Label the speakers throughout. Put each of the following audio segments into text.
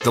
Speaker 1: The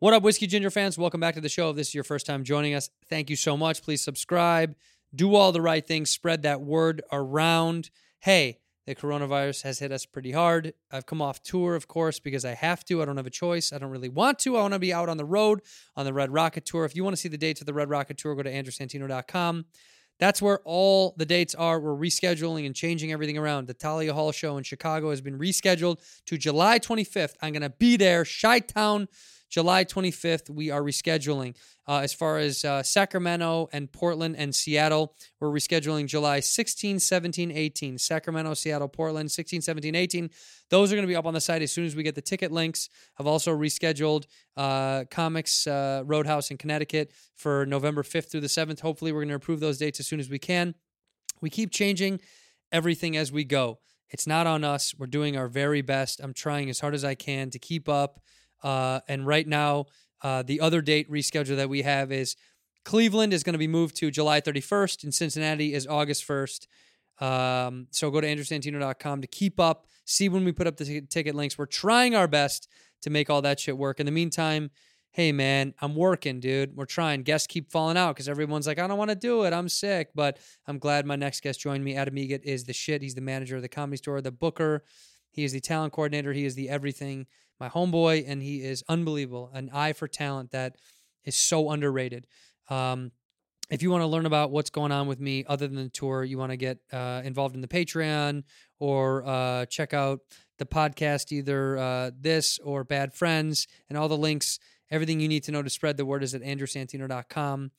Speaker 2: What up, Whiskey Ginger fans? Welcome back to the show. If this is your first time joining us, thank you so much. Please subscribe, do all the right things, spread that word around. Hey, the coronavirus has hit us pretty hard. I've come off tour, of course, because I have to. I don't have a choice. I don't really want to. I want to be out on the road on the Red Rocket Tour. If you want to see the dates of the Red Rocket Tour, go to andrewsantino.com. That's where all the dates are. We're rescheduling and changing everything around. The Talia Hall show in Chicago has been rescheduled to July 25th. I'm going to be there, Chi Town, July 25th. We are rescheduling. Uh, as far as uh, Sacramento and Portland and Seattle, we're rescheduling July 16, 17, 18. Sacramento, Seattle, Portland, 16, 17, 18. Those are going to be up on the site as soon as we get the ticket links. I've also rescheduled uh, Comics uh, Roadhouse in Connecticut for November 5th through the 7th. Hopefully, we're going to approve those dates as soon as we can. We keep changing everything as we go. It's not on us. We're doing our very best. I'm trying as hard as I can to keep up. Uh, and right now, uh, the other date reschedule that we have is Cleveland is going to be moved to July 31st, and Cincinnati is August 1st. Um, so go to andrewsantino.com to keep up, see when we put up the t- ticket links. We're trying our best to make all that shit work. In the meantime, hey man, I'm working, dude. We're trying. Guests keep falling out because everyone's like, I don't want to do it. I'm sick, but I'm glad my next guest joined me. Adam Egan is the shit. He's the manager of the Comedy Store, the booker. He is the talent coordinator. He is the everything, my homeboy, and he is unbelievable. An eye for talent that is so underrated. Um, if you want to learn about what's going on with me other than the tour, you want to get uh, involved in the Patreon or uh, check out the podcast, either uh, this or Bad Friends, and all the links, everything you need to know to spread the word is at andrewsantino.com.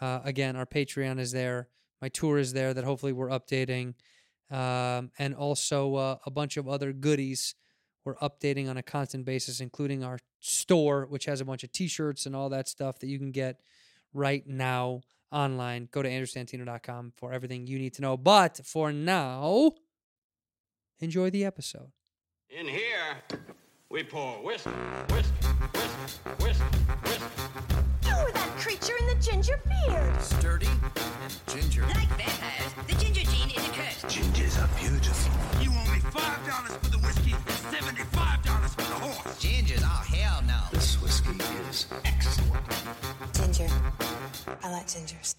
Speaker 2: Uh, again, our Patreon is there. My tour is there that hopefully we're updating um, and also uh, a bunch of other goodies we're updating on a constant basis, including our store, which has a bunch of T-shirts and all that stuff that you can get right now online. Go to andrewsantino.com for everything you need to know. But for now, enjoy the episode.
Speaker 3: In here, we pour whisk, whisk, whisk, whisk, whisk.
Speaker 4: You were that creature in the ginger beard.
Speaker 5: sturdy and ginger.
Speaker 6: Like vampires, the ginger gene is a curse.
Speaker 5: Gingers are beautiful.
Speaker 7: You owe me five dollars for the whiskey and seventy-five dollars for the horse.
Speaker 6: Gingers? Oh, hell no.
Speaker 5: This whiskey is excellent.
Speaker 8: Ginger. I like gingers.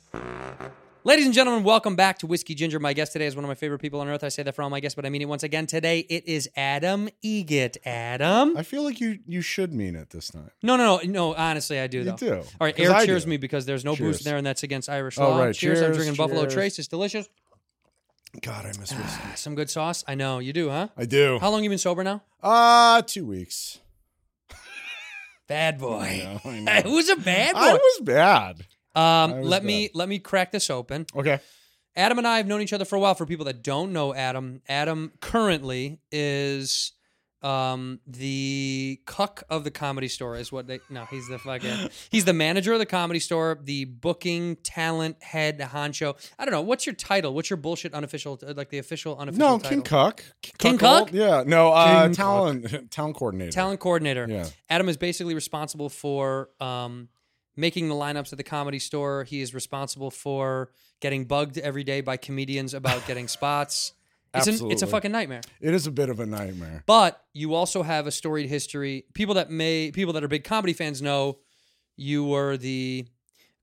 Speaker 2: Ladies and gentlemen, welcome back to Whiskey Ginger. My guest today is one of my favorite people on earth. I say that for all my guests, but I mean it once again. Today it is Adam Egit. Adam.
Speaker 9: I feel like you you should mean it this time.
Speaker 2: No, no, no, no. Honestly, I do.
Speaker 9: You
Speaker 2: though.
Speaker 9: do,
Speaker 2: All right,
Speaker 9: 'cause
Speaker 2: air
Speaker 9: I
Speaker 2: cheers
Speaker 9: do.
Speaker 2: me because there's no booze
Speaker 9: Cheers.
Speaker 2: in there, and that's against Irish
Speaker 9: All
Speaker 2: law.
Speaker 9: right,
Speaker 2: cheers, I'm
Speaker 9: cheers,
Speaker 2: drinking Buffalo
Speaker 9: cheers.
Speaker 2: Trace. It's delicious. ah,
Speaker 9: God, I miss whiskey.
Speaker 2: Some good sauce. I know you do, huh?
Speaker 9: I do.
Speaker 2: How long you been sober now?
Speaker 9: Ah, two weeks.
Speaker 2: Bad boy.
Speaker 9: I know.
Speaker 2: Hey, Who's a bad
Speaker 9: I
Speaker 2: boy?
Speaker 9: was bad.
Speaker 2: um,
Speaker 9: I was
Speaker 2: let me let me crack this open.
Speaker 9: Okay.
Speaker 2: Adam and I have known each other for a while. For people that don't know Adam, Adam currently is um the cuck of the comedy store is what they no he's the fucking he's the manager of the comedy store the booking talent head honcho i don't know what's your title what's your bullshit unofficial uh, like the official unofficial
Speaker 9: No,
Speaker 2: title?
Speaker 9: King Cuck.
Speaker 2: King
Speaker 9: Cuckold?
Speaker 2: Cuck?
Speaker 9: Yeah. No, uh,
Speaker 2: King
Speaker 9: talent, talent coordinator.
Speaker 2: talent coordinator.
Speaker 9: Yeah.
Speaker 2: Adam is basically responsible for um, making the lineups at the comedy store. He is responsible for getting bugged every day by comedians about getting spots. It's, an, it's a
Speaker 9: Absolutely.
Speaker 2: fucking nightmare.
Speaker 9: It is a bit of a nightmare.
Speaker 2: But you also have a storied history. People that may people that are big comedy fans know you were the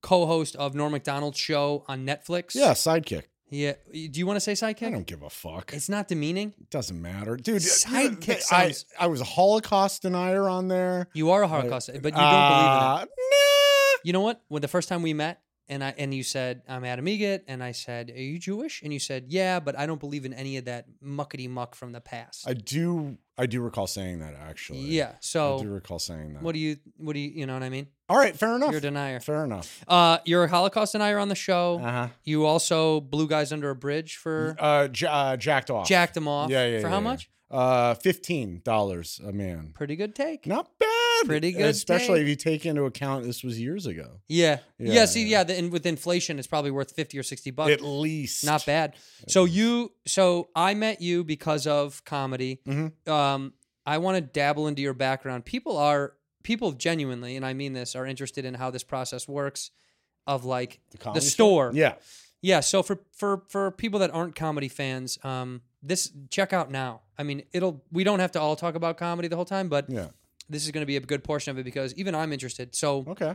Speaker 2: co-host of Norm Macdonald's show on Netflix.
Speaker 9: Yeah, sidekick.
Speaker 2: Yeah. Do you want to say
Speaker 9: I
Speaker 2: sidekick?
Speaker 9: don't give a fuck. It
Speaker 2: It's not demeaning.
Speaker 9: doesn't matter, dude.
Speaker 2: Sidekick
Speaker 9: you- they- I,
Speaker 2: sounds-
Speaker 9: I was a Holocaust denier on there.
Speaker 2: You are a Holocaust, but you don't believe in it.
Speaker 9: Uh, Nah.
Speaker 2: You know what? When the first time we met, and I and you said I'm Adam Egit, and I said, "Are you Jewish?" And you said, "Yeah, but I don't believe in any of that muckety muck from the past."
Speaker 9: I do. I do recall saying that actually.
Speaker 2: yeah.
Speaker 9: I do
Speaker 2: So
Speaker 9: recall saying that.
Speaker 2: what do you? What do you? You know what I mean?
Speaker 9: All right. Fair enough.
Speaker 2: You're a denier.
Speaker 9: Fair enough.
Speaker 2: Uh, you're a Holocaust denier on the show.
Speaker 9: Uh-huh.
Speaker 2: You also blew guys under a bridge for
Speaker 9: Uh, j- uh, jacked off.
Speaker 2: jacked them off.
Speaker 9: Yeah, yeah.
Speaker 2: For
Speaker 9: yeah,
Speaker 2: how
Speaker 9: yeah.
Speaker 2: much?
Speaker 9: Uh, fifteen dollars a man.
Speaker 2: Pretty good take.
Speaker 9: Not bad.
Speaker 2: pretty good
Speaker 9: Especially
Speaker 2: take.
Speaker 9: if you take into account this was years ago.
Speaker 2: Yeah. Yeah.
Speaker 9: Yeah,
Speaker 2: see, yeah.
Speaker 9: yeah.
Speaker 2: the, and with inflation, it's probably worth fifty or sixty bucks.
Speaker 9: At least.
Speaker 2: Uh, Not bad. So you, so I met you because of comedy.
Speaker 9: Mm-hmm.
Speaker 2: Um, I want to dabble into your background. People are people genuinely, and I mean this, are interested in how this process works. Of like the,
Speaker 9: comedy
Speaker 2: store,
Speaker 9: Yeah.
Speaker 2: yeah. So for for for people that aren't comedy fans, um, this check out now. I mean, it'll we don't have to all talk about comedy the whole time, but
Speaker 9: Yeah.
Speaker 2: this is going to be a good portion of it because even I'm interested. So
Speaker 9: Okay.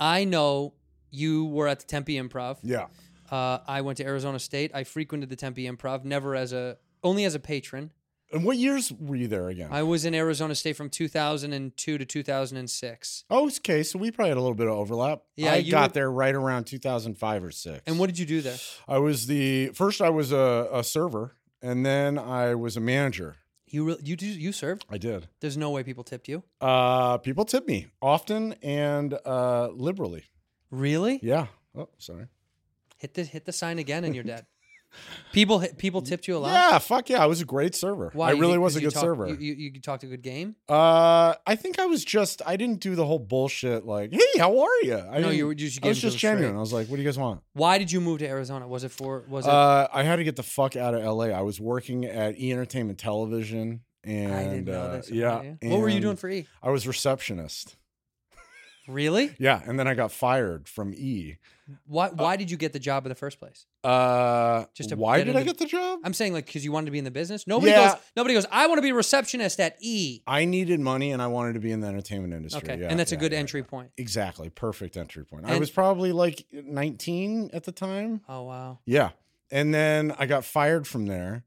Speaker 2: I know you were at the Tempe Improv.
Speaker 9: Yeah.
Speaker 2: Uh, I went to Arizona State. I frequented the Tempe Improv, never as a only as a patron.
Speaker 9: And what years were you there again?
Speaker 2: I was in Arizona State from 2002 to 2006.
Speaker 9: oh, it's okay. So we probably had a little bit of overlap.
Speaker 2: Yeah,
Speaker 9: I
Speaker 2: you
Speaker 9: got
Speaker 2: were-
Speaker 9: there right around 2005 or six.
Speaker 2: And what did you do there?
Speaker 9: I was the first. I was a, a server, and then I was a manager.
Speaker 2: You re- you do you served?
Speaker 9: I did.
Speaker 2: There's no way people tipped you.
Speaker 9: Uh, people tip me often and uh, liberally.
Speaker 2: Really?
Speaker 9: Yeah. Oh, sorry.
Speaker 2: Hit the hit the sign again, and you're dead. people hit- people tipped you a lot.
Speaker 9: Yeah, fuck yeah. I was a great server.
Speaker 2: Why?
Speaker 9: I
Speaker 2: You-
Speaker 9: really was
Speaker 2: 'cause
Speaker 9: a
Speaker 2: you
Speaker 9: good
Speaker 2: talk-
Speaker 9: server.
Speaker 2: You, you, you talked a good game.
Speaker 9: Uh, I think I was just I didn't do the whole bullshit like, hey, how are you?
Speaker 2: No,
Speaker 9: I didn't-
Speaker 2: you were- you just
Speaker 9: I
Speaker 2: gave
Speaker 9: was
Speaker 2: it to
Speaker 9: just
Speaker 2: them
Speaker 9: genuine.
Speaker 2: straight.
Speaker 9: I was like, what do you guys want?
Speaker 2: Why did you move to Arizona? Was it for was it?
Speaker 9: Uh, I had to get the fuck out of LA. I was working at E Entertainment Television, and
Speaker 2: I didn't know
Speaker 9: uh,
Speaker 2: this.
Speaker 9: yeah,
Speaker 2: Okay. What were you
Speaker 9: and
Speaker 2: doing for E?
Speaker 9: I was receptionist.
Speaker 2: Really?
Speaker 9: Yeah, and then I got fired from E.
Speaker 2: Why why did you get the job in the first place?
Speaker 9: Uh,
Speaker 2: Just
Speaker 9: just
Speaker 2: to
Speaker 9: why
Speaker 2: get
Speaker 9: did I
Speaker 2: into-
Speaker 9: get the job?
Speaker 2: I'm saying like because you wanted to be in the business. Nobody
Speaker 9: Yeah.
Speaker 2: goes. Nobody goes. I want to be a receptionist at E.
Speaker 9: I needed money, and I wanted to be in the entertainment industry.
Speaker 2: Okay,
Speaker 9: Yeah,
Speaker 2: and that's a
Speaker 9: yeah,
Speaker 2: good
Speaker 9: yeah.
Speaker 2: entry point.
Speaker 9: Exactly, perfect entry point. I
Speaker 2: And-
Speaker 9: was probably like 19 at the time.
Speaker 2: Oh wow.
Speaker 9: Yeah. And then I got fired from there.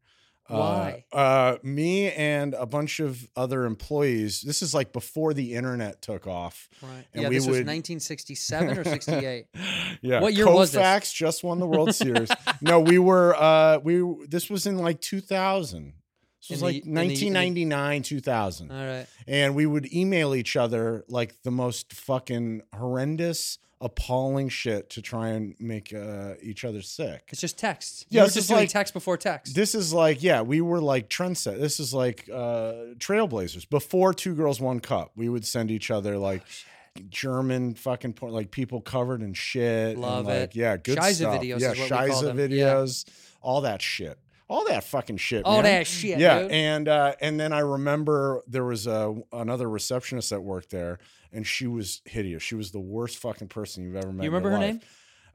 Speaker 9: Uh,
Speaker 2: Why?
Speaker 9: Uh, me and a bunch of other employees. This is like before the internet took off.
Speaker 2: Right.
Speaker 9: And
Speaker 2: yeah,
Speaker 9: we
Speaker 2: this was
Speaker 9: would-
Speaker 2: 1967 or 68.
Speaker 9: Yeah.
Speaker 2: What year was this?
Speaker 9: Koufax just won the World Series. No, we were uh we this was in like 2000. This was
Speaker 2: In the-
Speaker 9: like
Speaker 2: in the- in the-
Speaker 9: 1999, 2000.
Speaker 2: All right.
Speaker 9: And we would email each other like the most fucking horrendous, appalling shit to try and make uh, each other sick.
Speaker 2: It's just text.
Speaker 9: Yeah,
Speaker 2: you were
Speaker 9: it's
Speaker 2: just
Speaker 9: just
Speaker 2: doing
Speaker 9: like-
Speaker 2: text before text.
Speaker 9: This is like, yeah, we were like trendset. This is like uh, trailblazers. Before Two Girls One Cup, we would send each
Speaker 2: Oh,
Speaker 9: other like German fucking porn, like people covered in shit. and,
Speaker 2: Love
Speaker 9: like,
Speaker 2: it.
Speaker 9: Yeah, good
Speaker 2: Shiza
Speaker 9: stuff.
Speaker 2: videos
Speaker 9: Yeah,
Speaker 2: is what we call
Speaker 9: Shiza
Speaker 2: them. Yeah.
Speaker 9: videos, all that shit. All that fucking shit.
Speaker 2: All
Speaker 9: man.
Speaker 2: that shit,
Speaker 9: Yeah,
Speaker 2: dude.
Speaker 9: and uh, and then I remember there was a, another receptionist that worked there, and she was hideous. She was the worst fucking person you've ever met.
Speaker 2: you
Speaker 9: in
Speaker 2: remember
Speaker 9: your
Speaker 2: her
Speaker 9: life.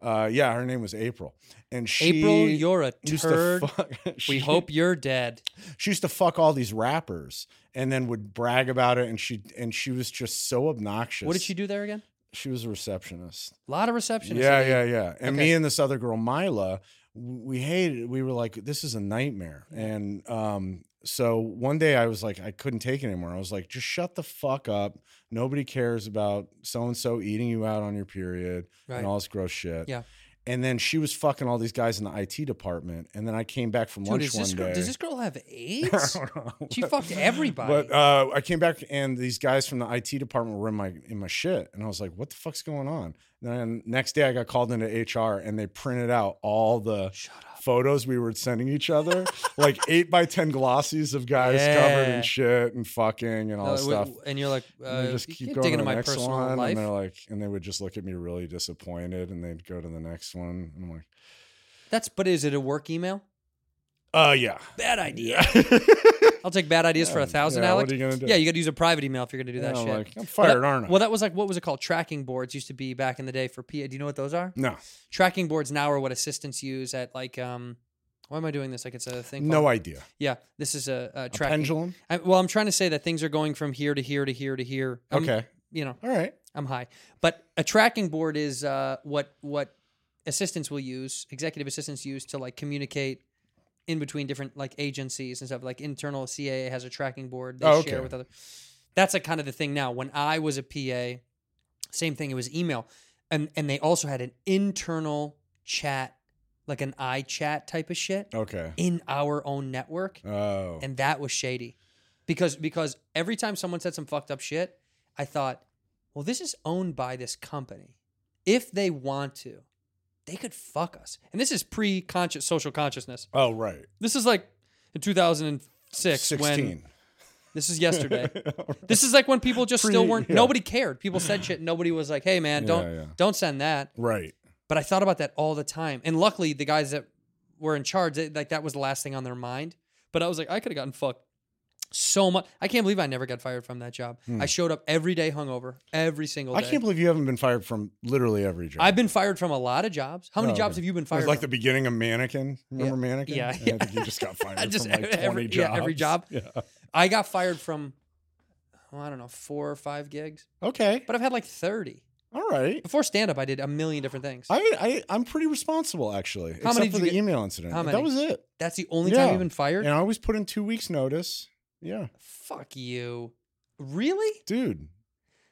Speaker 2: name?
Speaker 9: Uh, yeah, her name was April, and she
Speaker 2: April, you're a
Speaker 9: used to
Speaker 2: turd.
Speaker 9: fuck-
Speaker 2: We
Speaker 9: she-
Speaker 2: hope you're dead.
Speaker 9: she used to fuck all these rappers and then would brag about it, and she and she was just so obnoxious.
Speaker 2: What did she do there again?
Speaker 9: She was a receptionist.
Speaker 2: A lot of receptionists.
Speaker 9: Yeah,
Speaker 2: at E.
Speaker 9: yeah, yeah. And
Speaker 2: Okay.
Speaker 9: me and this other girl, Mila, w- we hated. We were like, this is a nightmare. And um, so one day I was like, I couldn't take it anymore. I was like, just shut the fuck up. Nobody cares about so and so eating you out on your period
Speaker 2: Right.
Speaker 9: and all this gross shit.
Speaker 2: Yeah.
Speaker 9: And then she was fucking all these guys in the IT department. And then I came back from
Speaker 2: Dude,
Speaker 9: lunch
Speaker 2: is this
Speaker 9: one
Speaker 2: girl,
Speaker 9: day.
Speaker 2: does this girl have AIDS? she fucked everybody.
Speaker 9: But uh, I came back and these guys from the IT department were in my in my shit, and I was like, "What the fuck's going on?" And then next day, I got called into HR, and they printed out all the photos we were sending each other, like eight by ten glossies of guys covered
Speaker 2: Yeah.
Speaker 9: in shit and fucking and all
Speaker 2: Uh,
Speaker 9: that
Speaker 2: w-
Speaker 9: stuff.
Speaker 2: w- and you're like,
Speaker 9: and
Speaker 2: uh,
Speaker 9: they just
Speaker 2: you
Speaker 9: keep
Speaker 2: can't
Speaker 9: going
Speaker 2: dig
Speaker 9: to
Speaker 2: into
Speaker 9: the
Speaker 2: my
Speaker 9: next
Speaker 2: personal
Speaker 9: one,
Speaker 2: life.
Speaker 9: and they're like, and they would just look at me really disappointed, and they'd go to the next one, and I'm like,
Speaker 2: That's. But is it a work email?
Speaker 9: "Uh, yeah,
Speaker 2: Bad idea. I'll take bad ideas for a thousand,
Speaker 9: yeah, what
Speaker 2: Alex.
Speaker 9: are you gonna do?
Speaker 2: Yeah, you got to use a private email if you're going to do that
Speaker 9: Yeah, I'm
Speaker 2: shit.
Speaker 9: like, I'm
Speaker 2: Well, that-
Speaker 9: fired, aren't I?
Speaker 2: Well, that was like what was it called? Tracking boards used to be back in the day for PA. Do you know what those are?
Speaker 9: no,
Speaker 2: Tracking boards now are what assistants use at like. um Why am I doing this? Like it's a thing.
Speaker 9: no
Speaker 2: called-
Speaker 9: idea."
Speaker 2: Yeah, this is a, a tracking
Speaker 9: Pendulum.
Speaker 2: I, well, I'm trying to say that things are going from here to here to here to here. I'm-
Speaker 9: Okay.
Speaker 2: you know,
Speaker 9: All right.
Speaker 2: I'm high. But a tracking board is uh, what what assistants will use, executive assistants use to like communicate in between different like agencies and stuff. Like internal CAA has a tracking board they
Speaker 9: Oh, okay.
Speaker 2: share with other. That's like kind of the thing now. When I was a PA, same thing. It was email, and and they also had an internal chat, like an iChat type of shit,
Speaker 9: Okay.
Speaker 2: in our own network
Speaker 9: Oh.
Speaker 2: and that was shady because because every time someone said some fucked up shit i thought well this is owned by this company if they want to they could fuck us and this is pre-conscious social consciousness
Speaker 9: oh, right.
Speaker 2: this is like in 2006 when
Speaker 9: 16.
Speaker 2: This is yesterday. This is like when people just still
Speaker 9: Pre-
Speaker 2: weren't.
Speaker 9: yeah.
Speaker 2: Nobody cared. People said shit. and Nobody was like, "Hey, man, don't
Speaker 9: yeah.
Speaker 2: don't send that."
Speaker 9: Right.
Speaker 2: But I thought about that all the time, and luckily the guys that were in charge, they, like that was the last thing on their mind. But I was like, I could have gotten fucked so much. I can't believe I never got fired from that job. I showed up every day hungover, every single
Speaker 9: Hmm. I
Speaker 2: day.
Speaker 9: can't believe you haven't been fired from literally every job.
Speaker 2: I've been fired from a lot of jobs. How many
Speaker 9: Oh,
Speaker 2: jobs
Speaker 9: okay.
Speaker 2: have you been
Speaker 9: It was
Speaker 2: fired?
Speaker 9: like
Speaker 2: from?
Speaker 9: the beginning of Mannequin. Remember Mannequin?
Speaker 2: Yeah,
Speaker 9: And
Speaker 2: yeah.
Speaker 9: I think you just got
Speaker 2: I
Speaker 9: fired
Speaker 2: just-
Speaker 9: from like 20
Speaker 2: every- yeah,
Speaker 9: jobs.
Speaker 2: every job.
Speaker 9: Yeah.
Speaker 2: I got fired from, well, I don't know, four or five gigs,
Speaker 9: Okay.
Speaker 2: but I've had like thirty.
Speaker 9: All right.
Speaker 2: Before stand up, I did a million different things.
Speaker 9: I, I I'm pretty responsible actually.
Speaker 2: How
Speaker 9: except
Speaker 2: many did
Speaker 9: for
Speaker 2: you
Speaker 9: the
Speaker 2: get-
Speaker 9: email incident.
Speaker 2: how many?
Speaker 9: That was it.
Speaker 2: That's the only time
Speaker 9: Yeah.
Speaker 2: you've been fired?
Speaker 9: And I always put in two weeks notice. Yeah,
Speaker 2: Fuck you. Really?
Speaker 9: dude.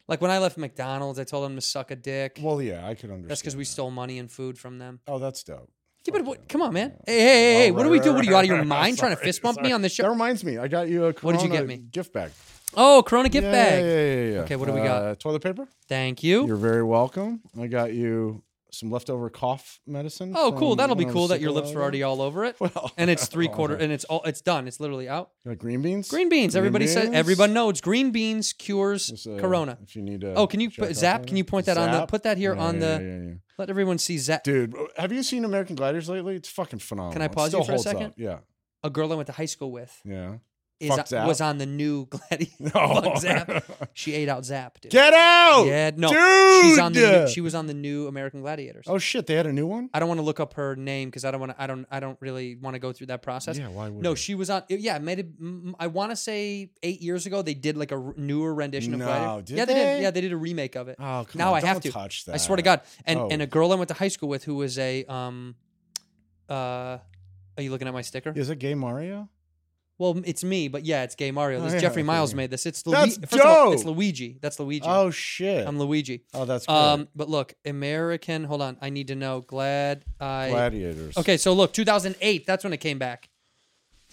Speaker 2: Like when I left McDonald's, I told them to suck a dick.
Speaker 9: Well, yeah, I could understand.
Speaker 2: That's because we
Speaker 9: that.
Speaker 2: stole money and food from them.
Speaker 9: Oh, that's dope.
Speaker 2: Yeah, but
Speaker 9: Fuck
Speaker 2: what,
Speaker 9: yeah.
Speaker 2: come on, man. Hey, hey, hey, hey,
Speaker 9: Oh,
Speaker 2: what do
Speaker 9: right,
Speaker 2: we
Speaker 9: right,
Speaker 2: do? What are you
Speaker 9: right,
Speaker 2: out of your
Speaker 9: right,
Speaker 2: mind trying to
Speaker 9: sorry,
Speaker 2: fist bump me
Speaker 9: sorry.
Speaker 2: on this
Speaker 9: That
Speaker 2: show?
Speaker 9: reminds me, I got you a
Speaker 2: What did you get
Speaker 9: Corona
Speaker 2: me?
Speaker 9: gift bag.
Speaker 2: Oh, Corona gift
Speaker 9: yeah,
Speaker 2: bag.
Speaker 9: Yeah, yeah, yeah, yeah.
Speaker 2: Okay, what do we got?
Speaker 9: Uh, toilet paper.
Speaker 2: Thank you.
Speaker 9: You're very welcome. I got you some leftover cough medicine.
Speaker 2: oh, cool.
Speaker 9: from
Speaker 2: That'll be
Speaker 9: when I was
Speaker 2: cool that
Speaker 9: sick
Speaker 2: your
Speaker 9: a
Speaker 2: lips
Speaker 9: while
Speaker 2: were already
Speaker 9: ago.
Speaker 2: all over it.
Speaker 9: Well,
Speaker 2: and it's three
Speaker 9: all
Speaker 2: quarter,
Speaker 9: right.
Speaker 2: and it's all it's done. It's literally out.
Speaker 9: You got green beans.
Speaker 2: Green beans. Everybody says.
Speaker 9: beans?
Speaker 2: Everyone knows green beans cures
Speaker 9: Just, uh,
Speaker 2: Corona.
Speaker 9: If you need to.
Speaker 2: Oh, can you
Speaker 9: check
Speaker 2: put-
Speaker 9: up
Speaker 2: Zap,
Speaker 9: on
Speaker 2: can
Speaker 9: it.
Speaker 2: you point that on the-
Speaker 9: Zap?
Speaker 2: put that here
Speaker 9: Yeah,
Speaker 2: on
Speaker 9: yeah,
Speaker 2: the-
Speaker 9: yeah, yeah.
Speaker 2: Let everyone see Zach.
Speaker 9: Dude, have you seen American Gladiators lately? It's fucking phenomenal. It
Speaker 2: pause you
Speaker 9: still
Speaker 2: for a
Speaker 9: holds
Speaker 2: second?
Speaker 9: up. Yeah.
Speaker 2: a girl I went to high school with
Speaker 9: Yeah.
Speaker 2: is
Speaker 9: Fuck Zap.
Speaker 2: was on the new Gladiator. Fuck Zap. She ate out Zap, dude.
Speaker 9: Get out!
Speaker 2: yeah, no,
Speaker 9: Dude!
Speaker 2: she's on the new, she was on the new American Gladiators.
Speaker 9: oh, shit. They had a new one?
Speaker 2: I don't want to look up her name because I don't want to. I don't. I don't really want to go through that process.
Speaker 9: Yeah, why would
Speaker 2: No,
Speaker 9: you?
Speaker 2: she was on. Yeah, it made. it- mm, I want to say eight years ago they did like a r- newer rendition of
Speaker 9: No,
Speaker 2: Gladiator.
Speaker 9: did
Speaker 2: yeah, they? did.
Speaker 9: they?
Speaker 2: Yeah, they did a remake of it.
Speaker 9: Oh, come
Speaker 2: now
Speaker 9: on,
Speaker 2: I have to
Speaker 9: don't touch
Speaker 2: I swear to
Speaker 9: that.
Speaker 2: God. And and a
Speaker 9: Oh.
Speaker 2: girl I went to high school with who was a um, uh, are you looking at my sticker?
Speaker 9: Is it Gay Mario?
Speaker 2: Well, it's me, but yeah, it's gay Mario.
Speaker 9: Oh,
Speaker 2: This
Speaker 9: yeah,
Speaker 2: Jeffrey
Speaker 9: okay,
Speaker 2: Miles
Speaker 9: yeah.
Speaker 2: made this. It's
Speaker 9: That's
Speaker 2: Luigi. First of all, it's
Speaker 9: dope.
Speaker 2: Luigi. That's Luigi.
Speaker 9: Oh, shit.
Speaker 2: I'm Luigi.
Speaker 9: oh, that's great.
Speaker 2: Um, but look, American. Hold on, I need to know. Glad I.
Speaker 9: Gladiators.
Speaker 2: Okay, so look, 2008. That's when it came back.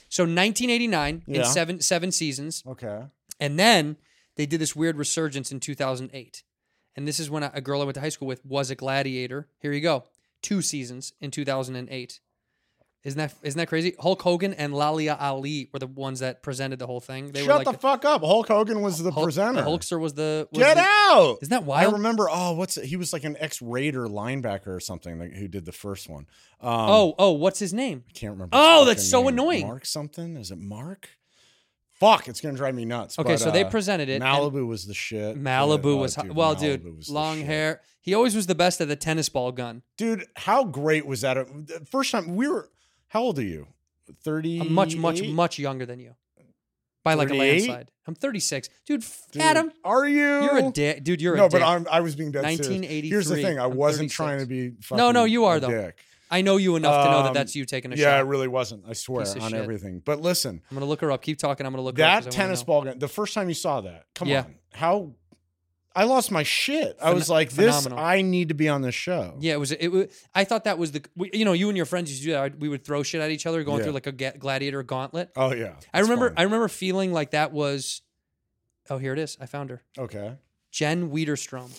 Speaker 2: So 1989
Speaker 9: Yeah.
Speaker 2: in seven seven seasons,
Speaker 9: Okay.
Speaker 2: and then they did this weird resurgence in 2008. And this is when I, a girl I went to high school with was a gladiator. Here you go, two seasons in 2008. Isn't that isn't that crazy? Hulk Hogan and Lalia Ali were the ones that presented the whole thing. They were
Speaker 9: Shut
Speaker 2: like
Speaker 9: the fuck up. Hulk Hogan was the
Speaker 2: Hulk-
Speaker 9: presenter.
Speaker 2: Hulkster was the was
Speaker 9: Get
Speaker 2: the-
Speaker 9: out!
Speaker 2: Isn't that
Speaker 9: I
Speaker 2: wild?
Speaker 9: remember. Oh, what's it? he was like an ex Raider linebacker or something like, who did the first one. Um,
Speaker 2: oh oh, what's his name?
Speaker 9: I can't remember.
Speaker 2: Oh,
Speaker 9: his
Speaker 2: that's
Speaker 9: fucking
Speaker 2: so
Speaker 9: name.
Speaker 2: annoying.
Speaker 9: Mark something? Is it Mark? Fuck, it's gonna drive me nuts.
Speaker 2: Okay,
Speaker 9: But,
Speaker 2: so they
Speaker 9: uh,
Speaker 2: presented it, and-
Speaker 9: Malibu was the shit.
Speaker 2: Malibu
Speaker 9: Uh,
Speaker 2: was hot well,
Speaker 9: Malibu
Speaker 2: dude.
Speaker 9: was the
Speaker 2: Long
Speaker 9: shit.
Speaker 2: hair. He always was the best at the tennis ball gun.
Speaker 9: Dude, how great was that? Uh, The First time we were. How old are you? Thirty.
Speaker 2: I'm Uh, much, much, much younger than you by like a
Speaker 9: 38?
Speaker 2: landslide. I'm 36, dude. f-
Speaker 9: Dude,
Speaker 2: Adam,
Speaker 9: are you?
Speaker 2: you're a dick, dude. You're
Speaker 9: no,
Speaker 2: a dick.
Speaker 9: but I'm, I was being dead serious. Here's the
Speaker 2: 1983.
Speaker 9: thing: I
Speaker 2: I'm
Speaker 9: wasn't trying to
Speaker 2: 36.
Speaker 9: be. Fucking
Speaker 2: no, you are,
Speaker 9: a
Speaker 2: though.
Speaker 9: Dick.
Speaker 2: I know you enough to know that
Speaker 9: Um,
Speaker 2: that's you taking a
Speaker 9: yeah,
Speaker 2: shot.
Speaker 9: it really wasn't. I swear
Speaker 2: Piece of
Speaker 9: on
Speaker 2: shit.
Speaker 9: everything. But listen,
Speaker 2: I'm gonna look her up. Keep talking. I'm gonna look her up
Speaker 9: that
Speaker 2: 'cause I wanna
Speaker 9: tennis
Speaker 2: know.
Speaker 9: ball gun. The first time you saw that, come
Speaker 2: Yeah.
Speaker 9: on, how I lost my shit. I
Speaker 2: Phen-
Speaker 9: was like, this.
Speaker 2: phenomenal.
Speaker 9: I need to be on this show.
Speaker 2: Yeah, it was. It was. I thought that was the. We, you know, you and your friends used to do that. We would throw shit at each other, going
Speaker 9: Yeah.
Speaker 2: through like a ga- gladiator gauntlet.
Speaker 9: Oh yeah.
Speaker 2: I
Speaker 9: It's
Speaker 2: remember. I
Speaker 9: fun.
Speaker 2: remember feeling like that was. Oh, here it is. I found her.
Speaker 9: okay.
Speaker 2: Jen Wiederstrom.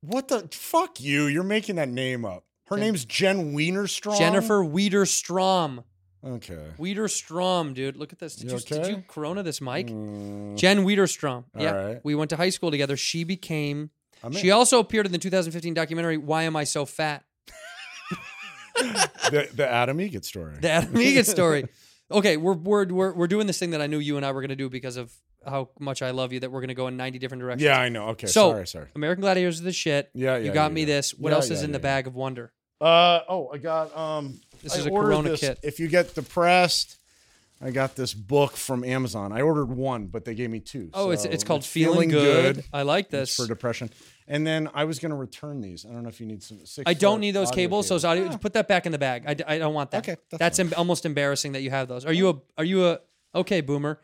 Speaker 9: What the fuck you? You're making that name up. Her name's Jen Wienerstrom.
Speaker 2: Jennifer Wiederstrom.
Speaker 9: Okay.
Speaker 2: Wiederstrom, dude. Look at this. Did you,
Speaker 9: You
Speaker 2: did
Speaker 9: okay?
Speaker 2: you corona this mic?
Speaker 9: Mm,
Speaker 2: Jen Wiederstrom.
Speaker 9: All
Speaker 2: yeah.
Speaker 9: right.
Speaker 2: We went to high school together. She became
Speaker 9: I'm
Speaker 2: she
Speaker 9: in.
Speaker 2: also appeared in the 2015 documentary Why Am I So Fat?
Speaker 9: the, the Adam Egget story.
Speaker 2: The Adam Egan story. Okay, we're, we're we're we're doing this thing that I knew you and I were gonna do because of how much I love you that we're gonna go in 90 different directions.
Speaker 9: yeah, I know. Okay.
Speaker 2: So
Speaker 9: sorry, sorry.
Speaker 2: American Gladiators is the shit.
Speaker 9: Yeah,
Speaker 2: You
Speaker 9: yeah,
Speaker 2: got
Speaker 9: yeah,
Speaker 2: me
Speaker 9: yeah.
Speaker 2: this. What
Speaker 9: Yeah,
Speaker 2: else
Speaker 9: yeah,
Speaker 2: is in the
Speaker 9: yeah, yeah.
Speaker 2: bag of wonder?
Speaker 9: Uh oh, I got um.
Speaker 2: This
Speaker 9: I
Speaker 2: is a
Speaker 9: ordered
Speaker 2: Corona
Speaker 9: this-
Speaker 2: kit.
Speaker 9: If you get depressed, I got this book from Amazon. I ordered one, but they gave me two.
Speaker 2: Oh, it's
Speaker 9: so
Speaker 2: it's called Feeling, good. I like
Speaker 9: It's
Speaker 2: this.
Speaker 9: for depression. And then I was going to return these. I don't know if you need some. Six
Speaker 2: I don't
Speaker 9: foot
Speaker 2: need those
Speaker 9: audio Ah.
Speaker 2: cables. Those audio, put that back in the bag. I, d- I don't want that.
Speaker 9: Okay, that's
Speaker 2: that's em- almost embarrassing that you have those. Are you a are you a okay boomer?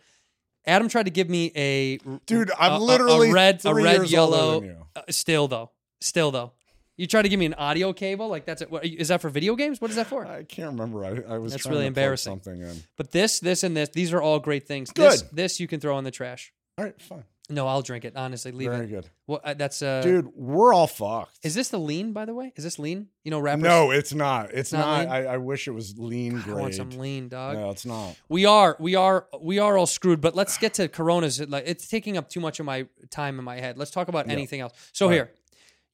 Speaker 2: Adam tried to give me a
Speaker 9: Dude,
Speaker 2: a-
Speaker 9: I'm
Speaker 2: a-
Speaker 9: literally
Speaker 2: a red a
Speaker 9: three
Speaker 2: red
Speaker 9: years older
Speaker 2: yellow.
Speaker 9: than you.
Speaker 2: uh, still though, still though, you tried to give me an audio cable like that's it. What, is that for video games? What is that for?
Speaker 9: I can't remember. I, I was.
Speaker 2: That's
Speaker 9: trying
Speaker 2: really
Speaker 9: to plug
Speaker 2: embarrassing.
Speaker 9: Something in.
Speaker 2: but this this and this these are all great things. This
Speaker 9: Good.
Speaker 2: this you can throw in the trash.
Speaker 9: All right, fine.
Speaker 2: No, I'll drink it. Honestly, leave
Speaker 9: Very
Speaker 2: it.
Speaker 9: good.
Speaker 2: Well, uh, that's uh,
Speaker 9: Dude, we're all fucked.
Speaker 2: Is this the lean? By the way, is this lean? You know, rappers.
Speaker 9: no, it's not. It's
Speaker 2: Not
Speaker 9: not.
Speaker 2: lean?
Speaker 9: I, I wish it was lean
Speaker 2: I
Speaker 9: grade.
Speaker 2: want some lean, dog.
Speaker 9: No, it's not.
Speaker 2: We are, we are, we are all screwed. But let's get to Coronas. Like it's taking up too much of my time in my head. Let's talk about anything else. So
Speaker 9: Right.
Speaker 2: here,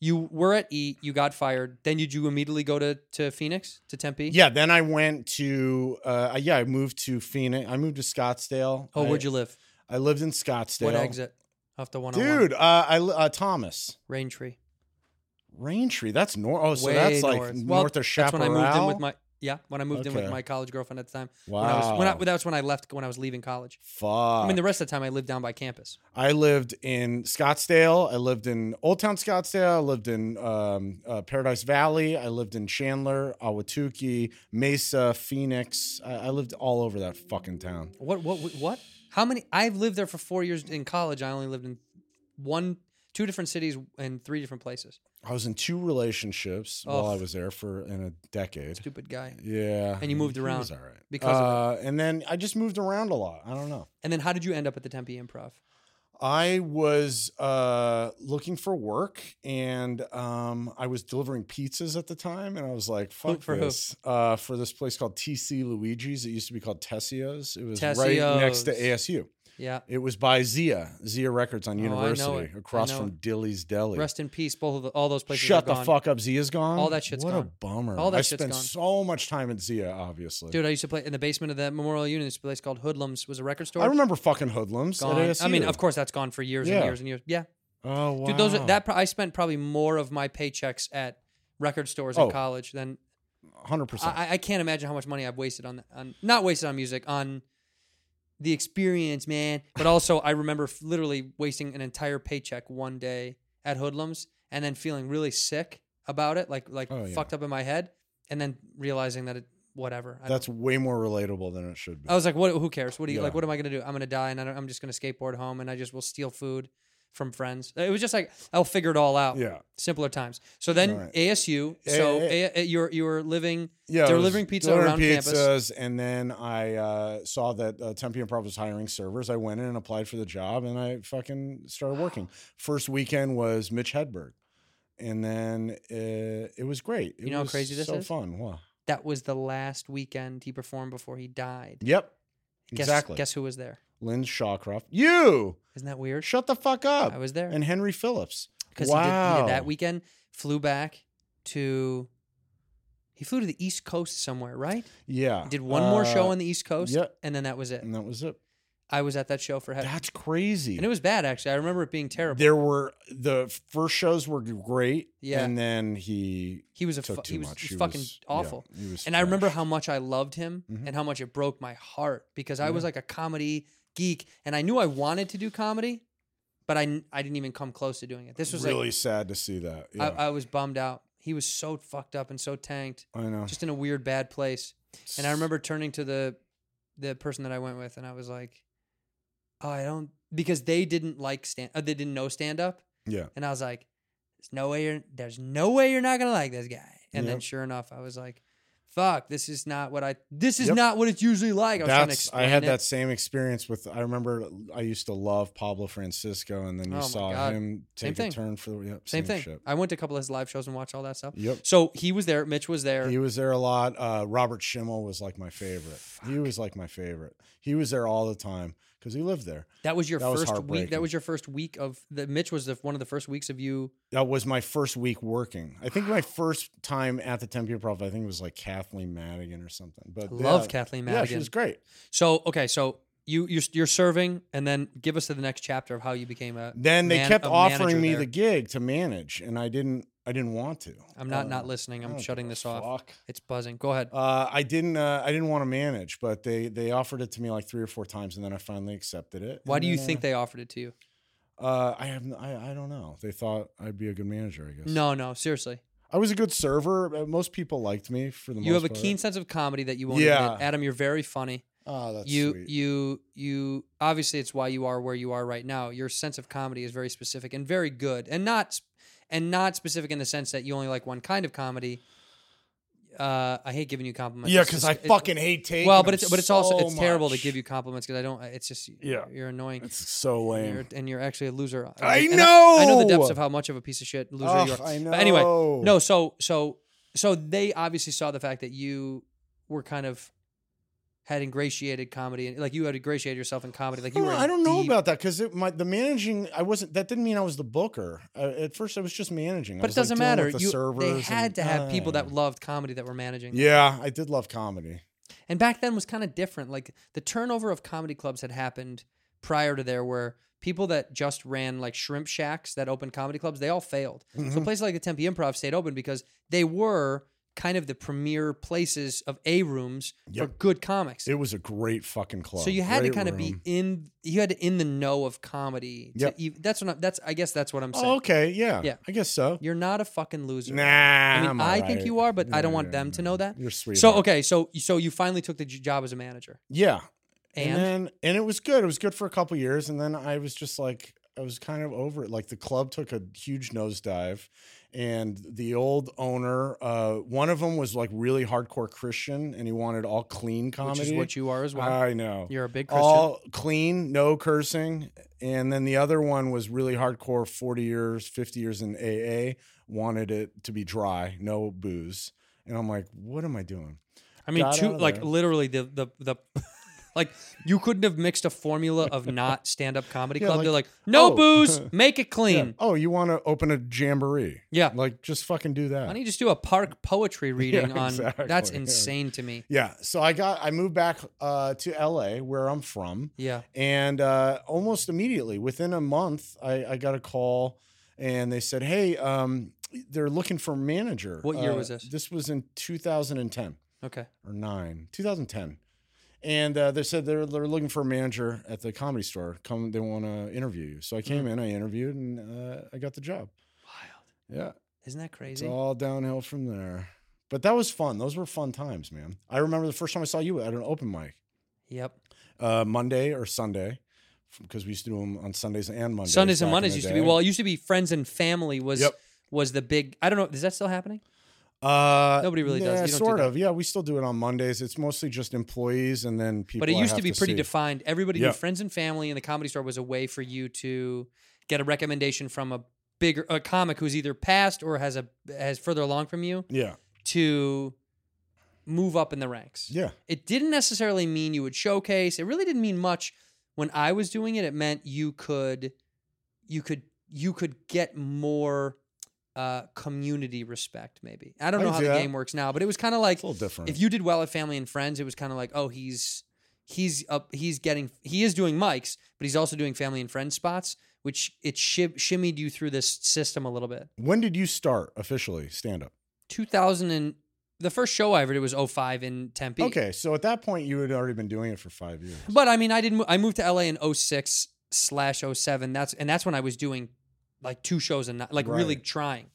Speaker 2: you were at E, you got fired. Then did you immediately go to to Phoenix to Tempe?
Speaker 9: Yeah, then I went to uh yeah, I moved to Phoenix. I moved to Scottsdale.
Speaker 2: Oh,
Speaker 9: I,
Speaker 2: where'd you live?
Speaker 9: I lived in Scottsdale.
Speaker 2: What exit? Off the one
Speaker 9: Dude, uh I li- uh Thomas.
Speaker 2: Rain Tree.
Speaker 9: Rain Tree. That's north. Oh, so
Speaker 2: Way
Speaker 9: that's like
Speaker 2: north.
Speaker 9: north
Speaker 2: Well,
Speaker 9: of
Speaker 2: That's
Speaker 9: Chaparral.
Speaker 2: when I moved in with my yeah. When I moved in with
Speaker 9: Okay.
Speaker 2: my college girlfriend at the time. When I was, when I,
Speaker 9: Wow.
Speaker 2: that's when I left. When I was leaving college.
Speaker 9: Fuck.
Speaker 2: I mean, the rest of the time I lived down by campus.
Speaker 9: I lived in Scottsdale. I lived in Old Town Scottsdale. I lived in um, uh, Paradise Valley. I lived in Chandler, Ahwatukee, Mesa, Phoenix. I-, I lived all over that fucking town.
Speaker 2: What? What? What? How many? I've lived there for four years in college. I only lived in one, two different cities and three different places.
Speaker 9: I was in two relationships while I
Speaker 2: Ugh.
Speaker 9: was there for in a decade.
Speaker 2: Stupid guy.
Speaker 9: Yeah.
Speaker 2: And you moved
Speaker 9: he
Speaker 2: around
Speaker 9: was all right.
Speaker 2: because of
Speaker 9: uh, and then I just moved around a lot. I don't know.
Speaker 2: And then how did you end up at the Tempe Improv?
Speaker 9: I was uh, looking for work, and um, I was delivering pizzas at the time, and I was like, "Fuck
Speaker 2: for who?
Speaker 9: this!" Uh, for this place called TC Luigi's, it used to be called Tessio's. It was right next to
Speaker 2: Tessio's.
Speaker 9: ASU.
Speaker 2: Yeah.
Speaker 9: It was by Zia, Zia Records on
Speaker 2: Oh, I know
Speaker 9: University,
Speaker 2: it. I
Speaker 9: across
Speaker 2: know
Speaker 9: from
Speaker 2: it.
Speaker 9: Dilly's Deli.
Speaker 2: Rest in peace. Both of the, all those places. are
Speaker 9: Shut the
Speaker 2: gone.
Speaker 9: fuck up, Zia's gone.
Speaker 2: All that shit's
Speaker 9: what
Speaker 2: gone.
Speaker 9: a bummer.
Speaker 2: All that
Speaker 9: I
Speaker 2: shit's
Speaker 9: spent
Speaker 2: gone.
Speaker 9: so much time at Zia, obviously.
Speaker 2: Dude, I used to play in the basement of that Memorial Union. This place called Hoodlums was a record store.
Speaker 9: I remember fucking hoodlums at
Speaker 2: Gone. I mean,
Speaker 9: ASU.
Speaker 2: of course, that's gone for years and
Speaker 9: Yeah.
Speaker 2: years and years. Yeah,
Speaker 9: Oh wow,
Speaker 2: dude, those are, that pro- I spent probably more of my paychecks at record stores in
Speaker 9: Oh.
Speaker 2: college than
Speaker 9: hundred percent.
Speaker 2: I, I can't imagine how much money I've wasted on, on not wasted on music on the experience, man. But also, I remember f- literally wasting an entire paycheck one day at Hoodlums, and then feeling really sick about it, like like
Speaker 9: Oh, yeah.
Speaker 2: fucked up in my head, and then realizing that it whatever. I Uh,
Speaker 9: That's way more relatable than it should be.
Speaker 2: don't- I was like, what? Who cares? What do you like?
Speaker 9: Yeah.
Speaker 2: What am I gonna do? I'm gonna die, and I don't, I'm just gonna skateboard home, and I just will steal food from friends. It was just like I'll figure it all out.
Speaker 9: Yeah.
Speaker 2: simpler times. So then
Speaker 9: Right.
Speaker 2: ASU. So
Speaker 9: eh,
Speaker 2: A, you're you're living.
Speaker 9: Yeah, I
Speaker 2: they're
Speaker 9: was
Speaker 2: delivering pizza
Speaker 9: delivering
Speaker 2: around campus.
Speaker 9: pizzas, and then I uh, saw that uh, Tempe Improv was hiring servers. I went in and applied for the job, and I fucking started working. First weekend was Mitch Hedberg, and then uh, it was great. It
Speaker 2: You know how
Speaker 9: was
Speaker 2: crazy this
Speaker 9: so
Speaker 2: is?
Speaker 9: fun. Wow.
Speaker 2: That was the last weekend he performed before he died.
Speaker 9: Yep,
Speaker 2: Guess,
Speaker 9: E, exactly.
Speaker 2: Guess who was there?
Speaker 9: Lynn Shawcroft, you
Speaker 2: Isn't that weird?
Speaker 9: shut the fuck up.
Speaker 2: I was there.
Speaker 9: And Henry Phillips.
Speaker 2: Because
Speaker 9: wow.
Speaker 2: he, did, he did that weekend, flew back to. He flew to the East Coast somewhere, right?
Speaker 9: Yeah,
Speaker 2: Did one more show
Speaker 9: Uh,
Speaker 2: on the East Coast,
Speaker 9: yeah.
Speaker 2: and then that was it.
Speaker 9: and that was it.
Speaker 2: I was at that show for head,
Speaker 9: That's crazy.
Speaker 2: and it was bad actually. I remember it being terrible.
Speaker 9: there were the first shows were great,
Speaker 2: Yeah.
Speaker 9: and then he
Speaker 2: he was a
Speaker 9: took
Speaker 2: fu-
Speaker 9: too
Speaker 2: he was
Speaker 9: much.
Speaker 2: fucking
Speaker 9: yeah,
Speaker 2: awful.
Speaker 9: he was
Speaker 2: and I remember
Speaker 9: trashed.
Speaker 2: how much I loved him
Speaker 9: Mm-hmm.
Speaker 2: and how much it broke my heart because I was like a comedy geek and I knew I wanted to do comedy, but I, n- I didn't even come close to doing it. This was
Speaker 9: really
Speaker 2: like,
Speaker 9: sad to see that. Yeah.
Speaker 2: I, I was bummed out. He was so fucked up and so tanked,
Speaker 9: I, know.
Speaker 2: just in a weird, bad place. And I remember turning to the, the person that I went with and I was like, oh, I don't, because they didn't like stand, uh, they didn't know stand up.
Speaker 9: yeah.
Speaker 2: And I was like, "There's no way you're there's no way you're not gonna like this guy." And then
Speaker 9: Yep.
Speaker 2: sure enough, I was like, "Fuck, this is not what I this is
Speaker 9: Yep.
Speaker 2: not what it's usually like." I was trying to
Speaker 9: That's I
Speaker 2: explain
Speaker 9: had
Speaker 2: it.
Speaker 9: that same experience with I remember I used to love Pablo Francisco and then you
Speaker 2: Oh my
Speaker 9: saw
Speaker 2: God.
Speaker 9: him
Speaker 2: Same
Speaker 9: take
Speaker 2: thing.
Speaker 9: a turn for the yep,
Speaker 2: same, thing.
Speaker 9: shit.
Speaker 2: I went to a couple of his live shows and watched all that stuff.
Speaker 9: Yep.
Speaker 2: So he was there. Mitch was there.
Speaker 9: He was there a lot. Uh, Robert Schimmel was like my favorite. He was like my favorite. He was there all the time because he lived there.
Speaker 2: that was your
Speaker 9: that was
Speaker 2: first week. That
Speaker 9: heartbreaking.
Speaker 2: was your first week of the. Mitch was the one of the first weeks of you.
Speaker 9: That was my first week working. I think my first time at the Tempe Improv, I think it was like Kathleen Madigan or something. But
Speaker 2: Love
Speaker 9: yeah,
Speaker 2: Kathleen
Speaker 9: Yeah, she
Speaker 2: Madigan.
Speaker 9: was great.
Speaker 2: So okay, so. You you're, you're serving, and then give us to the next chapter of how you became a.
Speaker 9: Then they
Speaker 2: man-
Speaker 9: kept
Speaker 2: a
Speaker 9: offering
Speaker 2: manager
Speaker 9: me
Speaker 2: there.
Speaker 9: the gig to manage, and I didn't. I didn't want to.
Speaker 2: I'm not
Speaker 9: Uh,
Speaker 2: not listening.
Speaker 9: I
Speaker 2: I'm
Speaker 9: don't
Speaker 2: shutting
Speaker 9: give a
Speaker 2: this off.
Speaker 9: fuck.
Speaker 2: It's buzzing. Go ahead.
Speaker 9: Uh, I didn't. Uh, I didn't want to manage, but they they offered it to me like three or four times, and then I finally accepted it.
Speaker 2: Why
Speaker 9: And
Speaker 2: do you
Speaker 9: then,
Speaker 2: think they offered it to you?
Speaker 9: Uh, I have. n- I, I don't know. They thought I'd be a good manager. I guess.
Speaker 2: No, no, seriously.
Speaker 9: I was a good server. uh, Most people liked me for the.
Speaker 2: You
Speaker 9: most
Speaker 2: have a
Speaker 9: part.
Speaker 2: keen sense of comedy that you won't
Speaker 9: Yeah.
Speaker 2: admit. Adam, you're very funny.
Speaker 9: Oh, that's
Speaker 2: you
Speaker 9: sweet.
Speaker 2: you you obviously it's why you are where you are right now. Your sense of comedy is very specific and very good and not sp- and not specific in the sense that you only like one kind of comedy. uh, I hate giving you compliments.
Speaker 9: Yeah,
Speaker 2: It's
Speaker 9: because
Speaker 2: just-
Speaker 9: I
Speaker 2: it-
Speaker 9: fucking hate taking.
Speaker 2: Well, but
Speaker 9: them
Speaker 2: it's but it's
Speaker 9: so
Speaker 2: also it's terrible to
Speaker 9: much.
Speaker 2: give you compliments because I don't. It's just
Speaker 9: Yeah.
Speaker 2: you're annoying.
Speaker 9: It's so
Speaker 2: and
Speaker 9: lame.
Speaker 2: you're, and you're actually a loser.
Speaker 9: I
Speaker 2: And I, know the
Speaker 9: know!
Speaker 2: depths of how much of a piece of shit loser you
Speaker 9: Ugh,
Speaker 2: are.
Speaker 9: I
Speaker 2: But anyway,
Speaker 9: know.
Speaker 2: no. So so so they obviously saw the fact that you were kind of had ingratiated comedy and like you had ingratiated yourself in comedy. Like you
Speaker 9: Well,
Speaker 2: were.
Speaker 9: I
Speaker 2: in
Speaker 9: don't know
Speaker 2: deep-
Speaker 9: about that because my the managing. I wasn't. That didn't mean I was the booker. Uh, at first, I was just managing. I
Speaker 2: But it
Speaker 9: was,
Speaker 2: doesn't
Speaker 9: like, dealing
Speaker 2: matter.
Speaker 9: with the
Speaker 2: you,
Speaker 9: servers
Speaker 2: they
Speaker 9: and-
Speaker 2: had to have people that
Speaker 9: Ah.
Speaker 2: loved comedy that were managing.
Speaker 9: Yeah, I did love comedy.
Speaker 2: And back then was kind of different. Like the turnover of comedy clubs had happened prior to there where people that just ran like shrimp shacks that opened comedy clubs, they all failed. So
Speaker 9: Mm-hmm.
Speaker 2: places like the Tempe Improv stayed open because they were kind of the premier places of A rooms for
Speaker 9: Yep.
Speaker 2: good comics.
Speaker 9: It was a great fucking club.
Speaker 2: so you had to
Speaker 9: Great
Speaker 2: kind of be
Speaker 9: room.
Speaker 2: in you had to in the know of comedy. to
Speaker 9: Yep.
Speaker 2: ev- that's what I'm, that's I guess that's what I'm saying.
Speaker 9: Oh, okay. Yeah.
Speaker 2: Yeah.
Speaker 9: I guess so.
Speaker 2: You're not a fucking loser.
Speaker 9: Nah.
Speaker 2: I mean,
Speaker 9: I'm
Speaker 2: I
Speaker 9: all
Speaker 2: think
Speaker 9: right.
Speaker 2: you are, but I don't want
Speaker 9: Yeah,
Speaker 2: them to know that.
Speaker 9: You're sweet.
Speaker 2: So okay, so so you finally took the j- job as a manager,
Speaker 9: Yeah.
Speaker 2: and,
Speaker 9: then and it was good. It was good for a couple years, and then I was just like, I was kind of over it. Like the club took a huge nosedive, and the old owner, uh, one of them was like really hardcore Christian, and he wanted all clean comedy,
Speaker 2: which is what you are as well.
Speaker 9: I know.
Speaker 2: You're a big Christian.
Speaker 9: all clean, no cursing. And then the other one was really hardcore 40 years, 50 years in AA, wanted it to be dry, no booze. And I'm like, what am I doing?
Speaker 2: I mean,
Speaker 9: got
Speaker 2: two
Speaker 9: out of
Speaker 2: like
Speaker 9: there.
Speaker 2: literally the the the. Like you couldn't have mixed a formula of not stand-up comedy
Speaker 9: Yeah,
Speaker 2: club.
Speaker 9: like,
Speaker 2: They're like, no
Speaker 9: oh.
Speaker 2: booze, make it
Speaker 9: Yeah.
Speaker 2: clean.
Speaker 9: Oh, you want to open a jamboree?
Speaker 2: Yeah.
Speaker 9: Like, just fucking do that.
Speaker 2: Why don't you just do a park poetry reading on? That's
Speaker 9: exactly, yeah.
Speaker 2: insane to me.
Speaker 9: yeah. So I got, I moved back uh, to LA, where I'm from.
Speaker 2: Yeah,
Speaker 9: And uh, almost immediately, within a month, I, I got a call and they said, Hey, um, they're looking for a manager.
Speaker 2: What year
Speaker 9: Uh,
Speaker 2: was this?
Speaker 9: This was in 2010
Speaker 2: okay.
Speaker 9: or nine, 2010. And uh, they said they're, they're looking for a manager at the comedy store. Come, they want to interview you.
Speaker 2: Mm-hmm.
Speaker 9: So I came in, I interviewed, and uh, I got the job. Wild. Yeah.
Speaker 2: Isn't that
Speaker 9: It's
Speaker 2: crazy?
Speaker 9: all downhill from there. But that was fun. Those were fun times, man. I remember the first time I saw you at an open mic,
Speaker 2: Yep.
Speaker 9: uh, Monday or Sunday, because we used to do them on Sundays and Mondays.
Speaker 2: Sundays and
Speaker 9: back in
Speaker 2: Mondays
Speaker 9: the
Speaker 2: used to be
Speaker 9: day.
Speaker 2: well. It used to be friends and family was
Speaker 9: Yep.
Speaker 2: was the big. I don't know. Is that still happening?
Speaker 9: Uh,
Speaker 2: Nobody really does.
Speaker 9: yeah,
Speaker 2: You don't do
Speaker 9: sort
Speaker 2: that.
Speaker 9: of. Yeah, we still do it on Mondays. It's mostly just employees and then people.
Speaker 2: But it
Speaker 9: I
Speaker 2: used to
Speaker 9: have
Speaker 2: be pretty
Speaker 9: see.
Speaker 2: defined. Everybody
Speaker 9: Yeah.
Speaker 2: knew friends and family, and the comedy store was a way for you to get a recommendation from a bigger a comic who's either passed or has a has further along from you
Speaker 9: Yeah,
Speaker 2: to move up in the ranks.
Speaker 9: yeah,
Speaker 2: It didn't necessarily mean you would showcase. It really didn't mean much when I was doing it. It meant you could you could you could get more uh community respect maybe. I don't
Speaker 9: I
Speaker 2: know
Speaker 9: can
Speaker 2: how
Speaker 9: see
Speaker 2: the
Speaker 9: that.
Speaker 2: game works now, but it was kind of like
Speaker 9: it's a little different.
Speaker 2: if you did well at family and friends, it was kind of like, oh, he's he's up, he's getting, he is doing mics, but he's also doing family and friends spots, which it shim, shimmied you through this system a little bit.
Speaker 9: when did you start officially stand up?
Speaker 2: 2000 and the first show I ever did was 05 in Tempe.
Speaker 9: Okay, so at that point you had already been doing it for five years.
Speaker 2: but I mean, I didn't. mo- I moved to LA in 06 slash 07. That's and that's when I was doing like two shows and like really
Speaker 9: Right.
Speaker 2: trying.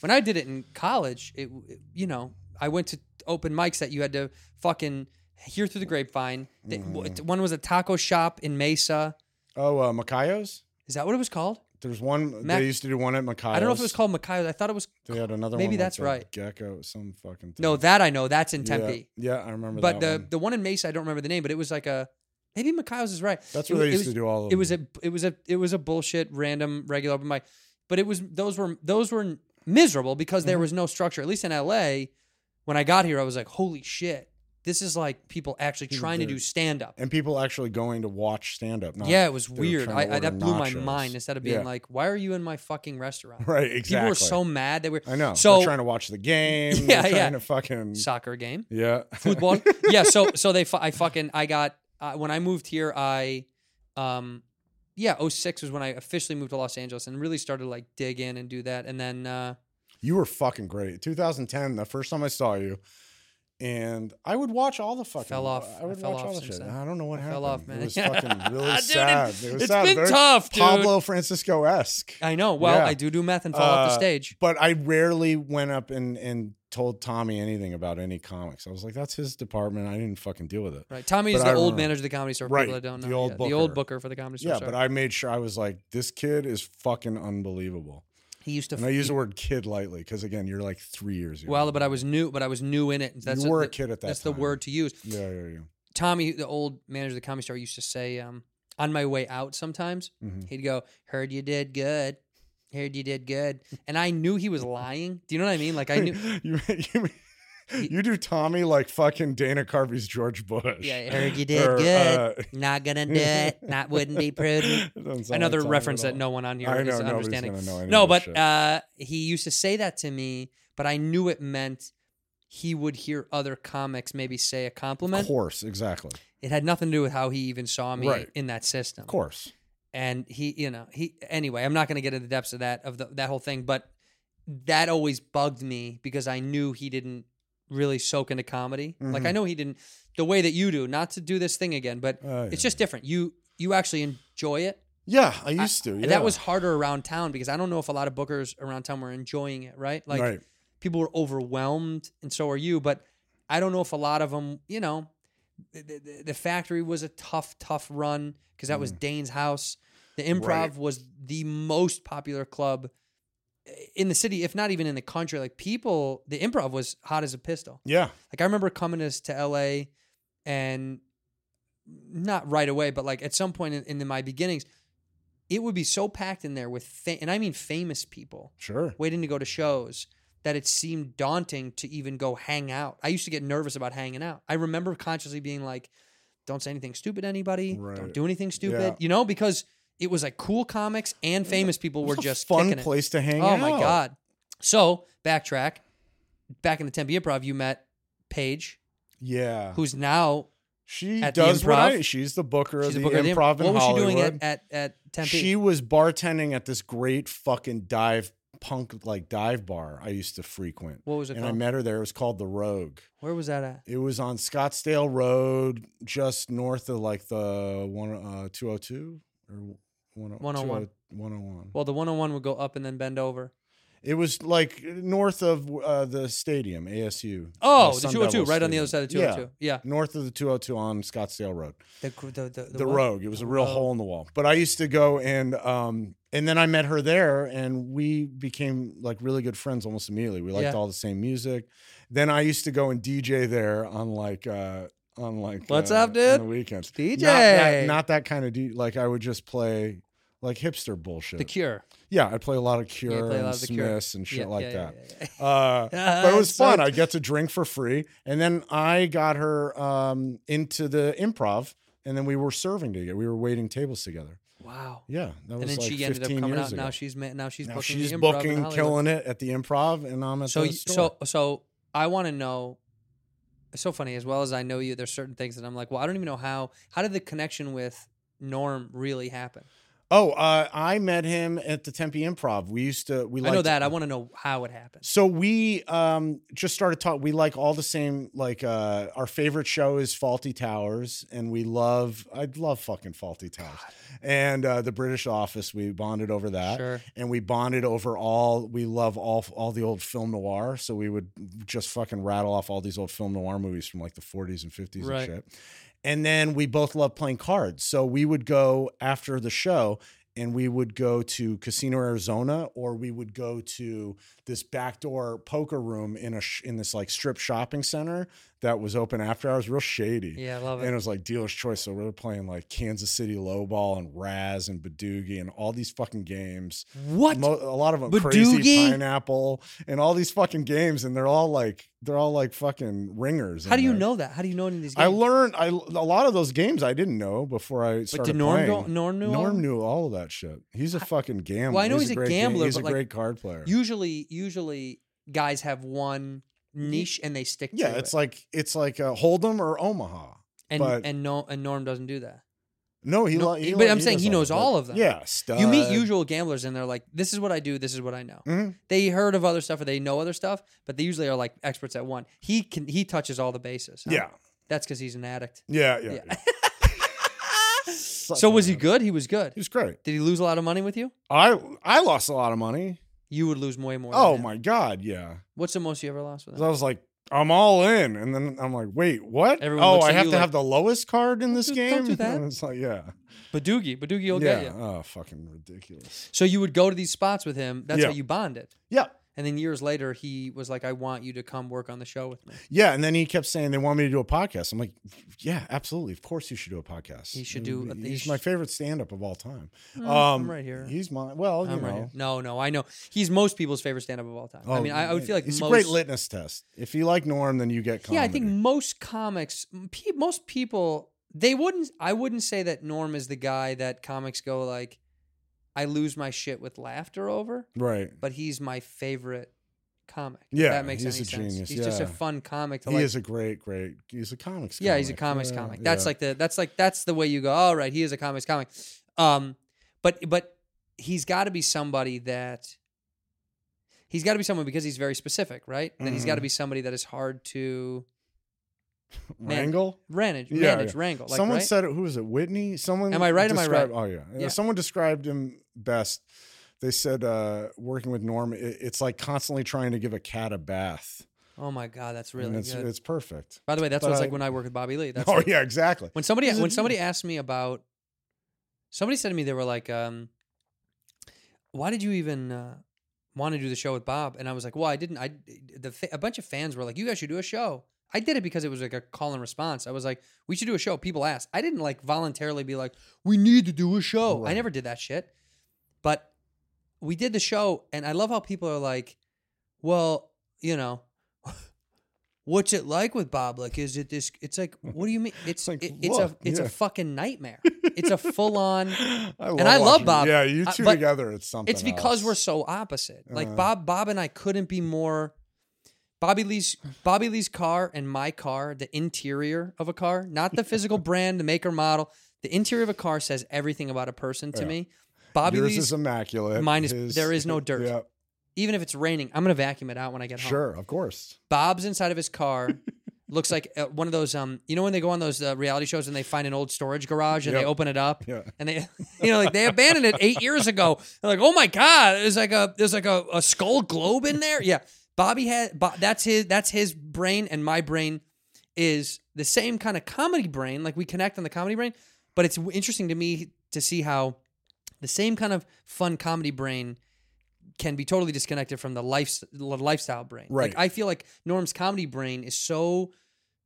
Speaker 2: When I did it in college, it it- you know I went to open mics that you had to fucking hear through the grapevine. They- w-
Speaker 9: Mm.
Speaker 2: One was a taco shop in Mesa.
Speaker 9: Oh, uh, Macayos.
Speaker 2: Is that what it was called?
Speaker 9: There's one
Speaker 2: Mac-
Speaker 9: they used to do one at Macayos.
Speaker 2: I don't know if it was called Makai. I thought it was
Speaker 9: They had another
Speaker 2: Maybe
Speaker 9: one.
Speaker 2: that's
Speaker 9: like a
Speaker 2: right.
Speaker 9: Gecko, some fucking. Thing.
Speaker 2: no. That I know. That's in
Speaker 9: Yeah,
Speaker 2: Tempe.
Speaker 9: Yeah, I remember.
Speaker 2: But the
Speaker 9: that one.
Speaker 2: the one in Mesa, I don't remember the name, but it was like a maybe Mikhail's is right.
Speaker 9: that's
Speaker 2: It
Speaker 9: where
Speaker 2: wa-
Speaker 9: they
Speaker 2: it
Speaker 9: used
Speaker 2: was-
Speaker 9: to do all of.
Speaker 2: it was a it was a it was a bullshit random regular open mic but it was those were those were miserable because there was no structure at least in la when i got here i was like holy shit this is like people actually trying to
Speaker 9: do-
Speaker 2: do stand up
Speaker 9: and people actually going to watch stand up.
Speaker 2: yeah it was weird I, I, that blew my mind instead of being
Speaker 9: Yeah.
Speaker 2: like why are you in my fucking restaurant
Speaker 9: Right,
Speaker 2: people were
Speaker 9: exactly.
Speaker 2: so mad that we
Speaker 9: I know.
Speaker 2: so
Speaker 9: So trying to watch the game.
Speaker 2: Yeah,
Speaker 9: Yeah, trying
Speaker 2: yeah.
Speaker 9: To fucking
Speaker 2: soccer game
Speaker 9: yeah.
Speaker 2: football. yeah. So so they fu- I fucking I got uh, when I moved here I um yeah 06 was when I officially moved to Los Angeles and really started to, like dig in and do that and then uh
Speaker 9: you were fucking great. 2010, the first time I saw you, and I would watch all the fucking.
Speaker 2: Fell off.
Speaker 9: I would
Speaker 2: I fell
Speaker 9: watch
Speaker 2: off
Speaker 9: all the
Speaker 2: since
Speaker 9: shit.
Speaker 2: then.
Speaker 9: I don't know what
Speaker 2: I
Speaker 9: happened.
Speaker 2: fell off, man.
Speaker 9: It was fucking really
Speaker 2: Dude, it-
Speaker 9: sad. It was
Speaker 2: it's
Speaker 9: sad.
Speaker 2: been
Speaker 9: Very
Speaker 2: tough, dude.
Speaker 9: Pablo Francisco esque.
Speaker 2: I know well
Speaker 9: Yeah.
Speaker 2: I do do meth and fall off the
Speaker 9: Uh,
Speaker 2: stage
Speaker 9: But I rarely went up and and told Tommy anything about any comics. I was like, that's his department. I didn't fucking deal with it.
Speaker 2: right Tommy is
Speaker 9: but
Speaker 2: the
Speaker 9: I
Speaker 2: old
Speaker 9: remember-
Speaker 2: manager of the comedy store for
Speaker 9: Right,
Speaker 2: people that don't know
Speaker 9: the old
Speaker 2: yeah, the old
Speaker 9: booker.
Speaker 2: booker for the comedy store
Speaker 9: yeah,
Speaker 2: sorry.
Speaker 9: but I made sure I was like, this kid is fucking unbelievable.
Speaker 2: He used to.
Speaker 9: And I use the word kid lightly because again, you're like three years. younger.
Speaker 2: well, but I was new, but I was new in it. and That's
Speaker 9: You were a
Speaker 2: the-
Speaker 9: kid at that
Speaker 2: That's the
Speaker 9: time.
Speaker 2: word to use.
Speaker 9: yeah, yeah, yeah.
Speaker 2: Tommy, the old manager of the Comedy Star, used to say, um, "On my way out, sometimes
Speaker 9: Mhm.
Speaker 2: he'd go, heard you did good, heard you did good,' and I knew he was lying. Do you know what I mean? Like I knew,
Speaker 9: you, you, you do Tommy like fucking Dana Carvey's George Bush.
Speaker 2: yeah, heard you did
Speaker 9: Or,
Speaker 2: good,
Speaker 9: uh,
Speaker 2: not gonna do it, not wouldn't be prudent."
Speaker 9: doesn't sound like
Speaker 2: Another
Speaker 9: Tommy
Speaker 2: reference
Speaker 9: at
Speaker 2: that
Speaker 9: all.
Speaker 2: no one on here
Speaker 9: I know,
Speaker 2: is
Speaker 9: nobody's
Speaker 2: understanding.
Speaker 9: gonna know any
Speaker 2: no,
Speaker 9: of this
Speaker 2: but
Speaker 9: shit.
Speaker 2: uh, he used to say that to me, but I knew it meant he would hear other comics maybe say a compliment.
Speaker 9: Of course, exactly.
Speaker 2: It had nothing to do with how he even saw me
Speaker 9: Right.
Speaker 2: in that system.
Speaker 9: Of course.
Speaker 2: and he you know he anyway i'm not going to get into the depths of that of the, that whole thing but that always bugged me because i knew he didn't really soak into comedy like
Speaker 9: Mm-hmm.
Speaker 2: i know he didn't the way that you do not to do this thing again but
Speaker 9: Oh,
Speaker 2: it's
Speaker 9: yeah.
Speaker 2: just different you you actually enjoy it
Speaker 9: Yeah, I used to.
Speaker 2: And
Speaker 9: Yeah.
Speaker 2: that was harder around town because i don't know if a lot of bookers around town were enjoying it right like
Speaker 9: right.
Speaker 2: people were overwhelmed and so are you but i don't know if a lot of them you know the, the, the factory was a tough tough run because that was dane's house the improv
Speaker 9: Right.
Speaker 2: was the most popular club eh, in the city if not even in the country like people the improv was hot as a pistol
Speaker 9: Yeah.
Speaker 2: like i remember coming as to la and not right away but like at some point in, in my beginnings it would be so packed in there with fa- and i mean famous people
Speaker 9: Sure.
Speaker 2: waiting to go to shows that it seemed daunting to even go hang out. I used to get nervous about hanging out. I remember consciously being like, don't say anything stupid to anybody. Don't
Speaker 9: Right.
Speaker 2: do anything stupid.
Speaker 9: Yeah.
Speaker 2: You know, because it was like cool comics and famous people were
Speaker 9: It's a
Speaker 2: just
Speaker 9: fun
Speaker 2: kicking it.
Speaker 9: place to hang
Speaker 2: oh
Speaker 9: out.
Speaker 2: my God. So backtrack. Back in the Tempe Improv, you met Paige,
Speaker 9: Yeah.
Speaker 2: who's now
Speaker 9: she
Speaker 2: at the
Speaker 9: does what
Speaker 2: improv?
Speaker 9: I, she's the booker
Speaker 2: she's
Speaker 9: of
Speaker 2: a
Speaker 9: the
Speaker 2: booker at the
Speaker 9: improv in
Speaker 2: What was she doing at,
Speaker 9: Hollywood.
Speaker 2: at, at Tempe?
Speaker 9: She was bartending at this great fucking dive punk like dive bar I used to frequent.
Speaker 2: What was it
Speaker 9: and I
Speaker 2: called?
Speaker 9: met her there. It was called the Rogue.
Speaker 2: Where was that at?
Speaker 9: It was on Scottsdale Road, just north of like the one uh, 202 or oh,
Speaker 2: 101.
Speaker 9: 101.
Speaker 2: Well, the 101 would go up and then bend over.
Speaker 9: It was like north of uh, the stadium, ASU.
Speaker 2: Oh, the 202,
Speaker 9: Sun Devils
Speaker 2: right on the other side
Speaker 9: Stadium.
Speaker 2: of 202. Yeah.
Speaker 9: North of the 202 on Scottsdale Road.
Speaker 2: The, gr- the, the,
Speaker 9: The,
Speaker 2: what? Oh.
Speaker 9: Rogue. It was a
Speaker 2: The
Speaker 9: real
Speaker 2: Rogue.
Speaker 9: hole in the wall. But I used to go and um and then I met her there and we became like really good friends almost immediately. We liked
Speaker 2: Yeah.
Speaker 9: all the same music. Then I used to go and DJ there on like uh on like
Speaker 2: What's
Speaker 9: uh,
Speaker 2: up, dude?
Speaker 9: On the weekends.
Speaker 2: DJ.
Speaker 9: Not that, not that kind of D like I would just play like hipster bullshit.
Speaker 2: The Cure.
Speaker 9: yeah, I'd play a lot of
Speaker 2: Yeah, play
Speaker 9: Cure
Speaker 2: a lot
Speaker 9: and
Speaker 2: of The Cure.
Speaker 9: Smiths and shit
Speaker 2: Yeah,
Speaker 9: like
Speaker 2: yeah,
Speaker 9: that.
Speaker 2: yeah, yeah, yeah.
Speaker 9: Uh, but it was
Speaker 2: So-
Speaker 9: fun. I get to drink for free. And then I got her um, into the improv, and then we were serving together. We were waiting tables together.
Speaker 2: Wow.
Speaker 9: Yeah, that was
Speaker 2: And then
Speaker 9: like
Speaker 2: she
Speaker 9: 15
Speaker 2: ended up coming
Speaker 9: years
Speaker 2: out.
Speaker 9: ago.
Speaker 2: Now she's ma- now she's
Speaker 9: Now
Speaker 2: booking
Speaker 9: she's
Speaker 2: the improv in
Speaker 9: booking,
Speaker 2: Hollywood.
Speaker 9: killing it at the improv, and I'm at
Speaker 2: So
Speaker 9: the
Speaker 2: you-
Speaker 9: store.
Speaker 2: so so I want to know. It's so funny. As well as I know you, there's certain things that I'm like, well, I don't even know how. How did the connection with Norm really happen?
Speaker 9: Oh, uh, I met him at the Tempe Improv. We used to we
Speaker 2: I know
Speaker 9: liked-
Speaker 2: that. I want to know how it happened.
Speaker 9: So we um just started talking. We like all the same. Like uh our favorite show is Faulty Towers, and we love. I love fucking Faulty Towers, and uh, the British Office. We bonded over that,
Speaker 2: Sure.
Speaker 9: and we bonded over all. We love all all the old film noir. So we would just fucking rattle off all these old film noir movies from like the 40s and 50s
Speaker 2: Right.
Speaker 9: and shit. And then we both love playing cards. So we would go after the show and we would go to Casino Arizona or we would go to this backdoor poker room in a sh- in this like strip shopping center that was open after hours, real shady.
Speaker 2: Yeah, I love
Speaker 9: And
Speaker 2: it.
Speaker 9: it was like dealer's choice. So we were playing like Kansas City Lowball and Raz and Badoogie and all these fucking games.
Speaker 2: What?
Speaker 9: Mo- a lot of them crazy
Speaker 2: Badoogie?
Speaker 9: pineapple and all these fucking games, and they're all like they're all like fucking ringers.
Speaker 2: How
Speaker 9: in
Speaker 2: do you
Speaker 9: there.
Speaker 2: know that? How do you know any of these? Games?
Speaker 9: I learned I, a lot of those games I didn't know before I started
Speaker 2: did Norm go-
Speaker 9: playing.
Speaker 2: Norm knew all of them?
Speaker 9: knew all of that shit. He's a fucking gambler.
Speaker 2: Well, I know he's a
Speaker 9: great
Speaker 2: gambler,
Speaker 9: He's a
Speaker 2: but, like,
Speaker 9: great card player.
Speaker 2: Usually, usually guys have one niche and they stick.
Speaker 9: yeah,
Speaker 2: to
Speaker 9: it's
Speaker 2: it.
Speaker 9: like it's like uh, Hold'em or Omaha.
Speaker 2: and
Speaker 9: but-
Speaker 2: and no and Norm doesn't do that.
Speaker 9: No, he.
Speaker 2: No,
Speaker 9: li- he
Speaker 2: but
Speaker 9: li-
Speaker 2: I'm saying
Speaker 9: does
Speaker 2: he knows all
Speaker 9: that.
Speaker 2: of them.
Speaker 9: Yeah, stud.
Speaker 2: You meet usual gamblers and they're like, this is what I do, this is what I know.
Speaker 9: Mhm.
Speaker 2: They heard of other stuff or they know other stuff, but they usually are like experts at one. He can he touches all the bases. huh?
Speaker 9: Yeah,
Speaker 2: That's because he's an addict.
Speaker 9: yeah, yeah.
Speaker 2: Yeah.
Speaker 9: yeah.
Speaker 2: So was he good? He was good.
Speaker 9: He was great.
Speaker 2: Did he lose a lot of money with you?
Speaker 9: I I lost a lot of money.
Speaker 2: You would lose way more. than
Speaker 9: Oh
Speaker 2: him.
Speaker 9: my god, yeah.
Speaker 2: Oh. What's the most you ever lost with him?
Speaker 9: That was like I'm all in. And then I'm like, wait, what?
Speaker 2: Everyone
Speaker 9: oh,
Speaker 2: looks
Speaker 9: I
Speaker 2: at
Speaker 9: have
Speaker 2: you
Speaker 9: to
Speaker 2: like,
Speaker 9: have the lowest card in this
Speaker 2: do-
Speaker 9: game?
Speaker 2: don't do that.
Speaker 9: And it's like, yeah.
Speaker 2: Badoogie, Badoogie will
Speaker 9: yeah.
Speaker 2: get you.
Speaker 9: Oh, fucking ridiculous.
Speaker 2: So you would go to these spots with him. That's
Speaker 9: Yeah.
Speaker 2: how you bonded.
Speaker 9: Yeah.
Speaker 2: And then years later, he was like, "I want you to come work on the show with me."
Speaker 9: Yeah. And then he kept saying they want me to do a podcast. I'm like, yeah, absolutely. Of course you should do a podcast.
Speaker 2: He should do-
Speaker 9: He's
Speaker 2: he sh-
Speaker 9: my favorite stand up of all time. um,
Speaker 2: right here.
Speaker 9: He's my, well, you
Speaker 2: I'm
Speaker 9: know.
Speaker 2: right. here. No, no, I know he's most people's favorite stand-up of all time. I
Speaker 9: Oh,
Speaker 2: mean, I, I would feel like
Speaker 9: it's
Speaker 2: most,
Speaker 9: a great litmus test. If you like Norm, then you get comedy.
Speaker 2: Yeah, I think most comics, m- pe- most people, they wouldn't. I wouldn't say that Norm is the guy that comics go like, "I lose my shit with laughter over,"
Speaker 9: right.
Speaker 2: but he's my favorite comic. if
Speaker 9: Yeah,
Speaker 2: that makes
Speaker 9: he's
Speaker 2: any
Speaker 9: a
Speaker 2: sense.
Speaker 9: genius,
Speaker 2: He's just a
Speaker 9: yeah.
Speaker 2: fun comic. To
Speaker 9: He
Speaker 2: like,
Speaker 9: is a great, great. He's a comics.
Speaker 2: yeah, he's a
Speaker 9: comic.
Speaker 2: comics
Speaker 9: Yeah,
Speaker 2: comic. That's
Speaker 9: yeah.
Speaker 2: like the that's like that's the way you go. All right, he is a comics comic. Um, but but he's got to be somebody that he's got to be someone because he's very specific, right? That he's got
Speaker 9: Mm-hmm.
Speaker 2: to be somebody that is hard to man-
Speaker 9: Wrangle.
Speaker 2: manage,
Speaker 9: Yeah,
Speaker 2: manage,
Speaker 9: yeah.
Speaker 2: wrangle. Like,
Speaker 9: someone
Speaker 2: right?
Speaker 9: said it. Who was it? Whitney. Someone.
Speaker 2: Am I right? Am I right?
Speaker 9: described- Oh yeah.
Speaker 2: Yeah.
Speaker 9: yeah. Someone described him best. They said uh, working with Norm, i it's like constantly trying to give a cat a bath.
Speaker 2: "Oh my god, that's
Speaker 9: And
Speaker 2: really
Speaker 9: it's,
Speaker 2: good."
Speaker 9: it's perfect.
Speaker 2: By the way, that's
Speaker 9: but
Speaker 2: what it's
Speaker 9: I-
Speaker 2: like when I work with Bobby Lee. That's
Speaker 9: oh
Speaker 2: like-
Speaker 9: yeah, exactly.
Speaker 2: When somebody
Speaker 9: He's a
Speaker 2: when
Speaker 9: dude.
Speaker 2: somebody asked me about, somebody said to me they were like, um, "Why did you even uh, want to do the show with Bob?" And I was like, "Well, I didn't. I the fa- a bunch of fans were like, you guys should do a show." I did it because it was like a call and response. I was like, "We should do a show." People asked. I didn't like voluntarily be like, "We need to do a show." I
Speaker 9: Right.
Speaker 2: never did that shit. But we did the show, and I love how people are like, "Well, you know." What's it like with Bob? Like, is it this? It's like, what do you mean? It's
Speaker 9: like,
Speaker 2: it- it's
Speaker 9: look,
Speaker 2: a it's a
Speaker 9: yeah.
Speaker 2: fucking nightmare. It's a full on.
Speaker 9: I love
Speaker 2: I love
Speaker 9: watching-
Speaker 2: Bob,
Speaker 9: Yeah, you
Speaker 2: uh,
Speaker 9: two
Speaker 2: but
Speaker 9: together, it's something.
Speaker 2: It's because
Speaker 9: else.
Speaker 2: we're so opposite. Like
Speaker 9: Uh.
Speaker 2: Bob, Bob and I couldn't be more. Bobby Lee's Bobby Lee's car and my car, the interior of a car, not the physical brand, the maker, model. The interior of a car says everything about a person to
Speaker 9: Yeah.
Speaker 2: me. Bobby
Speaker 9: Yours
Speaker 2: Lee's,
Speaker 9: is immaculate.
Speaker 2: mine is-
Speaker 9: His-
Speaker 2: there is no dirt. Uh-huh.
Speaker 9: Yeah,
Speaker 2: even if it's raining, I'm gonna vacuum it out when I get home.
Speaker 9: sure, of course.
Speaker 2: Bob's inside of his car. Looks like uh, one of those, um, you know, when they go on those uh, reality shows and they find an old storage garage and they
Speaker 9: Yep.
Speaker 2: open it up,
Speaker 9: Yeah.
Speaker 2: and they, you know, like they abandoned it eight years ago. They're like, oh my god, there's like a there's like a, a skull globe in there. Yeah, Bobby had Bo- that's his that's his brain, and my brain is the same kind of comedy brain. Like we connect on the comedy brain, but it's w- interesting to me to see how the same kind of fun comedy brain can be totally disconnected from the life lifestyle brain.
Speaker 9: Right.
Speaker 2: Like I feel like Norm's comedy brain is so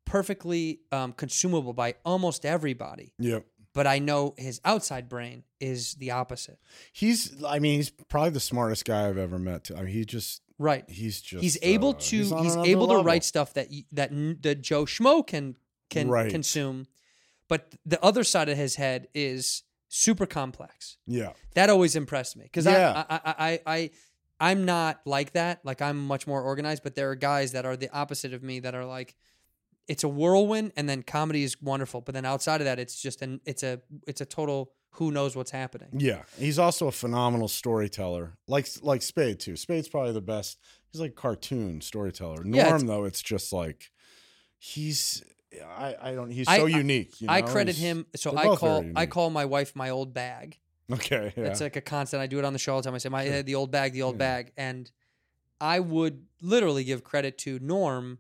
Speaker 2: perfectly um, consumable by almost everybody,
Speaker 9: Yep.
Speaker 2: but I know his outside brain is the opposite.
Speaker 9: He's. I mean, he's probably the smartest guy I've ever met. Too. I mean, he just.
Speaker 2: Right.
Speaker 9: He's just.
Speaker 2: he's able
Speaker 9: uh,
Speaker 2: to he's,
Speaker 9: on another
Speaker 2: able to
Speaker 9: level.
Speaker 2: write stuff that y- that n- that Joe Schmo can can
Speaker 9: Right.
Speaker 2: consume, but the other side of his head is super complex.
Speaker 9: Yeah.
Speaker 2: That always impressed me because
Speaker 9: Yeah.
Speaker 2: I, I, I, I, I, I'm not like that. Like I'm much more organized, but there are guys that are the opposite of me that are like, it's a whirlwind, and then comedy is wonderful, but then outside of that, it's just an it's a it's a total who knows what's happening.
Speaker 9: Yeah, he's also a phenomenal storyteller. Like like Spade too. Spade's probably the best. He's like a cartoon storyteller. Norm
Speaker 2: Yeah, it's-
Speaker 9: though, it's just like he's I I don't he's
Speaker 2: I-
Speaker 9: so
Speaker 2: I-
Speaker 9: unique. You know?
Speaker 2: I credit
Speaker 9: He's-
Speaker 2: him. So
Speaker 9: they're
Speaker 2: I
Speaker 9: both
Speaker 2: call
Speaker 9: very
Speaker 2: I
Speaker 9: unique.
Speaker 2: call my wife my old bag.
Speaker 9: Okay, yeah.
Speaker 2: It's like a constant. I do it on the show all the time. I say my
Speaker 9: Sure.
Speaker 2: eh, the old bag, the old
Speaker 9: Yeah.
Speaker 2: bag, and I would literally give credit to Norm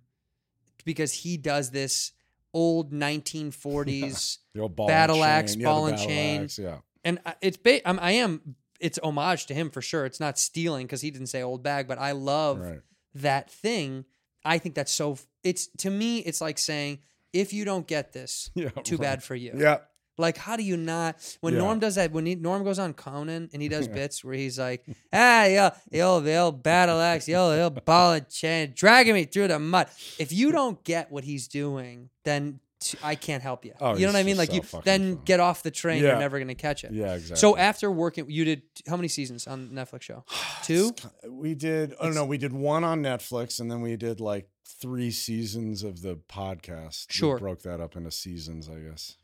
Speaker 2: because he does this old 1940s,
Speaker 9: the old ball
Speaker 2: battle
Speaker 9: and chain.
Speaker 2: axe,
Speaker 9: Yeah, the
Speaker 2: ball and
Speaker 9: battle
Speaker 2: chain.
Speaker 9: axe, yeah.
Speaker 2: and I- it's ba- I'm, I am it's homage to him for sure. It's not stealing because he didn't say old bag, but I love
Speaker 9: Right.
Speaker 2: that thing. I think that's so. f- It's to me, it's like saying if you don't get this,
Speaker 9: Yeah.
Speaker 2: too
Speaker 9: right.
Speaker 2: bad for you.
Speaker 9: Yeah.
Speaker 2: Like, how do you not? When
Speaker 9: Yeah.
Speaker 2: Norm does that, when he, Norm goes on Conan and he does
Speaker 9: Yeah.
Speaker 2: bits where he's like, ah, yo, yo, yo, battle axe, yo, yo, ball and chain, dragging me through the mud. If you don't get what he's doing, then t- I can't help you.
Speaker 9: Oh,
Speaker 2: you know
Speaker 9: he's
Speaker 2: what I mean?
Speaker 9: just
Speaker 2: Like,
Speaker 9: so
Speaker 2: you
Speaker 9: fucking
Speaker 2: then
Speaker 9: funny.
Speaker 2: get off the train. You're
Speaker 9: Yeah.
Speaker 2: never going to catch it.
Speaker 9: Yeah, exactly.
Speaker 2: So after working, you did how many seasons on the Netflix show? Two?
Speaker 9: we did oh no, we did one on Netflix and then we did like three seasons of the podcast. We
Speaker 2: Sure.
Speaker 9: broke that up into seasons, I guess.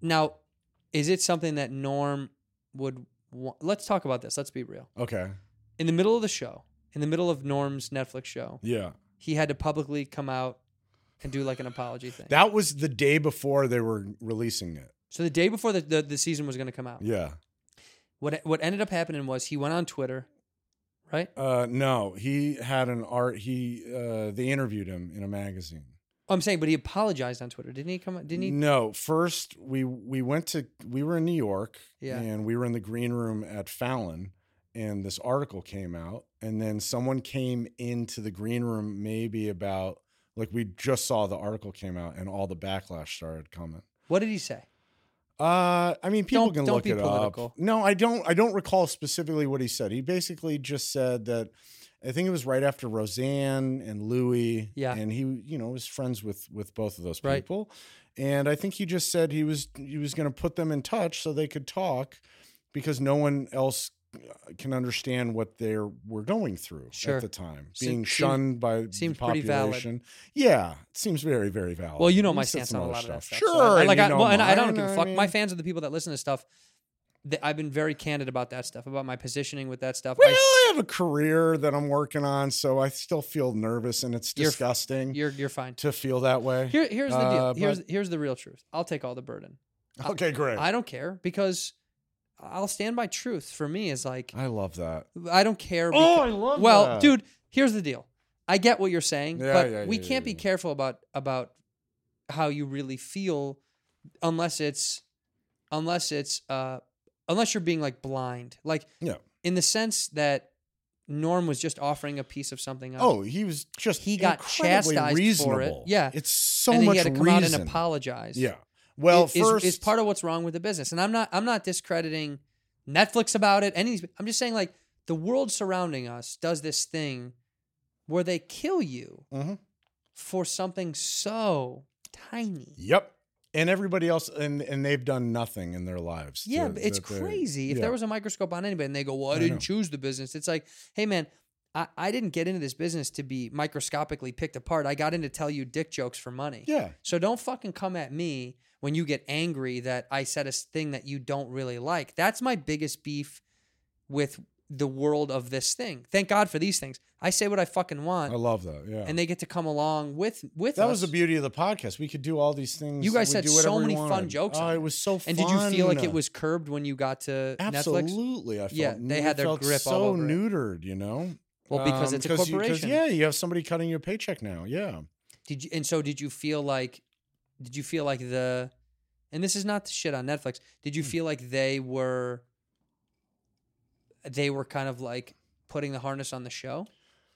Speaker 2: Now, is it something that Norm would want? Let's talk about this. Let's be real.
Speaker 9: Okay.
Speaker 2: In the middle of the show, in the middle of Norm's Netflix show,
Speaker 9: Yeah.
Speaker 2: he had to publicly come out and do like an apology thing.
Speaker 9: That was the day before they were releasing it.
Speaker 2: so the day before the, the, the season was going to come out,
Speaker 9: Yeah.
Speaker 2: what what ended up happening was he went on Twitter, right?
Speaker 9: Uh, no, he had an art. He uh, they interviewed him in a magazine.
Speaker 2: I'm saying, but he apologized on Twitter. Didn't he come? Didn't he?
Speaker 9: No, first we we went to we were in New York,
Speaker 2: Yeah.
Speaker 9: and we were in the green room at Fallon, and this article came out, and then someone came into the green room maybe about like we just saw the article came out, and all the backlash started coming.
Speaker 2: What did he say?
Speaker 9: Uh, I mean, people
Speaker 2: Don't-
Speaker 9: can
Speaker 2: don't
Speaker 9: look
Speaker 2: be
Speaker 9: it
Speaker 2: political.
Speaker 9: up. No, I don't. I don't recall specifically what he said. He basically just said that. I think it was right after Roseanne and Louis.
Speaker 2: Yeah.
Speaker 9: and he, you know, was friends with with both of those
Speaker 2: Right.
Speaker 9: people, and I think he just said he was he was going to put them in touch so they could talk, because no one else uh, can understand what they were going through
Speaker 2: Sure.
Speaker 9: at the time,
Speaker 2: Se-
Speaker 9: being
Speaker 2: seem-
Speaker 9: shunned by
Speaker 2: seems
Speaker 9: the
Speaker 2: pretty valid.
Speaker 9: population. Yeah, it seems very very valid.
Speaker 2: Well, you know
Speaker 9: Oh, He
Speaker 2: my
Speaker 9: said
Speaker 2: stance
Speaker 9: some
Speaker 2: on a
Speaker 9: other
Speaker 2: lot of that stuff.
Speaker 9: Sure,
Speaker 2: so I- I,
Speaker 9: and
Speaker 2: like,
Speaker 9: you
Speaker 2: I,
Speaker 9: know
Speaker 2: well, and I don't
Speaker 9: mine,
Speaker 2: give a
Speaker 9: I
Speaker 2: fuck. My
Speaker 9: mean-
Speaker 2: fans are the people that listen to stuff. That I've been very candid about that stuff, about my positioning with that stuff.
Speaker 9: Well,
Speaker 2: I,
Speaker 9: I have a career that I'm working on, so I still feel nervous, and it's
Speaker 2: You're-
Speaker 9: disgusting
Speaker 2: you're you're fine.
Speaker 9: to feel that way.
Speaker 2: Here, here's the
Speaker 9: Uh,
Speaker 2: deal.
Speaker 9: but-
Speaker 2: Here's here's the real truth. I'll take all the burden.
Speaker 9: okay, great. I,
Speaker 2: I don't care because I'll stand by truth. For me, is like
Speaker 9: love that.
Speaker 2: I don't care.
Speaker 9: Oh,
Speaker 2: becau-
Speaker 9: I love
Speaker 2: Well,
Speaker 9: that.
Speaker 2: dude, here's the deal. I get what you're saying,
Speaker 9: Yeah,
Speaker 2: but
Speaker 9: yeah,
Speaker 2: we
Speaker 9: yeah,
Speaker 2: can't be
Speaker 9: yeah, yeah.
Speaker 2: careful about about how you really feel unless it's unless it's uh unless you're being like blind. Like
Speaker 9: Yeah.
Speaker 2: in the sense that Norm was just offering a piece of something up.
Speaker 9: Oh, he was just
Speaker 2: He got
Speaker 9: incredibly
Speaker 2: chastised for it.
Speaker 9: reasonable.
Speaker 2: Yeah.
Speaker 9: it's so
Speaker 2: and then
Speaker 9: much
Speaker 2: he had to come out
Speaker 9: reason.
Speaker 2: and apologize.
Speaker 9: Yeah. Well,
Speaker 2: is-
Speaker 9: first
Speaker 2: is, is part of what's wrong with the business. And I'm not I'm not discrediting Netflix about it. Any I'm just saying like the world surrounding us does this thing where they kill you
Speaker 9: Mhm.
Speaker 2: for something so tiny.
Speaker 9: Yep. And everybody else, and and they've done nothing in their lives.
Speaker 2: Yeah,
Speaker 9: to-
Speaker 2: but it's
Speaker 9: that they-
Speaker 2: crazy. If
Speaker 9: yeah.
Speaker 2: there was a microscope on anybody and they go, "Well, I,
Speaker 9: I
Speaker 2: didn't
Speaker 9: know.
Speaker 2: choose the business," it's like, "Hey, man." I, I didn't get into this business to be microscopically picked apart. I got in to tell you dick jokes for money.
Speaker 9: yeah,
Speaker 2: So don't fucking come at me when you get angry that I said a s- thing that you don't really like. That's my biggest beef with the world of this thing. Thank God for these things. I say what I fucking
Speaker 9: I
Speaker 2: want,
Speaker 9: love that. Yeah,
Speaker 2: and they get to come along with with
Speaker 9: that
Speaker 2: us.
Speaker 9: was the beauty of the podcast. We could do all these things.
Speaker 2: You guys
Speaker 9: we
Speaker 2: said
Speaker 9: do
Speaker 2: so
Speaker 9: whatever we
Speaker 2: many fun
Speaker 9: wanted.
Speaker 2: jokes
Speaker 9: Oh,
Speaker 2: on
Speaker 9: it
Speaker 2: it.
Speaker 9: was so.
Speaker 2: And did you feel like it
Speaker 9: fun.
Speaker 2: was curbed when you got to Netflix?
Speaker 9: Absolutely, I felt
Speaker 2: Yeah, they had
Speaker 9: it
Speaker 2: their
Speaker 9: felt
Speaker 2: grip
Speaker 9: so
Speaker 2: all over it.
Speaker 9: neutered, you know.
Speaker 2: Well, because it's a
Speaker 9: 'cause um, you- 'cause,
Speaker 2: corporation.
Speaker 9: yeah, you have somebody cutting your paycheck now. Yeah,
Speaker 2: Did you? And so did you feel like? Did you feel like the? And this is not the shit on Netflix. Did
Speaker 9: Hmm.
Speaker 2: you feel like they were? They were kind of like putting the harness on the show.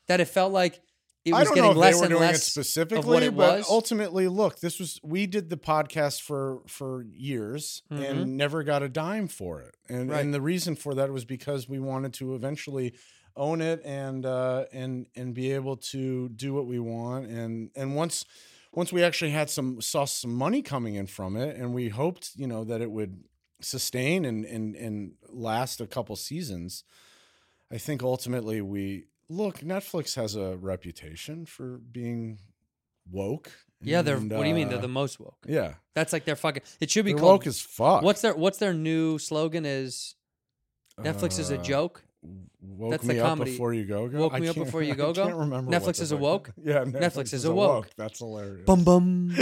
Speaker 2: That it felt like it
Speaker 9: I
Speaker 2: was
Speaker 9: don't
Speaker 2: getting
Speaker 9: know if
Speaker 2: less
Speaker 9: they were
Speaker 2: and
Speaker 9: doing
Speaker 2: less
Speaker 9: it specifically,
Speaker 2: of what it
Speaker 9: but
Speaker 2: was.
Speaker 9: ultimately, look, this was we did the podcast for for years
Speaker 2: Mhm.
Speaker 9: and never got a dime for it, and
Speaker 2: Right.
Speaker 9: and the reason for that was because we wanted to eventually own it and uh, and and be able to do what we want, and and once once we actually had some saw some money coming in from it, and we hoped you know that it would sustain and and and last a couple seasons. I think ultimately we look. Netflix has a reputation for being woke.
Speaker 2: yeah, they're.
Speaker 9: and,
Speaker 2: what do you mean? They're
Speaker 9: uh,
Speaker 2: the most woke.
Speaker 9: yeah,
Speaker 2: That's like their fucking. It should be
Speaker 9: they're
Speaker 2: called.
Speaker 9: woke as fuck.
Speaker 2: what's their What's their new slogan? Is Netflix is a
Speaker 9: Uh,
Speaker 2: joke.
Speaker 9: woke
Speaker 2: that's the
Speaker 9: me up
Speaker 2: comedy.
Speaker 9: before you go go?
Speaker 2: Woke
Speaker 9: I
Speaker 2: me up
Speaker 9: can't-
Speaker 2: before you
Speaker 9: I
Speaker 2: go go?
Speaker 9: can't remember.
Speaker 2: Netflix
Speaker 9: what the
Speaker 2: is a
Speaker 9: fuck-
Speaker 2: woke?
Speaker 9: Yeah,
Speaker 2: Netflix is a woke.
Speaker 9: That's hilarious.
Speaker 2: Bum bum.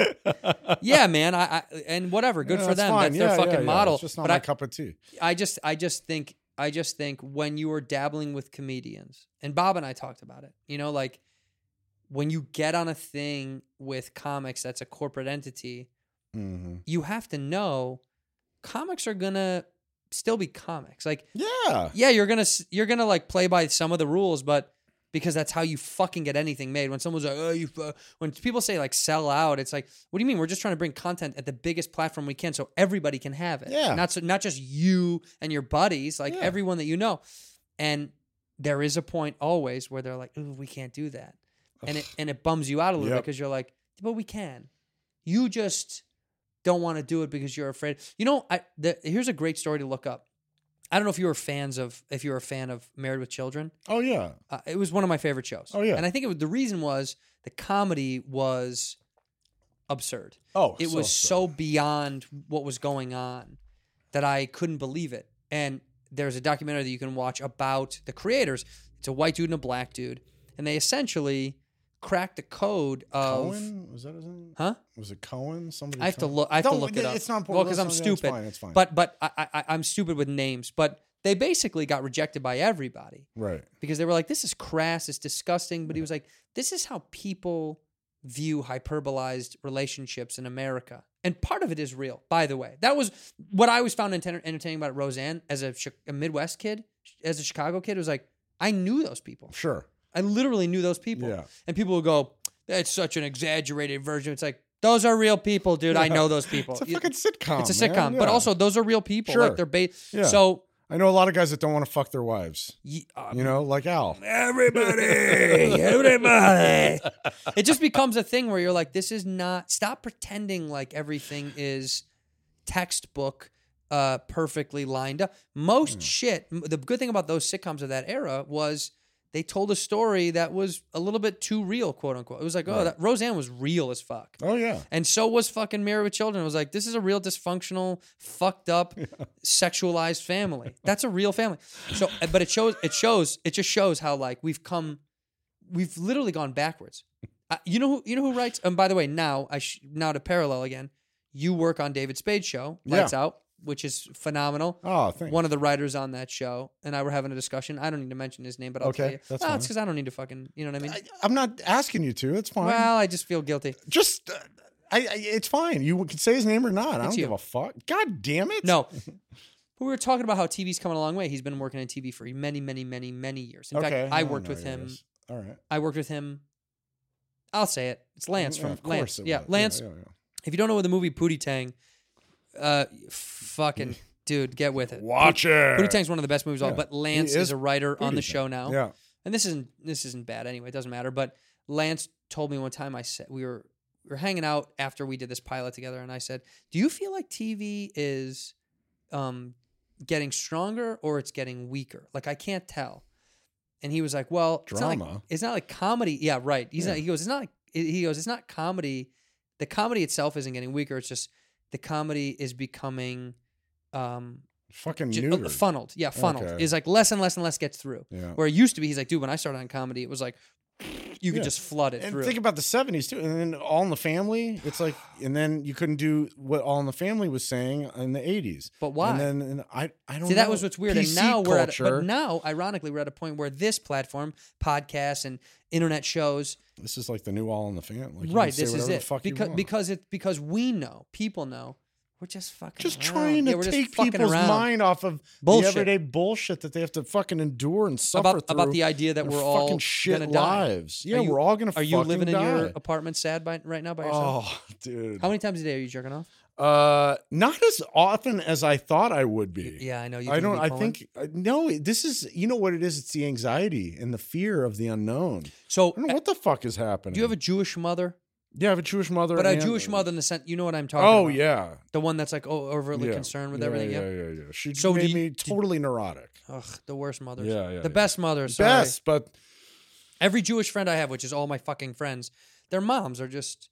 Speaker 2: yeah, man. I, I and whatever. Good
Speaker 9: Yeah,
Speaker 2: for them.
Speaker 9: fine.
Speaker 2: That's
Speaker 9: Yeah,
Speaker 2: their
Speaker 9: yeah,
Speaker 2: fucking
Speaker 9: yeah. It's
Speaker 2: model.
Speaker 9: just not
Speaker 2: but
Speaker 9: my
Speaker 2: I,
Speaker 9: cup of tea.
Speaker 2: I just I just think I just think when you are dabbling with comedians, and Bob and I talked about it, you know, like when you get on a thing with comics that's a corporate entity,
Speaker 9: hmm
Speaker 2: you have to know comics are gonna still be comics. Like,
Speaker 9: Yeah,
Speaker 2: yeah, you're gonna s- you're gonna like play by some of the rules, but because that's how you fucking get anything made. When someone's like, oh, you, fu-" when people say like sell out, it's like, what do you mean? We're just trying to bring content at the biggest platform we can, so everybody can have it.
Speaker 9: Yeah.
Speaker 2: not so, not just you and your buddies, like
Speaker 9: Yeah.
Speaker 2: everyone that you know. And there is a point always where they're like, ooh, we can't do that, and it and it bums you out a little
Speaker 9: Yep.
Speaker 2: bit because you're like, but we can. You just don't want to do it because you're afraid. You know, I the, here's a great story to look up. I don't know if you were fans of if you were a fan of Married with Children.
Speaker 9: oh yeah,
Speaker 2: Uh, it was one of my favorite shows.
Speaker 9: Oh, yeah.
Speaker 2: and I think it was, the reason was the comedy was absurd.
Speaker 9: oh
Speaker 2: It was so beyond what was going on that I couldn't believe it. And there's a documentary that you can watch about the creators. It's a white dude and a black dude, and they essentially cracked the code of
Speaker 9: Cohen was that his name?
Speaker 2: huh.
Speaker 9: Was it Cohen? Somebody.
Speaker 2: I have to
Speaker 9: Cohen?
Speaker 2: look. I have to
Speaker 9: Don't-
Speaker 2: look it up.
Speaker 9: It's not important.
Speaker 2: Well, because I'm
Speaker 9: Let's not- yeah,
Speaker 2: stupid.
Speaker 9: It's fine. It's fine.
Speaker 2: But but I, I I'm stupid with names. But they basically got rejected by everybody
Speaker 9: Right.
Speaker 2: because they were like, this is crass, it's disgusting. But he was like, this is how people view hyperbolized relationships in America. And part of it is real, by the way. That was what I always found enter- entertaining about Roseanne as a, Chi- a Midwest kid, as a Chicago kid. It was like, I knew those people.
Speaker 9: Sure.
Speaker 2: I literally knew those people.
Speaker 9: Yeah.
Speaker 2: And people would go, that's such an exaggerated version. It's like, those are real people, dude. I know those people.
Speaker 9: It's a
Speaker 2: You-
Speaker 9: fucking sitcom.
Speaker 2: It's a sitcom,
Speaker 9: man.
Speaker 2: but
Speaker 9: Yeah.
Speaker 2: also those are real people.
Speaker 9: Sure.
Speaker 2: Like they're ba-
Speaker 9: Yeah.
Speaker 2: so
Speaker 9: I know a lot of guys that don't want to fuck their wives.
Speaker 2: y- uh,
Speaker 9: You know, like Al.
Speaker 2: everybody, everybody. it just becomes a thing where you're like, this is not. Stop pretending like everything is textbook, uh, perfectly lined up. Most shit. m- The good thing about those sitcoms of that era was they told a story that was a little bit too real, quote unquote. It was like, oh, that, Roseanne was real as fuck.
Speaker 9: Oh yeah.
Speaker 2: And so was fucking Married with Children. It was like, this is a real dysfunctional, fucked up, sexualized family. That's a real family. So, but it shows, it shows, it just shows how like we've come, we've literally gone backwards. Uh, you know who, you know who writes? And by the way, now I sh- now to parallel again, you work on David Spade's show, Lights
Speaker 9: Yeah.
Speaker 2: Out, which is phenomenal.
Speaker 9: Oh, thanks.
Speaker 2: One of the writers on that show and I were having a discussion. I don't need to mention his name, but I'll
Speaker 9: Okay,
Speaker 2: tell you.
Speaker 9: that's
Speaker 2: no, it's
Speaker 9: fine.
Speaker 2: because I don't need to fucking, you know what I mean?
Speaker 9: I, I'm not asking you to. It's fine.
Speaker 2: well, I just feel guilty.
Speaker 9: Just, uh, I, I. It's fine. You can say his name or not. I don't
Speaker 2: you.
Speaker 9: give a fuck. God damn it.
Speaker 2: No. But we were talking about how TV's coming a long way. He's been working on TV for many, many, many, many years. In
Speaker 9: Okay,
Speaker 2: fact, I
Speaker 9: don't
Speaker 2: worked
Speaker 9: know
Speaker 2: with
Speaker 9: who that
Speaker 2: him.
Speaker 9: is. All right.
Speaker 2: I worked with him. I'll say it. It's Lance
Speaker 9: Yeah,
Speaker 2: from
Speaker 9: of course
Speaker 2: Lance.
Speaker 9: it
Speaker 2: Yeah,
Speaker 9: was.
Speaker 2: Lance.
Speaker 9: yeah, yeah.
Speaker 2: If you don't know the movie Pootie Tang, uh, fucking dude, get with it.
Speaker 9: Watch it.
Speaker 2: Pootie Tang's one of the best movies of all.
Speaker 9: Yeah,
Speaker 2: But Lance is,
Speaker 9: he is
Speaker 2: a writer on
Speaker 9: Pootie
Speaker 2: the
Speaker 9: Tang.
Speaker 2: show now
Speaker 9: Yeah.
Speaker 2: and this isn't this isn't bad anyway. It doesn't matter. But Lance told me one time. I said we were we were hanging out after we did this pilot together, and I said, "Do you feel like TV is um, getting stronger or it's getting weaker? Like I can't tell." And he was like, "Well, It's not like,
Speaker 9: Drama.
Speaker 2: it's not like comedy. Yeah, right. He's
Speaker 9: Yeah.
Speaker 2: not. He goes, it's not. Like, he goes, it's not comedy. The comedy itself isn't getting weaker. It's just the comedy is becoming." Um,
Speaker 9: Fucking
Speaker 2: ju-
Speaker 9: neutered.
Speaker 2: funneled, yeah, funneled
Speaker 9: Okay.
Speaker 2: is like less and less and less gets through.
Speaker 9: Yeah.
Speaker 2: Where it used to be, he's like, dude, when I started on comedy, it was like you could
Speaker 9: Yeah.
Speaker 2: just flood it
Speaker 9: and
Speaker 2: through.
Speaker 9: think about the 70s too and then all in the family it's like and then you couldn't do what all in the family was saying in the 80s
Speaker 2: But why?
Speaker 9: and then and i i don't
Speaker 2: See, that
Speaker 9: know.
Speaker 2: was what's weird.
Speaker 9: PC
Speaker 2: and now we're at,
Speaker 9: culture,
Speaker 2: but now, ironically, we're at a point where this platform, podcasts and internet shows,
Speaker 9: this is like the new all in the family like, you can
Speaker 2: right?
Speaker 9: say
Speaker 2: This is
Speaker 9: whatever the
Speaker 2: it
Speaker 9: fuck you
Speaker 2: because
Speaker 9: want.
Speaker 2: because it because we know people know we're just fucking
Speaker 9: just
Speaker 2: around.
Speaker 9: trying to
Speaker 2: oh, Yeah, we're just
Speaker 9: take
Speaker 2: fucking
Speaker 9: people's
Speaker 2: around.
Speaker 9: mind off of
Speaker 2: Bullshit.
Speaker 9: the everyday bullshit that they have to fucking endure and suffer
Speaker 2: about
Speaker 9: through
Speaker 2: about the idea that
Speaker 9: their
Speaker 2: we're all
Speaker 9: fucking shit
Speaker 2: gonna die.
Speaker 9: lives. Yeah,
Speaker 2: Are you-
Speaker 9: we're all gonna
Speaker 2: Are you living in
Speaker 9: fucking
Speaker 2: your
Speaker 9: die.
Speaker 2: apartment sad by, right now by yourself?
Speaker 9: oh dude
Speaker 2: How many times a day are you jerking off?
Speaker 9: Uh, not as often as I thought I would be.
Speaker 2: Yeah, I know. You
Speaker 9: I
Speaker 2: can
Speaker 9: don't.
Speaker 2: be
Speaker 9: I
Speaker 2: pulling.
Speaker 9: think uh, no. it- This is you know what it is. It's the anxiety and the fear of the unknown.
Speaker 2: so.
Speaker 9: I don't know what the fuck is happening.
Speaker 2: Do you have a Jewish mother?
Speaker 9: yeah? I have a Jewish mother,
Speaker 2: But a
Speaker 9: and-
Speaker 2: Jewish mother in the sense, you know what I'm talking about.
Speaker 9: Oh yeah,
Speaker 2: The one that's like oh, overly
Speaker 9: yeah.
Speaker 2: concerned with
Speaker 9: Yeah,
Speaker 2: everything.
Speaker 9: Yeah,
Speaker 2: Yep.
Speaker 9: yeah, yeah. She
Speaker 2: So do
Speaker 9: made
Speaker 2: you-
Speaker 9: me
Speaker 2: did-
Speaker 9: totally neurotic.
Speaker 2: Ugh, the worst mothers.
Speaker 9: Yeah,
Speaker 2: the
Speaker 9: yeah, yeah.
Speaker 2: best mothers. Sorry.
Speaker 9: Best, but
Speaker 2: Every Jewish friend I have, which is all my fucking friends, their moms are just.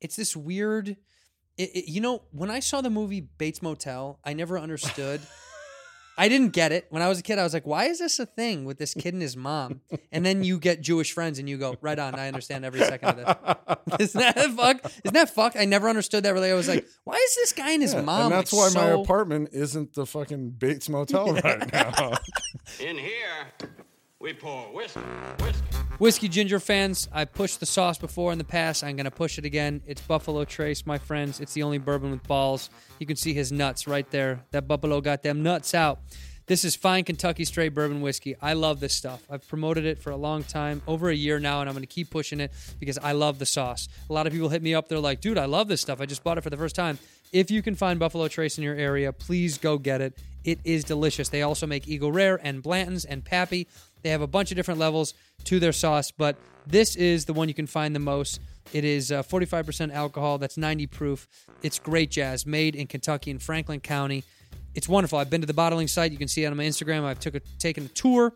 Speaker 2: It's this weird. It, it- you know, when I saw the movie Bates Motel, I never understood. I didn't get it. When I was a kid, I was like, why is this a thing with this kid and his mom? And then you get Jewish friends and you go, right on, I understand every second of this. Isn't that fuck? Isn't that fucked? I never understood that really. I was like, why is this guy and his
Speaker 9: yeah,
Speaker 2: mom?
Speaker 9: and that's
Speaker 2: like,
Speaker 9: why
Speaker 2: so-
Speaker 9: my apartment isn't the fucking Bates Motel right now.
Speaker 3: In here, we pour whiskey, whiskey.
Speaker 2: Whiskey Ginger fans, I pushed the sauce before in the past. I'm going to push it again. It's Buffalo Trace, my friends. It's the only bourbon with balls. You can see his nuts right there. That Buffalo got them nuts out. This is fine Kentucky straight bourbon whiskey. I love this stuff. I've promoted it for a long time, over a year now, and I'm going to keep pushing it because I love the sauce. A lot of people hit me up. They're like, dude, I love this stuff. I just bought it for the first time. If you can find Buffalo Trace in your area, please go get it. It is delicious. They also make Eagle Rare and Blanton's and Pappy. They have a bunch of different levels to their sauce, but this is the one you can find the most. It is uh, 45% alcohol. That's 90 proof. It's great jazz, made in Kentucky in Franklin County. It's wonderful. I've been to the bottling site. You can see it on my Instagram. I've took a, taken a tour.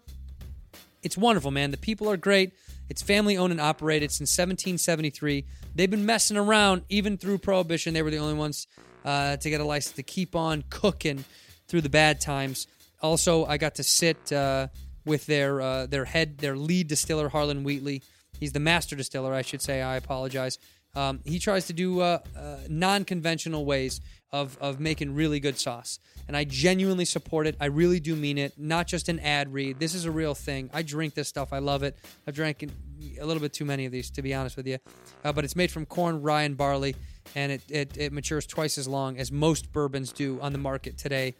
Speaker 2: It's wonderful, man. The people are great. It's family owned and operated since 1773. They've been messing around even through Prohibition. They were the only ones uh, to get a license to keep on cooking through the bad times. Also, I got to sit uh, with their uh, their head, their lead distiller, Harlan Wheatley. He's the master distiller, I should say. I apologize. Um, he tries to do uh, uh, non-conventional ways of of making really good sauce, and I genuinely support it. I really do mean it. Not just an ad read. This is a real thing. I drink this stuff. I love it. I've drank a little bit too many of these, to be honest with you. Uh, but it's made from corn, rye, and barley, and it, it it matures twice as long as most bourbons do on the market today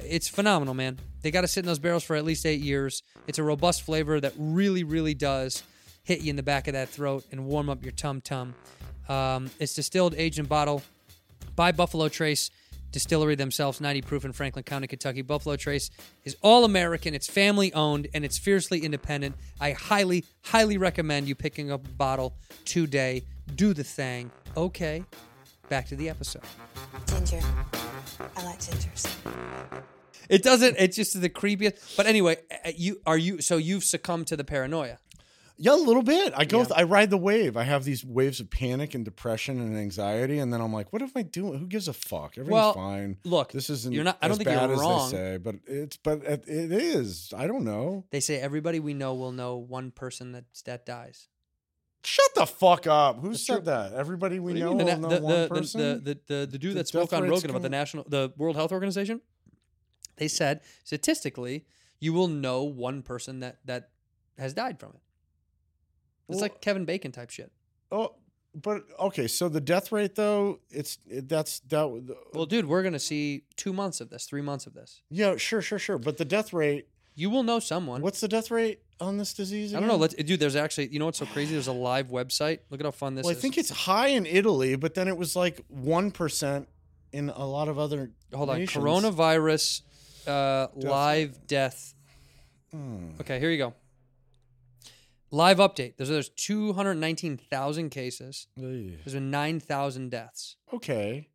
Speaker 2: it's phenomenal, man. They got to sit in those barrels for at least eight years. It's a robust flavor that really, really does hit you in the back of that throat and warm up your tum tum. Um, it's distilled, aged, and bottled by Buffalo Trace Distillery themselves, 90 proof in Franklin County, Kentucky. Buffalo Trace is all American, it's family owned, and it's fiercely independent. I highly, highly recommend you picking up a bottle today. Do the thing. Okay, back to the episode.
Speaker 8: Ginger. I like gingers.
Speaker 2: It doesn't. It's just the creepiest. But anyway, uh, you are you. So you've succumbed to the paranoia.
Speaker 9: Yeah, a little bit. I go. With, I ride the wave. I have these waves of panic and depression and anxiety, and then I'm like, "What am I doing? Who gives a fuck? Everything's
Speaker 2: Well,
Speaker 9: fine.
Speaker 2: look,
Speaker 9: this isn't.
Speaker 2: you're not- I don't
Speaker 9: as
Speaker 2: think you're
Speaker 9: bad as they
Speaker 2: wrong.
Speaker 9: say, but it's. But it it is. I don't know.
Speaker 2: They say everybody we know will know one person that that dies.
Speaker 9: Shut the fuck up. Who
Speaker 2: true.
Speaker 9: said that? Everybody
Speaker 2: What
Speaker 9: we
Speaker 2: do you
Speaker 9: know
Speaker 2: mean?
Speaker 9: will
Speaker 2: the,
Speaker 9: know
Speaker 2: na- the,
Speaker 9: one
Speaker 2: the,
Speaker 9: person.
Speaker 2: the, the, the, the dude
Speaker 9: The
Speaker 2: that spoke
Speaker 9: death
Speaker 2: on
Speaker 9: rate's
Speaker 2: Rogan about the
Speaker 9: going-
Speaker 2: national, the World Health Organization. They said statistically, you will know one person that that has died from it. It's
Speaker 9: Well-
Speaker 2: like Kevin Bacon type shit.
Speaker 9: oh, but okay. So the death rate, though, it's it, that's that.
Speaker 2: Well,
Speaker 9: Well,
Speaker 2: dude, we're gonna see two months of this, three months of this.
Speaker 9: yeah, sure, sure, sure. But the death rate.
Speaker 2: You will know someone.
Speaker 9: What's the death rate on this disease?
Speaker 2: I don't know.
Speaker 9: again?
Speaker 2: Let's, dude, there's actually, you know what's so crazy? There's a live website. Look at how fun this
Speaker 9: well, I
Speaker 2: is.
Speaker 9: think it's high in Italy, but then it was like one percent in a lot of other.
Speaker 2: Hold on.
Speaker 9: nations.
Speaker 2: Coronavirus uh, live death.
Speaker 9: Hmm.
Speaker 2: Okay, here you go. Live update. There's, there's 219,000 cases.
Speaker 9: Ugh.
Speaker 2: There's been 9,000 deaths.
Speaker 9: Okay,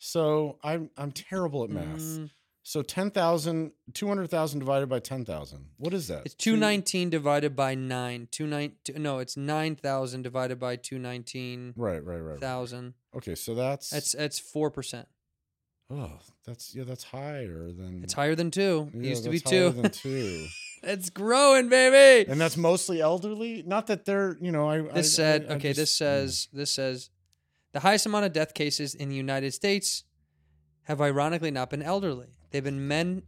Speaker 9: so I'm I'm terrible at math.
Speaker 2: Mm.
Speaker 9: So 10,000, 200,000 divided by ten thousand. What is that?
Speaker 2: It's 219 divided by 9. 219, no, it's 9,000 divided by 219,000.
Speaker 9: Right, right, right. Okay, so that's
Speaker 2: That's, that's 4%.
Speaker 9: oh, that's yeah, that's higher than
Speaker 2: It's higher than 2. it
Speaker 9: Hmm. yeah,
Speaker 2: used to be
Speaker 9: that's
Speaker 2: 2.
Speaker 9: higher than two.
Speaker 2: it's growing, baby.
Speaker 9: and that's mostly elderly. Not that they're you know I
Speaker 2: This
Speaker 9: I-
Speaker 2: said,
Speaker 9: I- I
Speaker 2: okay,
Speaker 9: just-
Speaker 2: this says, this says, the highest amount of death cases in the United States have ironically not been elderly. They've been men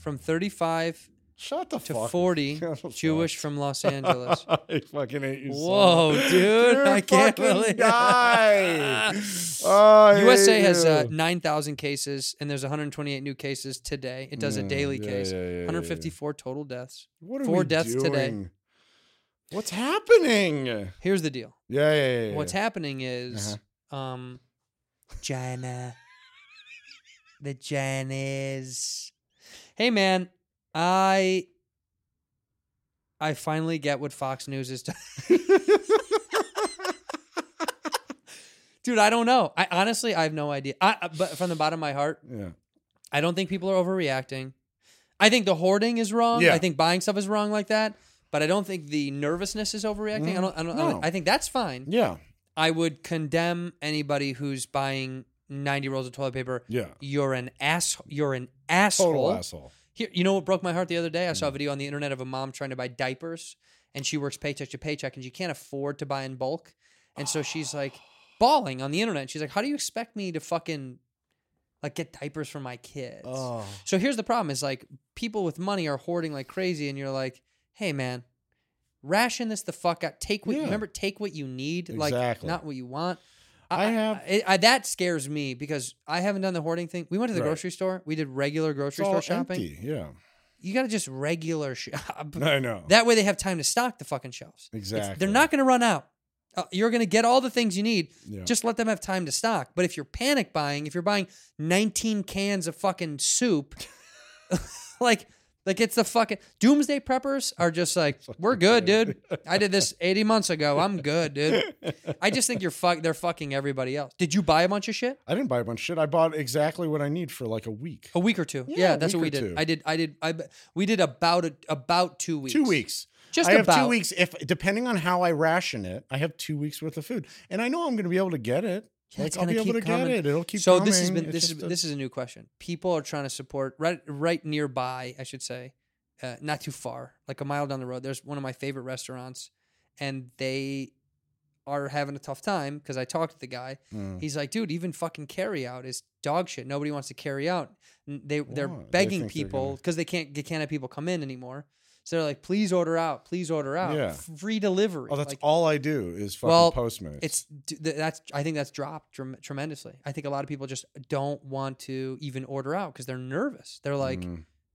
Speaker 2: from 35
Speaker 9: shut the
Speaker 2: to
Speaker 9: fuck up.
Speaker 2: 40,
Speaker 9: Shut the fuck
Speaker 2: Jewish from Los Angeles.
Speaker 9: I fucking hate you. so
Speaker 2: Whoa,
Speaker 9: much.
Speaker 2: dude,
Speaker 9: You're a
Speaker 2: I can't
Speaker 9: fucking
Speaker 2: believe-
Speaker 9: guy. Oh, I
Speaker 2: USA
Speaker 9: hate
Speaker 2: has uh,
Speaker 9: you.
Speaker 2: 9,000 cases, and there's 128 new cases today. It does a daily
Speaker 9: Mm, yeah,
Speaker 2: case.
Speaker 9: yeah, yeah, yeah, yeah.
Speaker 2: 154 total deaths.
Speaker 9: What are
Speaker 2: four
Speaker 9: we
Speaker 2: deaths today.
Speaker 9: doing? What's happening? Yeah,
Speaker 2: Here's the deal.
Speaker 9: yeah, yeah. yeah. Uh-huh.
Speaker 2: What's happening is, um, China, the Chinese. Hey, man, I, I finally get what Fox News is. Dude, I don't know. I honestly, I have no idea. I, I- but from the bottom of my heart,
Speaker 9: Yeah.
Speaker 2: I don't think people are overreacting. I think the hoarding is wrong.
Speaker 9: Yeah.
Speaker 2: I think buying stuff is wrong like that. But I don't think the nervousness is overreacting. I don't. I don't. I, don't
Speaker 9: Mm-hmm. No.
Speaker 2: I think that's fine.
Speaker 9: Yeah.
Speaker 2: I would condemn anybody who's buying 90 rolls of toilet paper.
Speaker 9: Yeah.
Speaker 2: You're an ass you're an asshole.
Speaker 9: Total asshole.
Speaker 2: Here, you know what broke my heart the other day? I saw
Speaker 9: Mm.
Speaker 2: a video on the internet of a mom trying to buy diapers and she works paycheck to paycheck and she can't afford to buy in bulk. And so she's like bawling on the internet. She's like, "How do you expect me to fucking like get diapers for my kids?"
Speaker 9: Oh.
Speaker 2: So here's the problem is like people with money are hoarding like crazy and you're like, "Hey man, ration this the fuck out. Take what
Speaker 9: Yeah.
Speaker 2: remember take what you need, like
Speaker 9: Exactly.
Speaker 2: not what you want."
Speaker 9: I have-
Speaker 2: I, I- that scares me because I haven't done the hoarding thing. We went to the
Speaker 9: Right.
Speaker 2: grocery store. We did regular
Speaker 9: It's
Speaker 2: grocery
Speaker 9: all
Speaker 2: store shopping.
Speaker 9: empty. Yeah.
Speaker 2: You got to just regular shop.
Speaker 9: I know.
Speaker 2: That way they have time to stock the fucking shelves. It's-
Speaker 9: Exactly.
Speaker 2: they're not going to run out. Uh, you're going to get all the things you need.
Speaker 9: Yeah.
Speaker 2: Just let them have time to stock. But if you're panic buying, if you're buying 19 cans of fucking soup, like like it's the fucking doomsday preppers are just like we're good, dude. I did this 80 months ago. I'm good, dude. I just think you're fuck they're fucking everybody else. Did you buy a bunch of shit?
Speaker 9: I didn't buy a bunch of shit. I bought exactly what I need for like a week.
Speaker 2: A week or two. Yeah,
Speaker 9: a
Speaker 2: that's what we
Speaker 9: week or
Speaker 2: did.
Speaker 9: two.
Speaker 2: I did I did I b- we did about a, about 2 weeks.
Speaker 9: Two weeks.
Speaker 2: Just
Speaker 9: I have
Speaker 2: about.
Speaker 9: two weeks. If depending on how I ration it, I have two weeks worth of food, and I know I'm going to be able to get it.
Speaker 2: Yeah,
Speaker 9: like
Speaker 2: it's
Speaker 9: I'll
Speaker 2: gonna
Speaker 9: be able to
Speaker 2: keep coming.
Speaker 9: get it. It'll keep.
Speaker 2: so this has
Speaker 9: coming.
Speaker 2: been
Speaker 9: It's
Speaker 2: this is
Speaker 9: just a-
Speaker 2: this is a new question. People are trying to support right right nearby. I should say, uh, not too far, like a mile down the road. There's one of my favorite restaurants, and they are having a tough time because I talked to the guy. He's like, dude, even fucking carry out is dog shit. Nobody wants to carry out. N- They they're
Speaker 9: Why? They
Speaker 2: begging
Speaker 9: think they're
Speaker 2: people
Speaker 9: gonna-
Speaker 2: because they can't they can't have people come in anymore. So they're like, please order out, please order out,
Speaker 9: Yeah.
Speaker 2: free delivery.
Speaker 9: Oh, that's
Speaker 2: Like,
Speaker 9: all I do is fucking
Speaker 2: Well,
Speaker 9: Postmates.
Speaker 2: It's d- th- that's I think that's dropped trem- tremendously. I think a lot of people just don't want to even order out because they're nervous. They're like,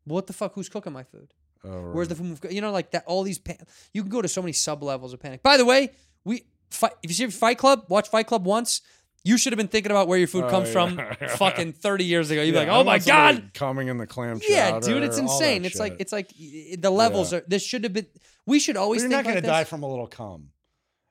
Speaker 2: what the fuck? Who's cooking my food?
Speaker 9: Mm. oh, right.
Speaker 2: Where's the food? You know, like that. All these pan- you can go to so many sub levels of panic. By the way, we fight, if you see Fight Club, watch Fight Club once. You should have been thinking about where your food
Speaker 9: Oh,
Speaker 2: comes
Speaker 9: yeah.
Speaker 2: from fucking thirty years ago. You'd
Speaker 9: Yeah,
Speaker 2: be
Speaker 9: I
Speaker 2: like, oh my
Speaker 9: want somebody
Speaker 2: god,
Speaker 9: coming in the clam
Speaker 2: yeah,
Speaker 9: chowder,
Speaker 2: dude, it's
Speaker 9: all that
Speaker 2: insane. It's like
Speaker 9: shit.
Speaker 2: it's like y- y- the levels
Speaker 9: Yeah.
Speaker 2: are. This should have been. We should always.
Speaker 9: But
Speaker 2: think
Speaker 9: you're not going
Speaker 2: like
Speaker 9: to die
Speaker 2: this.
Speaker 9: from a little cum,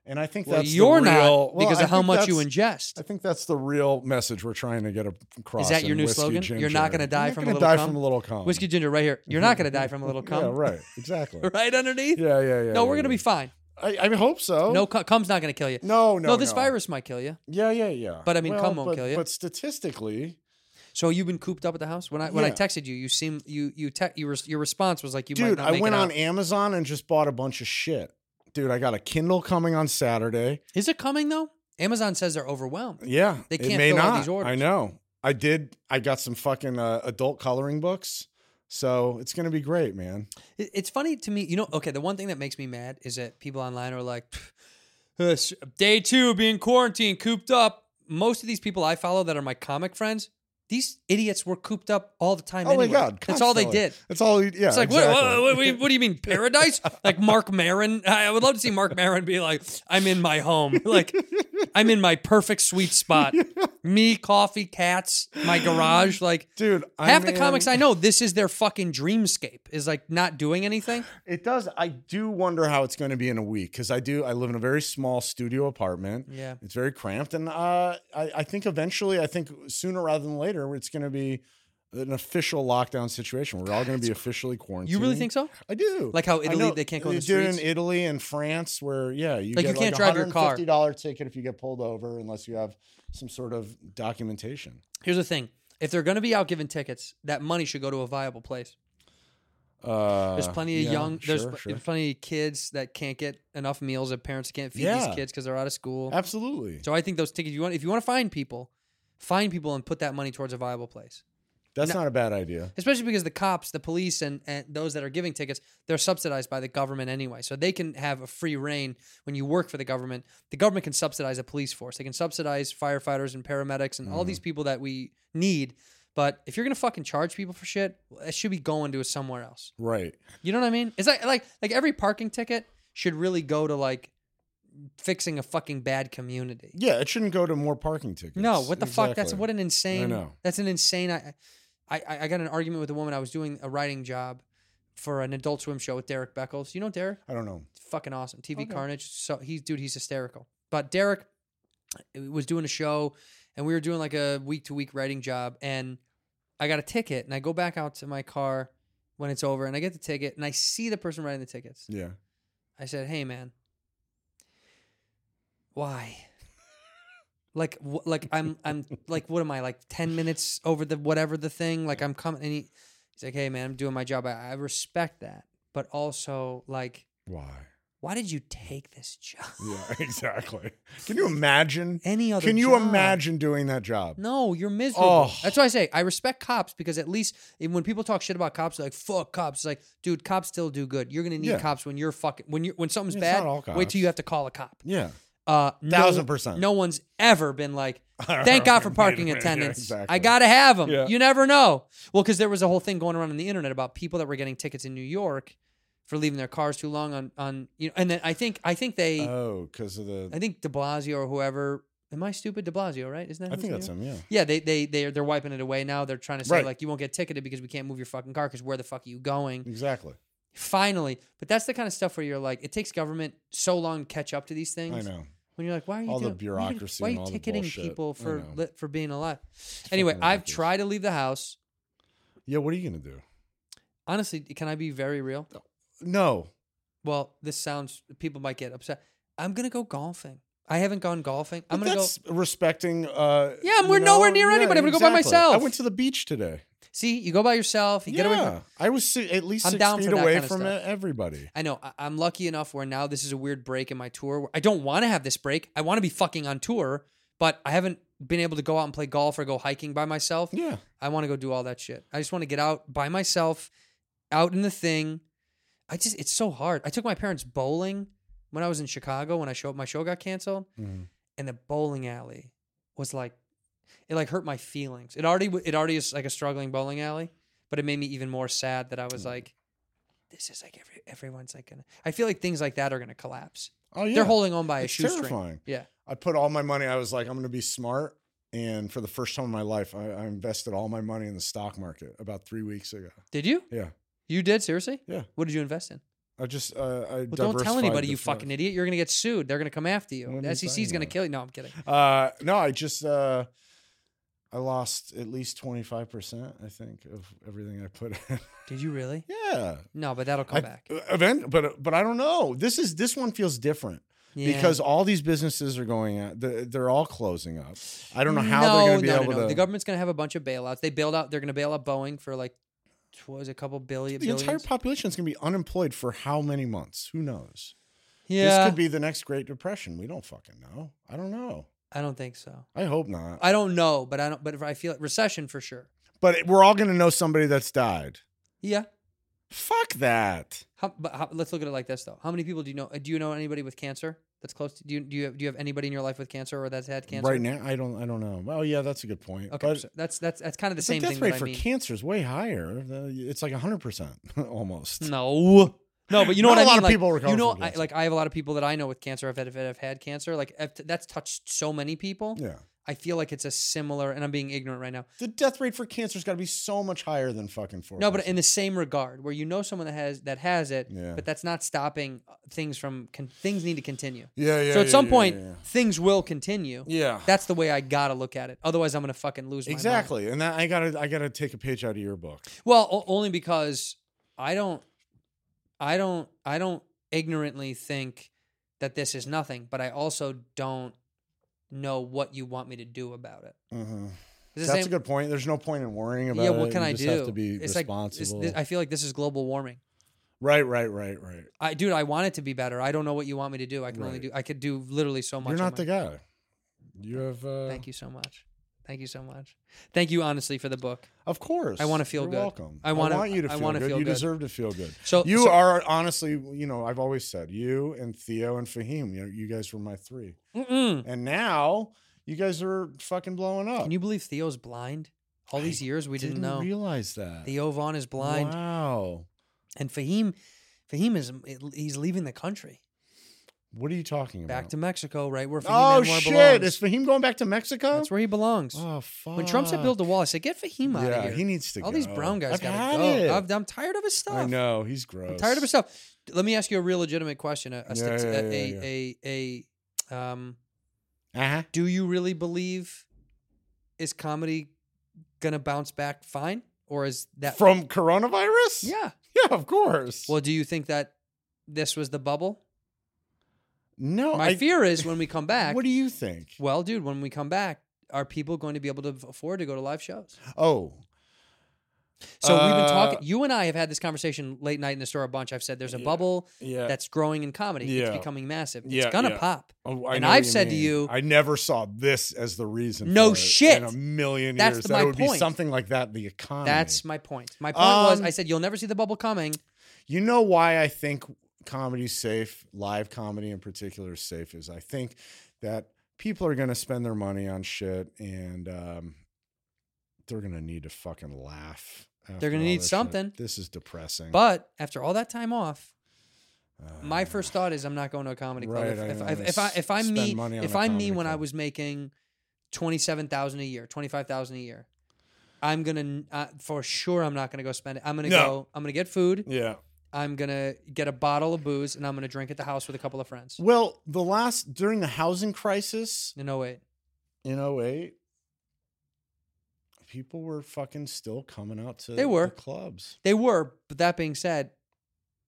Speaker 9: and I think
Speaker 2: Well,
Speaker 9: that's the
Speaker 2: you're not
Speaker 9: real- well,
Speaker 2: because
Speaker 9: I
Speaker 2: of how
Speaker 9: think
Speaker 2: much you
Speaker 9: that's-
Speaker 2: ingest.
Speaker 9: I think that's the real message we're trying to get across.
Speaker 2: Is that your
Speaker 9: in
Speaker 2: new
Speaker 9: Whiskey
Speaker 2: slogan? You're
Speaker 9: Ginger.
Speaker 2: not going to die,
Speaker 9: You're
Speaker 2: from,
Speaker 9: not
Speaker 2: a
Speaker 9: gonna
Speaker 2: little
Speaker 9: die
Speaker 2: cum?
Speaker 9: from a little cum.
Speaker 2: Whiskey ginger right here. You're not going to die from a little cum.
Speaker 9: Yeah, right. Exactly.
Speaker 2: Right underneath.
Speaker 9: Yeah, yeah, yeah.
Speaker 2: no, we're going
Speaker 9: yeah,
Speaker 2: to be fine.
Speaker 9: yeah. I, I hope so.
Speaker 2: No, cu- cum's not going to kill you.
Speaker 9: no, no.
Speaker 2: No, this virus might kill you.
Speaker 9: Yeah, yeah, yeah.
Speaker 2: But, I mean,
Speaker 9: Well,
Speaker 2: cum won't
Speaker 9: but-
Speaker 2: kill you.
Speaker 9: But statistically,
Speaker 2: So you've been cooped up at the house. When I when I
Speaker 9: Yeah.
Speaker 2: texted you, you seem you you te- you res- your response was like you might
Speaker 9: dude,
Speaker 2: not
Speaker 9: I
Speaker 2: make
Speaker 9: went
Speaker 2: it
Speaker 9: on
Speaker 2: out.
Speaker 9: Amazon and just bought a bunch of shit. Dude, I got a Kindle coming on Saturday.
Speaker 2: Is it coming though? Amazon says they're overwhelmed.
Speaker 9: Yeah,
Speaker 2: They
Speaker 9: it
Speaker 2: can't
Speaker 9: may
Speaker 2: fill all
Speaker 9: not.
Speaker 2: these orders.
Speaker 9: I know. I did. I got some fucking uh, adult coloring books, so it's gonna be great, man.
Speaker 2: It- It's funny to me, you know. Okay, the one thing that makes me mad is that people online are like, "Pff, this- day two being quarantined, cooped up. Most of these people I follow that are my comic friends, these idiots were cooped up all the time.
Speaker 9: Oh
Speaker 2: anyway.
Speaker 9: my god,
Speaker 2: that's all they
Speaker 9: constantly.
Speaker 2: did.
Speaker 9: That's all. you- Yeah,
Speaker 2: It's like,
Speaker 9: exactly.
Speaker 2: what, what, what, what do you mean, paradise? like Mark Maron? I I would love to see Mark Maron be like, I'm in my home. Like, I'm in my perfect sweet spot. Me, coffee, cats, my garage. Like,
Speaker 9: dude.
Speaker 2: half
Speaker 9: I'm
Speaker 2: the comics
Speaker 9: in-
Speaker 2: I know, this is their fucking dreamscape, is like not doing anything.
Speaker 9: It does. I do wonder how it's going to be in a week because I do. I live in a very small studio apartment.
Speaker 2: Yeah.
Speaker 9: it's very cramped, and uh, I, I think eventually, I think sooner rather than later, it's going to be an official lockdown situation. We're all going to be officially quarantined.
Speaker 2: You really think so?
Speaker 9: I do.
Speaker 2: Like how
Speaker 9: I
Speaker 2: Italy, they can't go in
Speaker 9: they
Speaker 2: the
Speaker 9: do it
Speaker 2: streets?
Speaker 9: in Italy and France, where yeah, you
Speaker 2: Like, you
Speaker 9: get
Speaker 2: can't
Speaker 9: a
Speaker 2: drive your car.
Speaker 9: Fifty dollar ticket if you get pulled over, unless you have some sort of documentation.
Speaker 2: Here's the thing if they're going to be out giving tickets, that money should go to a viable place.
Speaker 9: Uh,
Speaker 2: There's plenty of
Speaker 9: yeah,
Speaker 2: young, there's,
Speaker 9: sure,
Speaker 2: pl-
Speaker 9: sure.
Speaker 2: plenty of kids that can't get enough meals that parents can't feed
Speaker 9: Yeah.
Speaker 2: these kids because they're out of school.
Speaker 9: absolutely.
Speaker 2: So I think those tickets you want if you want to find people, find people and put that money towards a viable place.
Speaker 9: That's not a bad idea.
Speaker 2: Especially because the cops, the police, and, and those that are giving tickets, they're subsidized by the government anyway. So they can have a free reign when you work for the government. The government can subsidize a police force. They can subsidize firefighters and paramedics and all these people that we need. But if you're gonna fucking charge people for shit, it should be going to somewhere else.
Speaker 9: Right.
Speaker 2: You know what I mean? It's like like like every parking ticket should really go to like fixing a fucking bad community.
Speaker 9: Yeah, it shouldn't go to more parking tickets.
Speaker 2: No, what the fuck? That's
Speaker 9: Exactly.
Speaker 2: what an insane.
Speaker 9: know.
Speaker 2: That's an insane. I, I, I- I got in an argument with a woman. I was doing a writing job for an Adult Swim show with Derek Beckles. You know Derek?
Speaker 9: I don't know.
Speaker 2: fucking awesome. TV Carnage. So he's dude, he's hysterical. But Derek eh, was doing a show, and we were doing like a week to week writing job, and I got a ticket, and I go back out to my car when it's over, and I get the ticket, and I see the person writing the tickets.
Speaker 9: Yeah.
Speaker 2: I said, "Hey, man, why? like, wh- like I'm, I'm, like, what am I? Like ten minutes over the whatever the thing? Like I'm coming." And he, he's like, "Hey, man, I'm doing my job. I, I respect that, but also, like,
Speaker 9: Why?
Speaker 2: why did you take this job?
Speaker 9: Yeah, exactly. Can you imagine?
Speaker 2: Any other?
Speaker 9: Can you
Speaker 2: job?
Speaker 9: imagine doing that job?
Speaker 2: No, you're miserable.
Speaker 9: Oh.
Speaker 2: That's why I say I respect cops because at least and when people talk shit about cops, they're like fuck cops. It's like, dude, cops still do good. You're gonna need
Speaker 9: Yeah.
Speaker 2: cops when you're fucking when you when something's
Speaker 9: It's
Speaker 2: bad.
Speaker 9: not all
Speaker 2: Wait
Speaker 9: cops.
Speaker 2: till you have to call a cop.
Speaker 9: Yeah.
Speaker 2: Uh, no-
Speaker 9: Thousand percent.
Speaker 2: No one's ever been like, thank God for
Speaker 9: Wait a
Speaker 2: parking
Speaker 9: minute. Yeah,
Speaker 2: attendants.
Speaker 9: exactly.
Speaker 2: I gotta have them.
Speaker 9: Yeah.
Speaker 2: You never know. Well, because there was a whole thing going around on the internet about people that were getting tickets in New York for leaving their cars too long on on you know. And then I think I think they
Speaker 9: Oh, because of the.
Speaker 2: I think De Blasio or whoever. Am I stupid? De Blasio, right? Isn't that?
Speaker 9: I
Speaker 2: whose
Speaker 9: think
Speaker 2: name
Speaker 9: that's
Speaker 2: it-
Speaker 9: him. Yeah.
Speaker 2: Yeah, they they they they're wiping it away now. They're trying to say
Speaker 9: Right.
Speaker 2: like you won't get ticketed because we can't move your fucking car because where the fuck are you
Speaker 9: Mm.
Speaker 2: going?
Speaker 9: Exactly.
Speaker 2: Finally, but that's the kind of stuff where you're like, it takes government so long to catch up to these
Speaker 9: I
Speaker 2: things
Speaker 9: know.
Speaker 2: when you're like, why are you
Speaker 9: All the
Speaker 2: doing- why are you-
Speaker 9: bureaucracy
Speaker 2: Why are
Speaker 9: and
Speaker 2: you
Speaker 9: all the
Speaker 2: ticketing
Speaker 9: bullshit.
Speaker 2: people
Speaker 9: I
Speaker 2: for
Speaker 9: know.
Speaker 2: li- for being alive? Anyway,
Speaker 9: fucking
Speaker 2: I've
Speaker 9: ridiculous.
Speaker 2: tried to leave the house.
Speaker 9: Yeah. What are you gonna do?
Speaker 2: Honestly, can I be very real?
Speaker 9: No.
Speaker 2: Well, this sounds people might get upset. I'm gonna go golfing. I haven't gone golfing. I'm
Speaker 9: But
Speaker 2: gonna go.
Speaker 9: that's respecting. Uh,
Speaker 2: Yeah, and we're
Speaker 9: you know,
Speaker 2: nowhere near
Speaker 9: yeah,
Speaker 2: anybody. I'm gonna go by
Speaker 9: exactly.
Speaker 2: myself.
Speaker 9: I went to the beach today.
Speaker 2: See, you go by yourself. You get away. From,
Speaker 9: Yeah, I was si- at least
Speaker 2: I'm
Speaker 9: six
Speaker 2: down
Speaker 9: feet
Speaker 2: for that
Speaker 9: away
Speaker 2: kinda
Speaker 9: from
Speaker 2: stuff.
Speaker 9: e- everybody.
Speaker 2: I know. I, I'm lucky enough where now this is a weird break in my tour. Where I don't want to have this break. I want to be fucking on tour, but I haven't been able to go out and play golf or go hiking by myself.
Speaker 9: Yeah,
Speaker 2: I want to go do all that shit. I just want to get out by myself, out in the thing. I just it's so hard. I took my parents bowling when I was in Chicago when I show my show got canceled,
Speaker 9: Mm-hmm.
Speaker 2: and the bowling alley was like it like hurt my feelings. It already w- it already is like a struggling bowling alley, but it made me even more sad that I
Speaker 9: Mm.
Speaker 2: was like, this is like every everyone's like gonna. I feel like things like that are gonna collapse.
Speaker 9: oh yeah,
Speaker 2: They're holding on by a
Speaker 9: It's
Speaker 2: shoestring.
Speaker 9: terrifying.
Speaker 2: Yeah,
Speaker 9: I put all my money. I was like, I'm going to be smart. And for the first time in my life, I, I invested all my money in the stock market about three weeks ago.
Speaker 2: did you?
Speaker 9: Yeah,
Speaker 2: You did seriously?
Speaker 9: yeah.
Speaker 2: What did you invest in?
Speaker 9: I just, uh, I
Speaker 2: Well, don't tell
Speaker 9: diversified
Speaker 2: anybody,
Speaker 9: the
Speaker 2: you
Speaker 9: fund.
Speaker 2: fucking idiot. You're going to get sued. They're going to come after you.
Speaker 9: What am
Speaker 2: The
Speaker 9: I
Speaker 2: E SEC's
Speaker 9: talking
Speaker 2: going to
Speaker 9: about?
Speaker 2: kill you. No, I'm kidding.
Speaker 9: Uh, no, I just, uh, I lost at least 25%, I think, of everything I put in.
Speaker 2: Did you really?
Speaker 9: yeah.
Speaker 2: No, but that'll come
Speaker 9: I-
Speaker 2: back.
Speaker 9: Event, but, but I don't know. This is, this one feels different.
Speaker 2: Yeah.
Speaker 9: Because all these businesses are going out, they're, they're all closing up. I don't know how
Speaker 2: no,
Speaker 9: they're going to be
Speaker 2: no,
Speaker 9: able
Speaker 2: no, no.
Speaker 9: to.
Speaker 2: The government's going to have a bunch of bailouts. They bailed out. They're going to bail out Boeing for like, tw- what was it, a couple billion?
Speaker 9: the entire
Speaker 2: billions?
Speaker 9: population is going to be unemployed for how many months? Who knows?
Speaker 2: yeah.
Speaker 9: This could be the next Great Depression. We don't fucking know. I don't know.
Speaker 2: I don't think so.
Speaker 9: I hope not.
Speaker 2: I don't know, but I don't. But if I feel it, recession for sure.
Speaker 9: but it- we're all going to know somebody that's died.
Speaker 2: Yeah.
Speaker 9: Fuck that.
Speaker 2: How, but how, let's look at it like this though. How many people do you know? uh, Do you know anybody with cancer that's close to? Do you do you have, do you have anybody in your life with cancer or that's had cancer?
Speaker 9: Right now, I don't. I don't know. Oh yeah, that's a good point.
Speaker 2: Okay,
Speaker 9: but
Speaker 2: so that's that's that's kind of the
Speaker 9: the
Speaker 2: same
Speaker 9: death
Speaker 2: thing.
Speaker 9: rate
Speaker 2: that I
Speaker 9: for
Speaker 2: mean.
Speaker 9: cancer is way higher. The- It's like hundred percent almost.
Speaker 2: No. No, but you know
Speaker 9: Not
Speaker 2: what I
Speaker 9: a lot
Speaker 2: mean?
Speaker 9: of
Speaker 2: like,
Speaker 9: people recover
Speaker 2: You know,
Speaker 9: from
Speaker 2: I,
Speaker 9: cancer.
Speaker 2: like I have a lot of people that I know with cancer have had, have, have had cancer. Like I've t- that's touched so many people.
Speaker 9: Yeah.
Speaker 2: I feel like it's a similar, and I'm being ignorant right now.
Speaker 9: The death rate for cancer has got to be so much higher than fucking four.
Speaker 2: No, but in the same regard, where you know someone that has that has it,
Speaker 9: Yeah.
Speaker 2: but that's not stopping uh, things from con- things need to continue.
Speaker 9: yeah, yeah.
Speaker 2: so at
Speaker 9: yeah,
Speaker 2: some
Speaker 9: yeah,
Speaker 2: point,
Speaker 9: yeah, yeah.
Speaker 2: things will continue.
Speaker 9: Yeah.
Speaker 2: That's the way I gotta look at it. Otherwise, I'm gonna fucking lose my mind.
Speaker 9: exactly. And that I gotta, I gotta take a page out of your book.
Speaker 2: Well, o- only because I don't, I don't, I don't ignorantly think that this is nothing, but I also don't know what you want me to do about it.
Speaker 9: Mhm.
Speaker 2: It's the
Speaker 9: That's
Speaker 2: same-
Speaker 9: a good point. There's no point in worrying about
Speaker 2: yeah,
Speaker 9: it.
Speaker 2: what can
Speaker 9: You
Speaker 2: I
Speaker 9: just
Speaker 2: do?
Speaker 9: Have to be
Speaker 2: it's like this- this-
Speaker 9: responsible.
Speaker 2: I feel like this is global warming.
Speaker 9: right, right, right, right.
Speaker 2: I, dude, I want it to be better. I don't know what you want me to do. I can only
Speaker 9: Right.
Speaker 2: do. I could do literally so much.
Speaker 9: You're
Speaker 2: on
Speaker 9: not
Speaker 2: my-
Speaker 9: the guy. You have. Uh,
Speaker 2: Thank you so much. Thank you so much. Thank you honestly for the book.
Speaker 9: Of course.
Speaker 2: I wanna feel
Speaker 9: You're
Speaker 2: good.
Speaker 9: Welcome.
Speaker 2: I wanna-
Speaker 9: want you to
Speaker 2: I
Speaker 9: feel
Speaker 2: wanna
Speaker 9: good.
Speaker 2: feel
Speaker 9: you
Speaker 2: good.
Speaker 9: deserve to feel good.
Speaker 2: So-
Speaker 9: you
Speaker 2: so-
Speaker 9: are honestly, you know, I've always said you and Theo and Fahim. You know, you guys were my 3 And now you guys are fucking blowing up.
Speaker 2: Mm. Can you believe Theo's blind? All these years we didn't,
Speaker 9: didn't
Speaker 2: know.
Speaker 9: realize that.
Speaker 2: Theo Vaughn is blind.
Speaker 9: Wow.
Speaker 2: And Fahim, Fahim is eh, he's leaving the country
Speaker 9: What are you talking about?
Speaker 2: back to Mexico, right where Fahim
Speaker 9: oh
Speaker 2: Anwar
Speaker 9: shit!
Speaker 2: belongs.
Speaker 9: Is Fahim going back to Mexico?
Speaker 2: That's where he belongs.
Speaker 9: Oh fuck!
Speaker 2: when Trump said build the wall, I said get Fahim out
Speaker 9: yeah,
Speaker 2: of here.
Speaker 9: he needs to
Speaker 2: All
Speaker 9: go.
Speaker 2: these brown guys
Speaker 9: I've
Speaker 2: gotta
Speaker 9: had
Speaker 2: go.
Speaker 9: it.
Speaker 2: I've- I'm tired of his stuff.
Speaker 9: I know he's gross.
Speaker 2: I'm tired of his stuff. Let me ask you a real legitimate question. A, a,
Speaker 9: Yeah,
Speaker 2: stat-
Speaker 9: yeah,
Speaker 2: a,
Speaker 9: yeah,
Speaker 2: a, a, a um,
Speaker 9: Uh-huh.
Speaker 2: do you really believe is comedy gonna bounce back fine, or is that
Speaker 9: From coronavirus?
Speaker 2: yeah?
Speaker 9: yeah, of course.
Speaker 2: Well, do you think that this was the bubble?
Speaker 9: no,
Speaker 2: My
Speaker 9: I,
Speaker 2: fear is when we come back.
Speaker 9: What do you think?
Speaker 2: Well, dude, when we come back, are people going to be able to afford to go to live shows?
Speaker 9: Oh,
Speaker 2: So we've been
Speaker 9: Uh,
Speaker 2: talking. You and I have had this conversation late night in the store a bunch. I've said there's a bubble
Speaker 9: yeah.
Speaker 2: that's growing in comedy.
Speaker 9: Yeah.
Speaker 2: It's becoming massive.
Speaker 9: Yeah,
Speaker 2: it's gonna
Speaker 9: yeah.
Speaker 2: pop.
Speaker 9: Oh, I
Speaker 2: and
Speaker 9: know what
Speaker 2: I've
Speaker 9: you
Speaker 2: said to
Speaker 9: mean.
Speaker 2: you,
Speaker 9: I never saw this as the reason.
Speaker 2: No
Speaker 9: for it
Speaker 2: shit.
Speaker 9: In a million
Speaker 2: That's
Speaker 9: years,
Speaker 2: the-
Speaker 9: that
Speaker 2: my
Speaker 9: it would be
Speaker 2: point.
Speaker 9: something like that. in The economy.
Speaker 2: that's my point. My point was,
Speaker 9: Um,
Speaker 2: I said you'll never see the bubble coming.
Speaker 9: You know why I think comedy's safe, live comedy in particular is safe, is I think that people are going to spend their money on shit and um, they're going to need to fucking laugh. after
Speaker 2: gonna
Speaker 9: all
Speaker 2: need
Speaker 9: this shit.
Speaker 2: something.
Speaker 9: This is depressing.
Speaker 2: But after all that time off, my first thought is I'm not going to a comedy club.
Speaker 9: Uh,
Speaker 2: If-
Speaker 9: Right, I
Speaker 2: if, if,
Speaker 9: don't wanna
Speaker 2: if I if I'm
Speaker 9: spend
Speaker 2: me
Speaker 9: money on
Speaker 2: if
Speaker 9: a
Speaker 2: I'm me
Speaker 9: comedy
Speaker 2: when I
Speaker 9: club.
Speaker 2: was making twenty seven thousand a year, twenty five thousand a year, I'm gonna uh, for sure I'm not gonna go spend it. I'm gonna
Speaker 9: No.
Speaker 2: go. I'm gonna get food.
Speaker 9: yeah.
Speaker 2: I'm gonna get a bottle of booze and I'm gonna drink at the house with a couple of friends.
Speaker 9: Well, the last during the housing crisis
Speaker 2: No, wait.
Speaker 9: in 08 people were fucking still coming out to
Speaker 2: They were.
Speaker 9: the clubs.
Speaker 2: They were, but that being said,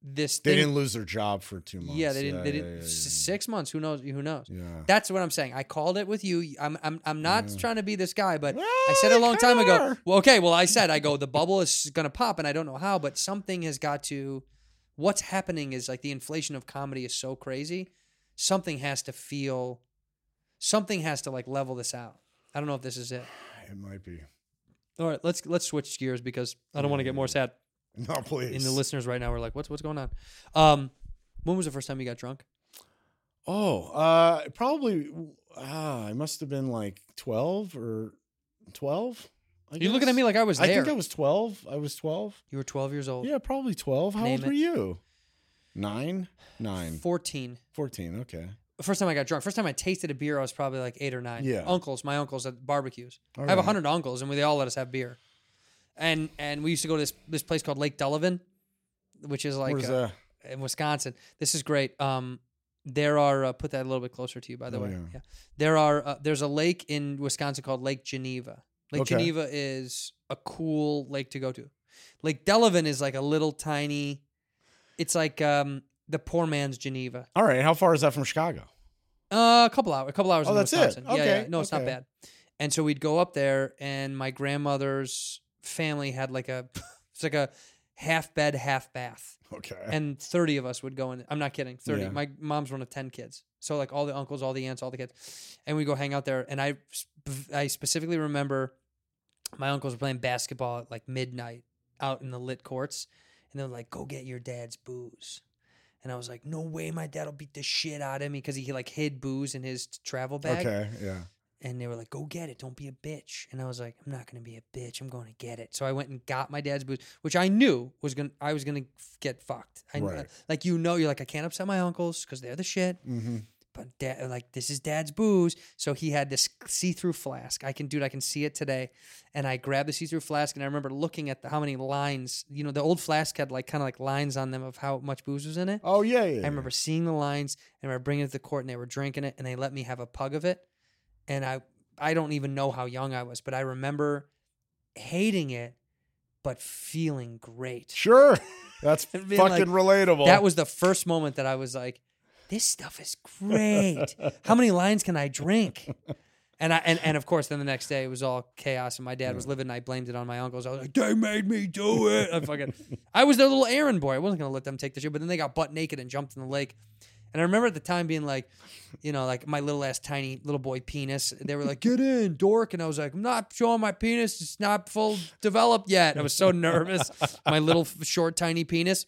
Speaker 2: this
Speaker 9: They
Speaker 2: thing.
Speaker 9: didn't lose their job for two months.
Speaker 2: yeah, they didn't. they didn't.
Speaker 9: yeah,
Speaker 2: s-
Speaker 9: yeah,
Speaker 2: Six months. Who knows? Who knows?
Speaker 9: yeah. Yeah.
Speaker 2: That's what I'm saying. I called it with you. I'm I'm I'm not
Speaker 9: Yeah.
Speaker 2: trying to be this guy, but
Speaker 9: Well,
Speaker 2: I said a
Speaker 9: you
Speaker 2: long time
Speaker 9: kinda
Speaker 2: ago.
Speaker 9: are.
Speaker 2: Well, okay, well I said I go the bubble is going to pop and I don't know how, but something has got to what's happening is like the inflation of comedy is so crazy. Something has to feel something has to like level this out. I don't know if this is it.
Speaker 9: It might be.
Speaker 2: All right, let's let's switch gears because I don't want to get more sad.
Speaker 9: No, please.
Speaker 2: And the listeners right now are like, "What's what's going on?" Um, when was the first time you got drunk?
Speaker 9: Oh, uh, probably. Ah, I must have been like twelve or twelve. I
Speaker 2: You're looking at
Speaker 9: guess.
Speaker 2: me like I was
Speaker 9: I
Speaker 2: there.
Speaker 9: think I was twelve. I was twelve.
Speaker 2: you were 12 years old.
Speaker 9: Yeah, probably twelve. How
Speaker 2: Name
Speaker 9: old were
Speaker 2: it.
Speaker 9: you? Nine. Nine.
Speaker 2: 14.
Speaker 9: Fourteen. Okay.
Speaker 2: first time I got drunk, first time I tasted a beer, I was probably like eight or nine.
Speaker 9: Yeah. Oh,
Speaker 2: Uncles, my uncles at barbecues.
Speaker 9: All
Speaker 2: I have a
Speaker 9: right.
Speaker 2: hundred uncles, and we, they all let us have beer. And and we used to go to this this place called Lake Delavan, which is like
Speaker 9: Where's
Speaker 2: uh,
Speaker 9: that?
Speaker 2: in Wisconsin. This is great. Um, there are uh, put that a little bit closer to you, by the
Speaker 9: Oh,
Speaker 2: way. Yeah.
Speaker 9: yeah.
Speaker 2: There are uh, there's a lake in Wisconsin called Lake Geneva. Lake
Speaker 9: Okay.
Speaker 2: Geneva is a cool lake to go to. Lake Delavan is like a little tiny. It's like um, the poor man's Geneva.
Speaker 9: All right. How far is that from Chicago?
Speaker 2: Uh, a couple hours. A couple hours.
Speaker 9: Oh,
Speaker 2: in
Speaker 9: that's it.
Speaker 2: Wisconsin. Yeah, yeah.
Speaker 9: Okay,
Speaker 2: No, it's not
Speaker 9: okay.
Speaker 2: bad. And so we'd go up there, and my grandmother's family had like a, it's like a half bed, half bath,
Speaker 9: Okay.
Speaker 2: and thirty of us would go in. I'm not kidding. Thirty.
Speaker 9: Yeah.
Speaker 2: My mom's one of ten kids, so like all the uncles, all the aunts, all the kids, and we go hang out there. And I, sp- I specifically remember, my uncles were playing basketball at like midnight out in the lit courts, and they're like, "Go get your dad's booze." And I was like, no way, my dad'll beat the shit out of me because he like hid booze in his t- travel bag.
Speaker 9: okay. Yeah.
Speaker 2: And they were like, go get it, don't be a bitch. And I was like, I'm not gonna be a bitch, I'm going to get it. So I went and got my dad's booze, which I knew was gonna I was gonna f- get fucked. I kn-
Speaker 9: Right.
Speaker 2: like you know, you're like I can't upset my uncles because they're the shit.
Speaker 9: Mm-hmm.
Speaker 2: But dad, like this is dad's booze, so he had this see-through flask. I can, dude, I can see it today. And I grabbed the see-through flask, and I remember looking at the, how many lines. You know, the old flask had like kind of like lines on them of how much booze was in it.
Speaker 9: Oh yeah. yeah
Speaker 2: I remember seeing the lines and I remember bringing it to the court and they were drinking it and they let me have a pug of it. And I I don't even know how young I was, but I remember hating it but feeling great.
Speaker 9: Sure. That's
Speaker 2: And
Speaker 9: fucking
Speaker 2: being like,
Speaker 9: relatable.
Speaker 2: That was the first moment that I was like, this stuff is great. how many lines can I drink? And I and, and of course then the next day it was all chaos and my dad was living and I blamed it on my uncles. I was like, They made me do it. I fucking I was their little errand boy. I wasn't gonna let them take the shit, but then they got butt naked and jumped in the lake. And I remember at the time being like, you know, like my little ass tiny little boy penis. They were like, get in, dork. And I was like, I'm not showing my penis. It's not full developed yet. I was so nervous. my little f- short, tiny penis.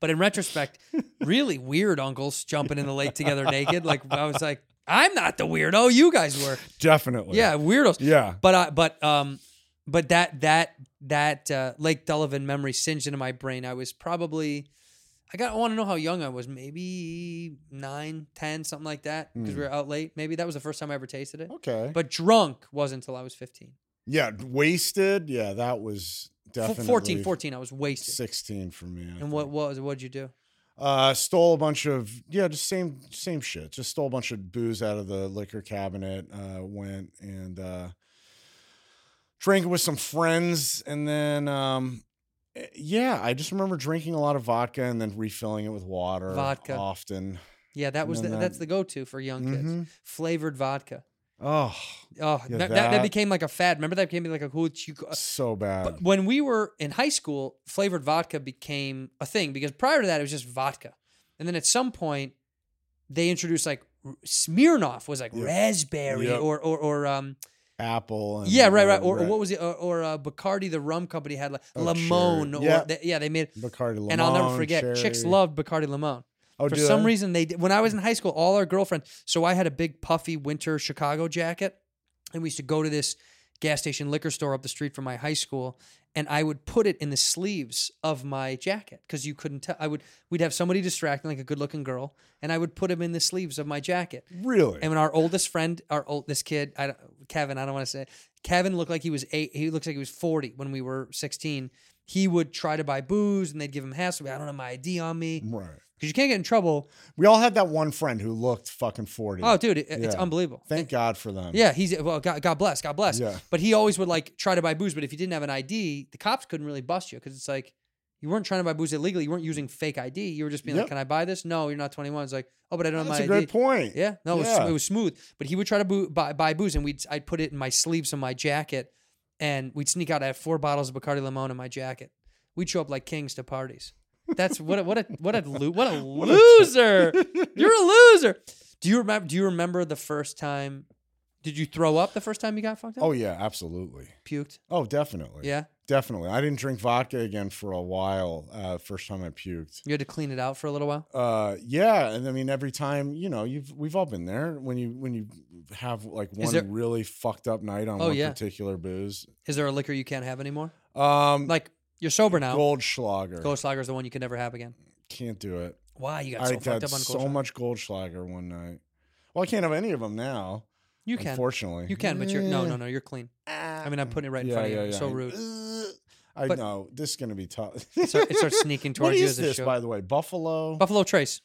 Speaker 2: But in retrospect, really weird uncles jumping in the lake together naked. Like, I was like, I'm not the weirdo. You guys were.
Speaker 9: definitely.
Speaker 2: Yeah, weirdos.
Speaker 9: Oh, Yeah.
Speaker 2: But I but um but that that that uh, Lake Delavan memory singed into my brain. I was probably I got I want to know how young I was, maybe nine, ten, something like that, because we were out late. Maybe that was the first time I ever tasted it.
Speaker 9: Hmm. Okay.
Speaker 2: But drunk wasn't until I was 15.
Speaker 9: yeah. Wasted. Yeah. That was
Speaker 2: F-
Speaker 9: definitely
Speaker 2: 14, 14, I was wasted.
Speaker 9: 16 for me. I
Speaker 2: And what, what was what'd you do?
Speaker 9: Uh, stole a bunch of yeah, just same same shit. Just stole a bunch of booze out of the liquor cabinet. Uh, went and uh, drank it with some friends, and then um, eh, yeah, I just remember drinking a lot of vodka and then refilling it with water.
Speaker 2: Vodka.
Speaker 9: often.
Speaker 2: Yeah, that was the,
Speaker 9: And then that-
Speaker 2: that's the go-to for young kids.
Speaker 9: Mhm.
Speaker 2: Flavored vodka.
Speaker 9: Oh,
Speaker 2: Oh,
Speaker 9: Yeah,
Speaker 2: that, that, that
Speaker 9: that-
Speaker 2: became like a fad. Remember that became like a cool chico-
Speaker 9: so bad.
Speaker 2: But when we were in high school, flavored vodka became a thing because prior to that, it was just vodka. And then at some point, they introduced like r- Smirnoff was like
Speaker 9: Yeah.
Speaker 2: raspberry
Speaker 9: Yep.
Speaker 2: or, or, or, um,
Speaker 9: Apple. And,
Speaker 2: yeah, right, right.
Speaker 9: uh,
Speaker 2: Or, or
Speaker 9: red-
Speaker 2: what was it? Or, or uh, Bacardi, the rum company had like
Speaker 9: Oh,
Speaker 2: Limon.
Speaker 9: sure.
Speaker 2: Or,
Speaker 9: Yeah.
Speaker 2: they- yeah, they made
Speaker 9: Bacardi Limon,
Speaker 2: and I'll never forget, chicks
Speaker 9: cherry.
Speaker 2: loved Bacardi Limon.
Speaker 9: Oh,
Speaker 2: For
Speaker 9: do
Speaker 2: some
Speaker 9: they?
Speaker 2: reason, they did. when I was in high school, all our girlfriends. So I had a big puffy winter Chicago jacket, and we used to go to this gas station liquor store up the street from my high school, and I would put it in the sleeves of my jacket because you couldn't tell. I would we'd have somebody distracting, like a good looking girl, and I would put him in the sleeves of my jacket.
Speaker 9: Really?
Speaker 2: And when our oldest friend, our old this kid, I don't, Kevin, I don't want to say Kevin looked like he was eight. He looks like he was forty when we were sixteen. He would try to buy booze, and they'd give him hassle. I don't have my ID on me because
Speaker 9: right.
Speaker 2: you can't get in trouble.
Speaker 9: We all had that one friend who looked fucking forty.
Speaker 2: Oh, dude, it, it's
Speaker 9: Yeah.
Speaker 2: unbelievable.
Speaker 9: Thank God for them.
Speaker 2: Yeah, he's well. God, God bless. God bless.
Speaker 9: Yeah.
Speaker 2: But he always would like try to buy booze. But if you didn't have an ID, the cops couldn't really bust you because it's like You weren't trying to buy booze illegally. You weren't using fake ID. You were just being like,
Speaker 9: Yep.
Speaker 2: "Can I buy this?" No, you're not 21. It's like, "Oh, but I don't have
Speaker 9: That's
Speaker 2: my
Speaker 9: a great
Speaker 2: ID."
Speaker 9: point.
Speaker 2: Yeah, no, It, was,
Speaker 9: Yeah.
Speaker 2: it was smooth. But he would try to boo- buy, buy booze, and we'd I'd put it in my sleeves of my jacket, and we'd sneak out. I had four bottles of Bacardi Limon in my jacket. We'd show up like kings to parties. That's what a, what a what a lo- what a loser. You're a loser. Do you remember? Do you remember the first time? Did you throw up the first time you got fucked up?
Speaker 9: Oh yeah, absolutely.
Speaker 2: puked.
Speaker 9: Oh, definitely.
Speaker 2: Yeah,
Speaker 9: Definitely. I didn't drink vodka again for a while. Uh, first time I puked.
Speaker 2: you had to clean it out for a little while.
Speaker 9: Uh, yeah, and I mean every time you know you've we've all been there when you when you have like one
Speaker 2: there-
Speaker 9: really fucked up night on
Speaker 2: Oh,
Speaker 9: one
Speaker 2: yeah.
Speaker 9: particular booze.
Speaker 2: Is there a liquor you can't have anymore?
Speaker 9: Um,
Speaker 2: Like you're sober now.
Speaker 9: Goldschlager
Speaker 2: Goldschlager is the one you can never have again.
Speaker 9: can't do it.
Speaker 2: Why you got
Speaker 9: I
Speaker 2: so fucked
Speaker 9: had
Speaker 2: up on
Speaker 9: so
Speaker 2: Goldschlager?
Speaker 9: much Goldschlager one night. Well, I can't have any of them now.
Speaker 2: you can.
Speaker 9: Unfortunately,
Speaker 2: You can, but you're no, no, no. You're clean. I mean, I'm putting it right in front of you. So rude.
Speaker 9: rude. I
Speaker 2: But-
Speaker 9: know this is gonna be tough.
Speaker 2: It starts, it starts sneaking
Speaker 9: what
Speaker 2: towards you
Speaker 9: is
Speaker 2: as a
Speaker 9: this,
Speaker 2: show.
Speaker 9: by the way? Buffalo.
Speaker 2: Buffalo Trace.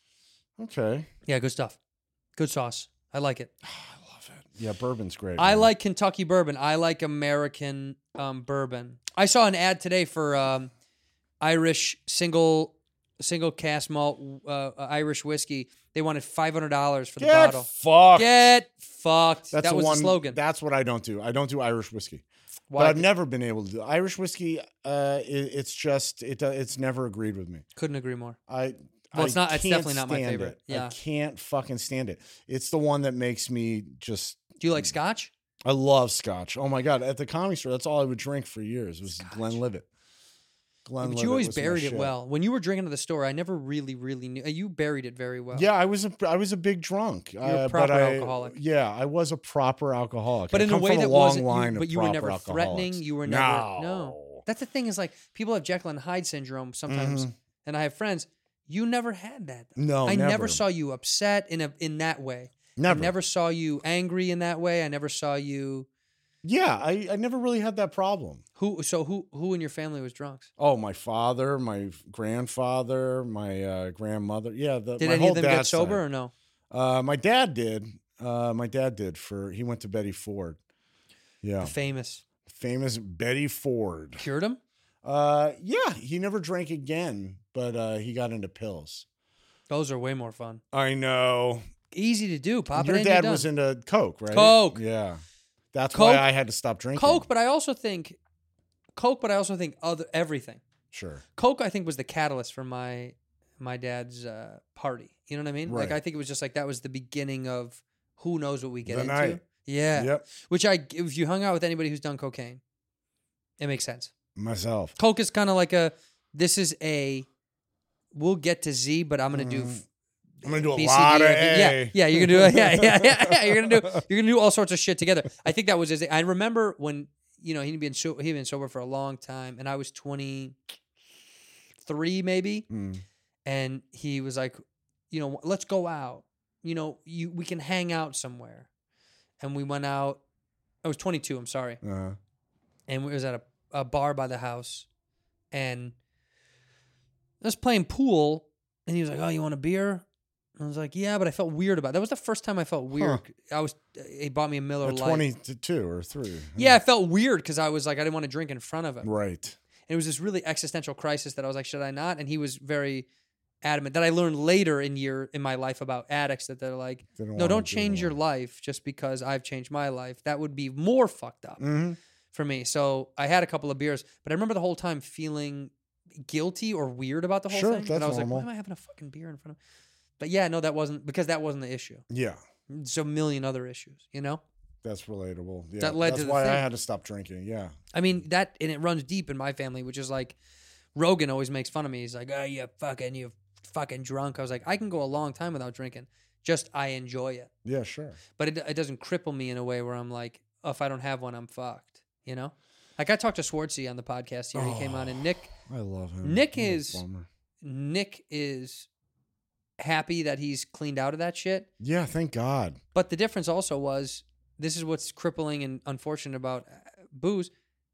Speaker 9: okay,
Speaker 2: Yeah, good stuff. Good sauce. I like it.
Speaker 9: yeah, bourbon's great.
Speaker 2: I
Speaker 9: man.
Speaker 2: like Kentucky bourbon. I like American um, bourbon. I saw an ad today for um, Irish single single cast malt uh, Irish whiskey. They wanted five hundred dollars for the
Speaker 9: Get
Speaker 2: bottle.
Speaker 9: fucked.
Speaker 2: Get fucked.
Speaker 9: That's
Speaker 2: that was
Speaker 9: one
Speaker 2: the slogan.
Speaker 9: That's what I don't do. I don't do Irish whiskey.
Speaker 2: Why
Speaker 9: But I've never been able to do Irish whiskey. Uh, it, it's just it. do- It's never agreed with me.
Speaker 2: couldn't agree more.
Speaker 9: I.
Speaker 2: Well, it's
Speaker 9: I
Speaker 2: not- it's
Speaker 9: can't
Speaker 2: definitely not my
Speaker 9: stand
Speaker 2: favorite.
Speaker 9: it.
Speaker 2: Yeah.
Speaker 9: I can't fucking stand it. It's the one that makes me just.
Speaker 2: Do you like
Speaker 9: Mm.
Speaker 2: Scotch?
Speaker 9: I love Scotch. Oh my god! At the comedy store, that's all I would drink for years was Glenlivet. Glenlivet.
Speaker 2: But you always
Speaker 9: was my
Speaker 2: buried it
Speaker 9: shit.
Speaker 2: well. When you were drinking at the store, I never really, really knew. You buried it very well.
Speaker 9: Yeah, I was a I was a big drunk. You're
Speaker 2: a
Speaker 9: but
Speaker 2: proper
Speaker 9: I,
Speaker 2: alcoholic.
Speaker 9: Yeah, I was a proper alcoholic.
Speaker 2: but
Speaker 9: I
Speaker 2: in a
Speaker 9: come
Speaker 2: way
Speaker 9: from
Speaker 2: that
Speaker 9: long
Speaker 2: wasn't.
Speaker 9: line
Speaker 2: you,
Speaker 9: of
Speaker 2: but you were never
Speaker 9: proper
Speaker 2: threatening.
Speaker 9: alcoholics.
Speaker 2: You were never. No.
Speaker 9: No. Mm-hmm.
Speaker 2: That's the thing is like people have Jekyll and Hyde syndrome sometimes, and I have friends. You never had that.
Speaker 9: No,
Speaker 2: I never.
Speaker 9: never.
Speaker 2: saw you upset in a in that way.
Speaker 9: Never.
Speaker 2: I never saw you angry in that way. I never saw you.
Speaker 9: Yeah, I, I never really had that problem.
Speaker 2: Who? So who? Who in your family was drunks?
Speaker 9: Oh, my father, my grandfather, my uh, grandmother. Yeah, the,
Speaker 2: Did
Speaker 9: my
Speaker 2: any
Speaker 9: whole
Speaker 2: of them get
Speaker 9: dad's
Speaker 2: sober or
Speaker 9: side.
Speaker 2: no?
Speaker 9: Uh, my dad did. Uh, my dad did for he went to Betty Ford. Yeah,
Speaker 2: The famous
Speaker 9: famous Betty Ford.
Speaker 2: cured them.
Speaker 9: Uh, yeah, he never drank again, but uh, he got into pills.
Speaker 2: Those are way more fun.
Speaker 9: I know.
Speaker 2: Easy to do. Pop it
Speaker 9: Your
Speaker 2: in, you're
Speaker 9: dad
Speaker 2: done.
Speaker 9: was into coke, right?
Speaker 2: Coke.
Speaker 9: Yeah, that's
Speaker 2: Coke-
Speaker 9: why I had to stop drinking.
Speaker 2: Coke, but I also think Coke, but I also think other everything.
Speaker 9: sure.
Speaker 2: Coke, I think, was the catalyst for my my dad's uh, party. You know what I mean? Like
Speaker 9: Right.
Speaker 2: I think it was just like that was the beginning of who knows what we get
Speaker 9: The
Speaker 2: into.
Speaker 9: night.
Speaker 2: Yeah.
Speaker 9: Yep.
Speaker 2: Which I if you hung out with anybody who's done cocaine, it makes sense.
Speaker 9: Myself.
Speaker 2: Coke is kind of like a this is a we'll get to Z, but I'm gonna
Speaker 9: Mm.
Speaker 2: do f-
Speaker 9: I'm gonna do a
Speaker 2: B, C,
Speaker 9: lot
Speaker 2: D,
Speaker 9: of
Speaker 2: or D. Yeah,
Speaker 9: A.
Speaker 2: yeah, you're gonna do. Yeah, yeah, yeah, yeah. You're gonna do. You're gonna do all sorts of shit together. I think that was his. I remember when you know he'd been so, he'd been sober for a long time, and I was 23 maybe,
Speaker 9: Mm.
Speaker 2: and he was like, you know, let's go out. You know, you we can hang out somewhere, and we went out. I was 22. I'm sorry
Speaker 9: Uh-huh.
Speaker 2: and we was at a, a bar by the house and I was playing pool and he was like, Oh, you want a beer? And I was like, Yeah, but I felt weird about it. That was the first time I felt weird. I was he bought me a Miller
Speaker 9: At
Speaker 2: Lite.
Speaker 9: twenty to two or three.
Speaker 2: Yeah, I felt weird because I was like, I didn't want to drink in front of him.
Speaker 9: Right.
Speaker 2: And it was this really existential crisis that I was like, should I not? And he was very adamant that I learned later in year in my life about addicts that they're like,
Speaker 9: They don't
Speaker 2: no,
Speaker 9: wanna
Speaker 2: don't
Speaker 9: do
Speaker 2: change your
Speaker 9: that."
Speaker 2: life just because I've changed my life. That would be more fucked up
Speaker 9: Mm-hmm.
Speaker 2: for me. So I had a couple of beers, but I remember the whole time feeling guilty or weird about the whole
Speaker 9: Sure,
Speaker 2: thing. and
Speaker 9: that's
Speaker 2: I was
Speaker 9: normal.
Speaker 2: like, why am I having a fucking beer in front of? But yeah, no, that wasn't because that wasn't the issue.
Speaker 9: Yeah.
Speaker 2: It's a million other issues, you know.
Speaker 9: That's relatable. Yeah.
Speaker 2: That led
Speaker 9: That's
Speaker 2: to the
Speaker 9: why I
Speaker 2: thing.
Speaker 9: had to stop drinking. Yeah.
Speaker 2: I mean that, and it runs deep in my family, which is like Rogan always makes fun of me. He's like, "Oh, you fucking, you fucking drunk." I was like, I can go a long time without drinking. Just I enjoy it,
Speaker 9: Yeah. Sure.
Speaker 2: but it, it doesn't cripple me in a way where I'm like, oh, if I don't have one, I'm fucked. You know, like I talked to Swartzy on the podcast here. He came on, and Nick,
Speaker 9: I love him.
Speaker 2: Nick
Speaker 9: What a
Speaker 2: is-
Speaker 9: bummer.
Speaker 2: Nick is happy that he's cleaned out of that shit.
Speaker 9: Yeah. Thank God.
Speaker 2: But the difference also was this is what's crippling and unfortunate about uh, booze.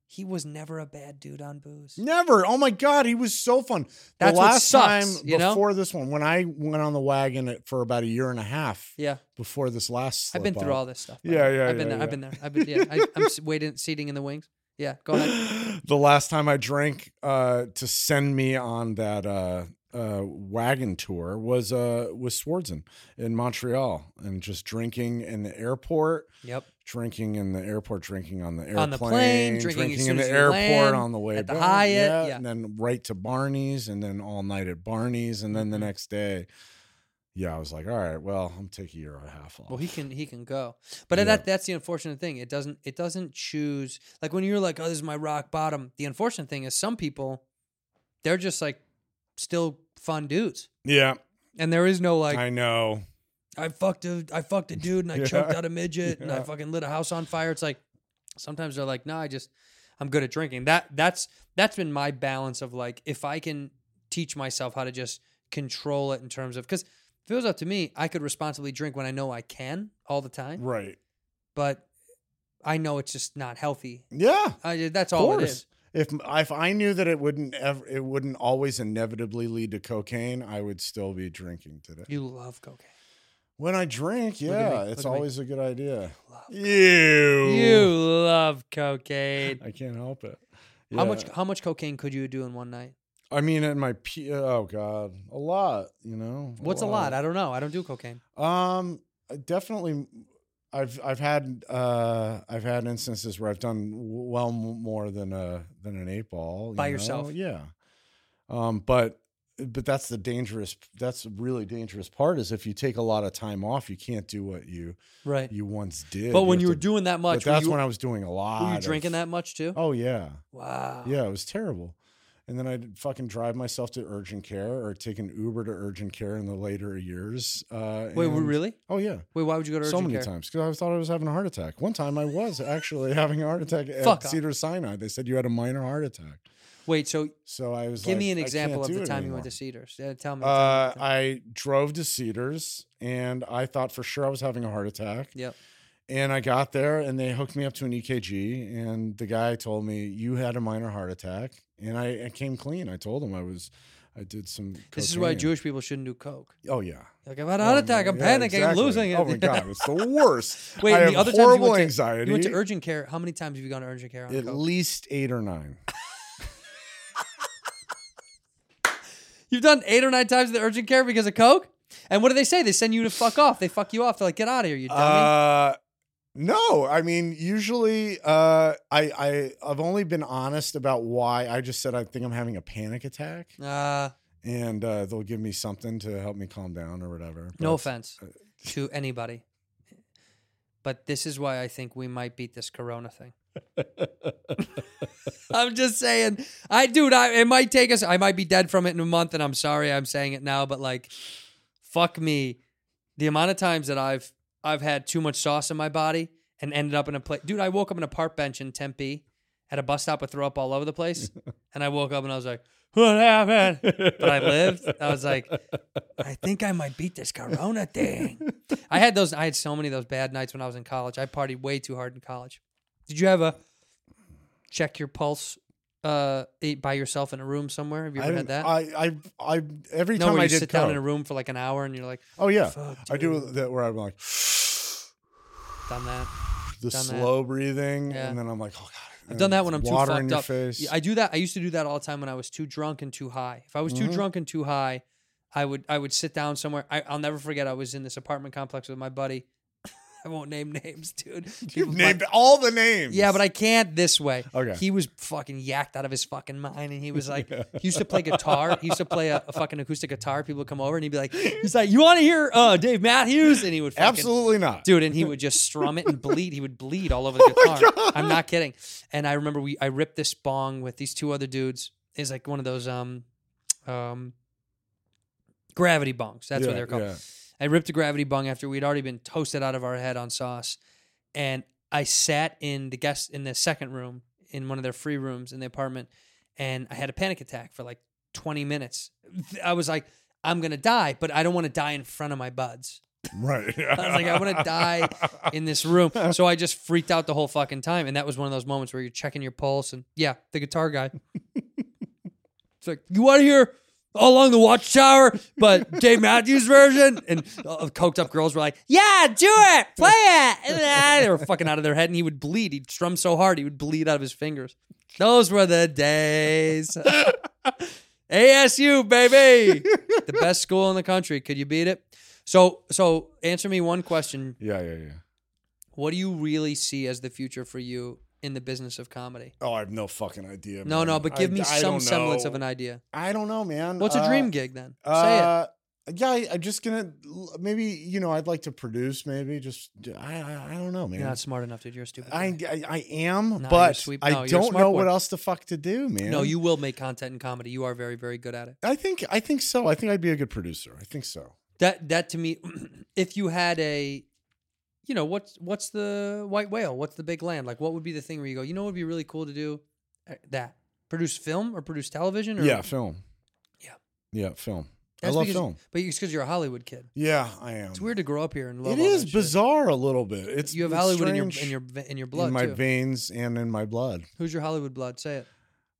Speaker 2: He was never a bad dude on booze.
Speaker 9: Never. Oh my God, he was so fun.
Speaker 2: That's
Speaker 9: the
Speaker 2: what
Speaker 9: last
Speaker 2: sucks,
Speaker 9: time
Speaker 2: you know?
Speaker 9: before this one, when I went on the wagon at- for about a year and a half
Speaker 2: Yeah.
Speaker 9: before this last,
Speaker 2: I've been
Speaker 9: slip
Speaker 2: through
Speaker 9: up.
Speaker 2: all this stuff. by
Speaker 9: Yeah,
Speaker 2: the way.
Speaker 9: yeah,
Speaker 2: I've been
Speaker 9: yeah,
Speaker 2: there. I've
Speaker 9: yeah.
Speaker 2: been there. I've been. Yeah, I, I'm s- waiting, seating in the wings. Yeah, go ahead.
Speaker 9: the last time I drank uh, to send me on that uh, uh, wagon tour was uh, was Swartzen in Montreal, and just drinking in the airport,
Speaker 2: Yep.
Speaker 9: drinking in the airport, drinking on the airplane,
Speaker 2: On the plane, drinking as soon
Speaker 9: in the
Speaker 2: as you
Speaker 9: airport
Speaker 2: land,
Speaker 9: on the way
Speaker 2: at the
Speaker 9: back,
Speaker 2: Hyatt,
Speaker 9: yeah,
Speaker 2: yeah.
Speaker 9: and then right to Barney's, and then all night at Barney's, and
Speaker 2: Mm-hmm.
Speaker 9: then the next day. Yeah, I was like, all right, well, I'm taking a year and a half off.
Speaker 2: Well, he can he can go, but
Speaker 9: Yeah.
Speaker 2: that that's the unfortunate thing. It doesn't it doesn't choose like when you're like, oh, this is my rock bottom. The unfortunate thing is some people, they're just like still fun dudes,
Speaker 9: yeah,
Speaker 2: and there is no like
Speaker 9: I know.
Speaker 2: I fucked a I fucked a dude and I
Speaker 9: Yeah.
Speaker 2: choked out a midget and I
Speaker 9: Yeah.
Speaker 2: fucking lit a house on fire. It's like sometimes they're like, no, I just I'm good at drinking. That that's that's been my balance of like if I can teach myself how to just control it in terms of because if it was up to me, I could responsibly drink when I know I can all the time,
Speaker 9: Right.
Speaker 2: but I know it's just not healthy.
Speaker 9: Yeah.
Speaker 2: I, that's all it is.
Speaker 9: If if I knew that it wouldn't ever, it wouldn't always inevitably lead to cocaine, I would still be drinking today.
Speaker 2: You love cocaine.
Speaker 9: when I drink,
Speaker 2: at me,
Speaker 9: yeah,
Speaker 2: look at
Speaker 9: it's
Speaker 2: me.
Speaker 9: always a good idea.
Speaker 2: Love
Speaker 9: You,
Speaker 2: You love cocaine.
Speaker 9: I can't help it.
Speaker 2: How much
Speaker 9: Yeah.
Speaker 2: how much cocaine could you do in one night?
Speaker 9: I mean, in my p. Oh God, a lot. You know,
Speaker 2: What's a lot? I don't know. I don't do cocaine.
Speaker 9: Um, I definitely. I've I've had uh I've had instances where I've done w- well m- more than a than an eight ball you
Speaker 2: By
Speaker 9: know?
Speaker 2: yourself.
Speaker 9: Yeah. Um, but but that's the dangerous. That's the really dangerous part is if you take a lot of time off, you can't do what you
Speaker 2: Right.
Speaker 9: you once did.
Speaker 2: But when
Speaker 9: have
Speaker 2: you were
Speaker 9: to-
Speaker 2: doing that much,
Speaker 9: but that's
Speaker 2: were you,
Speaker 9: when I was doing a lot.
Speaker 2: were you
Speaker 9: of-
Speaker 2: drinking that much too?
Speaker 9: Oh yeah,
Speaker 2: wow.
Speaker 9: yeah. It was terrible. And then I'd fucking drive myself to urgent care or take an Uber to urgent care in the later years. Uh,
Speaker 2: Wait, were-
Speaker 9: and-
Speaker 2: really?
Speaker 9: Oh yeah
Speaker 2: Wait, why would you go to urgent
Speaker 9: so many
Speaker 2: care?
Speaker 9: times because I thought I was having a heart attack. One time I was actually having a heart attack at
Speaker 2: Fuck off.
Speaker 9: Cedar Sinai. They said you had a minor heart attack.
Speaker 2: Wait, so
Speaker 9: So I was
Speaker 2: give me
Speaker 9: like,
Speaker 2: an
Speaker 9: "I
Speaker 2: example
Speaker 9: can't
Speaker 2: of
Speaker 9: do
Speaker 2: the
Speaker 9: it
Speaker 2: time you
Speaker 9: anymore."
Speaker 2: went to Cedars. Yeah, tell me. tell me,
Speaker 9: Uh,
Speaker 2: tell me.
Speaker 9: I drove to Cedars and I thought for sure I was having a heart attack.
Speaker 2: Yep.
Speaker 9: And I got there and they hooked me up to an EKG and the guy told me you had a minor heart attack and I, I came clean. I told him I was, I did some.
Speaker 2: This is why
Speaker 9: cocaine.
Speaker 2: Jewish people shouldn't do coke.
Speaker 9: Oh yeah.
Speaker 2: Like, I've had a heart
Speaker 9: Oh,
Speaker 2: attack. I'm
Speaker 9: yeah,
Speaker 2: panicking.
Speaker 9: exactly.
Speaker 2: I'm losing it.
Speaker 9: Oh my god, it's the worst.
Speaker 2: Wait,
Speaker 9: I
Speaker 2: and
Speaker 9: have
Speaker 2: the other times you
Speaker 9: horrible
Speaker 2: went to,
Speaker 9: anxiety.
Speaker 2: You went to urgent care. How many times have you gone to urgent care on
Speaker 9: At
Speaker 2: coke?
Speaker 9: least eight or nine.
Speaker 2: You've done eight or nine times the urgent care because of coke. And what do they say? They send you to fuck off. They fuck you off. They're like, get out of here, you dummy.
Speaker 9: Uh, no, I mean usually uh, I I I've only been honest about why I just said I think I'm having a panic attack,
Speaker 2: Uh,
Speaker 9: and uh, they'll give me something to help me calm down or whatever.
Speaker 2: No
Speaker 9: but-
Speaker 2: offense to anybody. But this is why I think we might beat this corona thing. I'm just saying, I dude, I it might take us I might be dead from it in a month and I'm sorry I'm saying it now, but like fuck me. The amount of times that I've I've had too much sauce in my body and ended up in a place dude, I woke up in a park bench in Tempe at a bus stop with throw up all over the place. and I woke up and I was like, What happened? But I lived. I was like, I think I might beat this corona thing. I had those I had so many of those bad nights when I was in college. I partied way too hard in college. Did you have a check your pulse uh eh, by yourself in a room somewhere? Have you
Speaker 9: I
Speaker 2: ever had
Speaker 9: didn't-
Speaker 2: that?
Speaker 9: I I I every
Speaker 2: no,
Speaker 9: time
Speaker 2: where
Speaker 9: I
Speaker 2: you
Speaker 9: did
Speaker 2: sit down in
Speaker 9: coke-
Speaker 2: a room for like an hour and you're like
Speaker 9: Oh yeah,
Speaker 2: Fuck,
Speaker 9: I do that where I'm like
Speaker 2: done that.
Speaker 9: the
Speaker 2: Done that.
Speaker 9: slow breathing,
Speaker 2: Yeah.
Speaker 9: and then I'm like, oh god.
Speaker 2: I've done that when I'm too
Speaker 9: water in
Speaker 2: fucked
Speaker 9: your
Speaker 2: up.
Speaker 9: face.
Speaker 2: Yeah, I do that. I used to do that all the time when I was too drunk and too high. If I was
Speaker 9: Mm-hmm.
Speaker 2: too drunk and too high, I would I would sit down somewhere. I, I'll never forget. I was in this apartment complex with my buddy. I won't name names, dude. People-
Speaker 9: You've
Speaker 2: my-
Speaker 9: named all the names.
Speaker 2: Yeah, but I can't this way.
Speaker 9: Okay.
Speaker 2: He was fucking yacked out of his fucking mind, and he was like, he used to play guitar. He used to play a, a fucking acoustic guitar. People would come over, and he'd be like, he's like, you want to hear uh, Dave Matthews? And he would fucking,
Speaker 9: absolutely not.
Speaker 2: dude, and he would just strum it and bleed. He would bleed all over the
Speaker 9: Oh
Speaker 2: guitar. I'm not kidding. And I remember we I ripped this bong with these two other dudes. It's like one of those um um gravity bongs. That's what
Speaker 9: Yeah,
Speaker 2: they're called.
Speaker 9: yeah.
Speaker 2: I ripped a gravity bong after we'd already been toasted out of our head on sauce, and I sat in the guest in the second room in one of their free rooms in the apartment, and I had a panic attack for like 20 minutes. I was like, I'm gonna die, but I don't want to die in front of my buds.
Speaker 9: Right.
Speaker 2: I was like, I want to die in this room. So I just freaked out the whole fucking time. And that was one of those moments where you're checking your pulse. And yeah, the guitar guy. it's like, you want to hear all along the watchtower, but Dave Matthews version. And uh, coked up girls were like, yeah, do it, play it. And, ah, they were fucking out of their head and he would bleed. He'd strum so hard, he would bleed out of his fingers. Those were the days. ASU, baby. the best school in the country. Could you beat it? So, so answer me one question.
Speaker 9: Yeah, yeah, yeah.
Speaker 2: What do you really see as the future for you in the business of comedy?
Speaker 9: Oh, I have no fucking idea.
Speaker 2: No,
Speaker 9: man.
Speaker 2: no, but give
Speaker 9: I-
Speaker 2: me
Speaker 9: I
Speaker 2: some
Speaker 9: don't
Speaker 2: semblance
Speaker 9: know.
Speaker 2: of an idea.
Speaker 9: I don't know, man.
Speaker 2: What's a
Speaker 9: Uh,
Speaker 2: dream gig then? Say it.
Speaker 9: Uh, yeah, I, I'm just gonna l- maybe you know I'd like to produce maybe just I I, I don't know, man.
Speaker 2: You're not smart enough, dude. You're a stupid.
Speaker 9: I,
Speaker 2: guy.
Speaker 9: I I am,
Speaker 2: uh, you're
Speaker 9: but
Speaker 2: sweet- no, you're
Speaker 9: I
Speaker 2: a
Speaker 9: don't
Speaker 2: smart
Speaker 9: know
Speaker 2: boy.
Speaker 9: what else the fuck to do, man.
Speaker 2: no, you will make content in comedy. You are very, very good at it.
Speaker 9: I think I think so. I think I'd be a good producer. I think so.
Speaker 2: That that to me, if you had a, you know, what's what's the white whale? What's the big land? Like, what would be the thing where you go? You know, what would be really cool to do Uh, that produce film or produce television. Or,
Speaker 9: Yeah, film.
Speaker 2: Yeah.
Speaker 9: yeah, film.
Speaker 2: That's
Speaker 9: I love
Speaker 2: because-
Speaker 9: film.
Speaker 2: but it's because you're a Hollywood kid.
Speaker 9: Yeah, I am.
Speaker 2: It's weird to grow up here and love.
Speaker 9: It
Speaker 2: all that
Speaker 9: is
Speaker 2: shit.
Speaker 9: bizarre a little bit. It's
Speaker 2: You have
Speaker 9: it's
Speaker 2: Hollywood in your
Speaker 9: strange
Speaker 2: in your ve- in your blood
Speaker 9: in my
Speaker 2: too.
Speaker 9: veins and in my blood.
Speaker 2: Who's your Hollywood blood? Say it.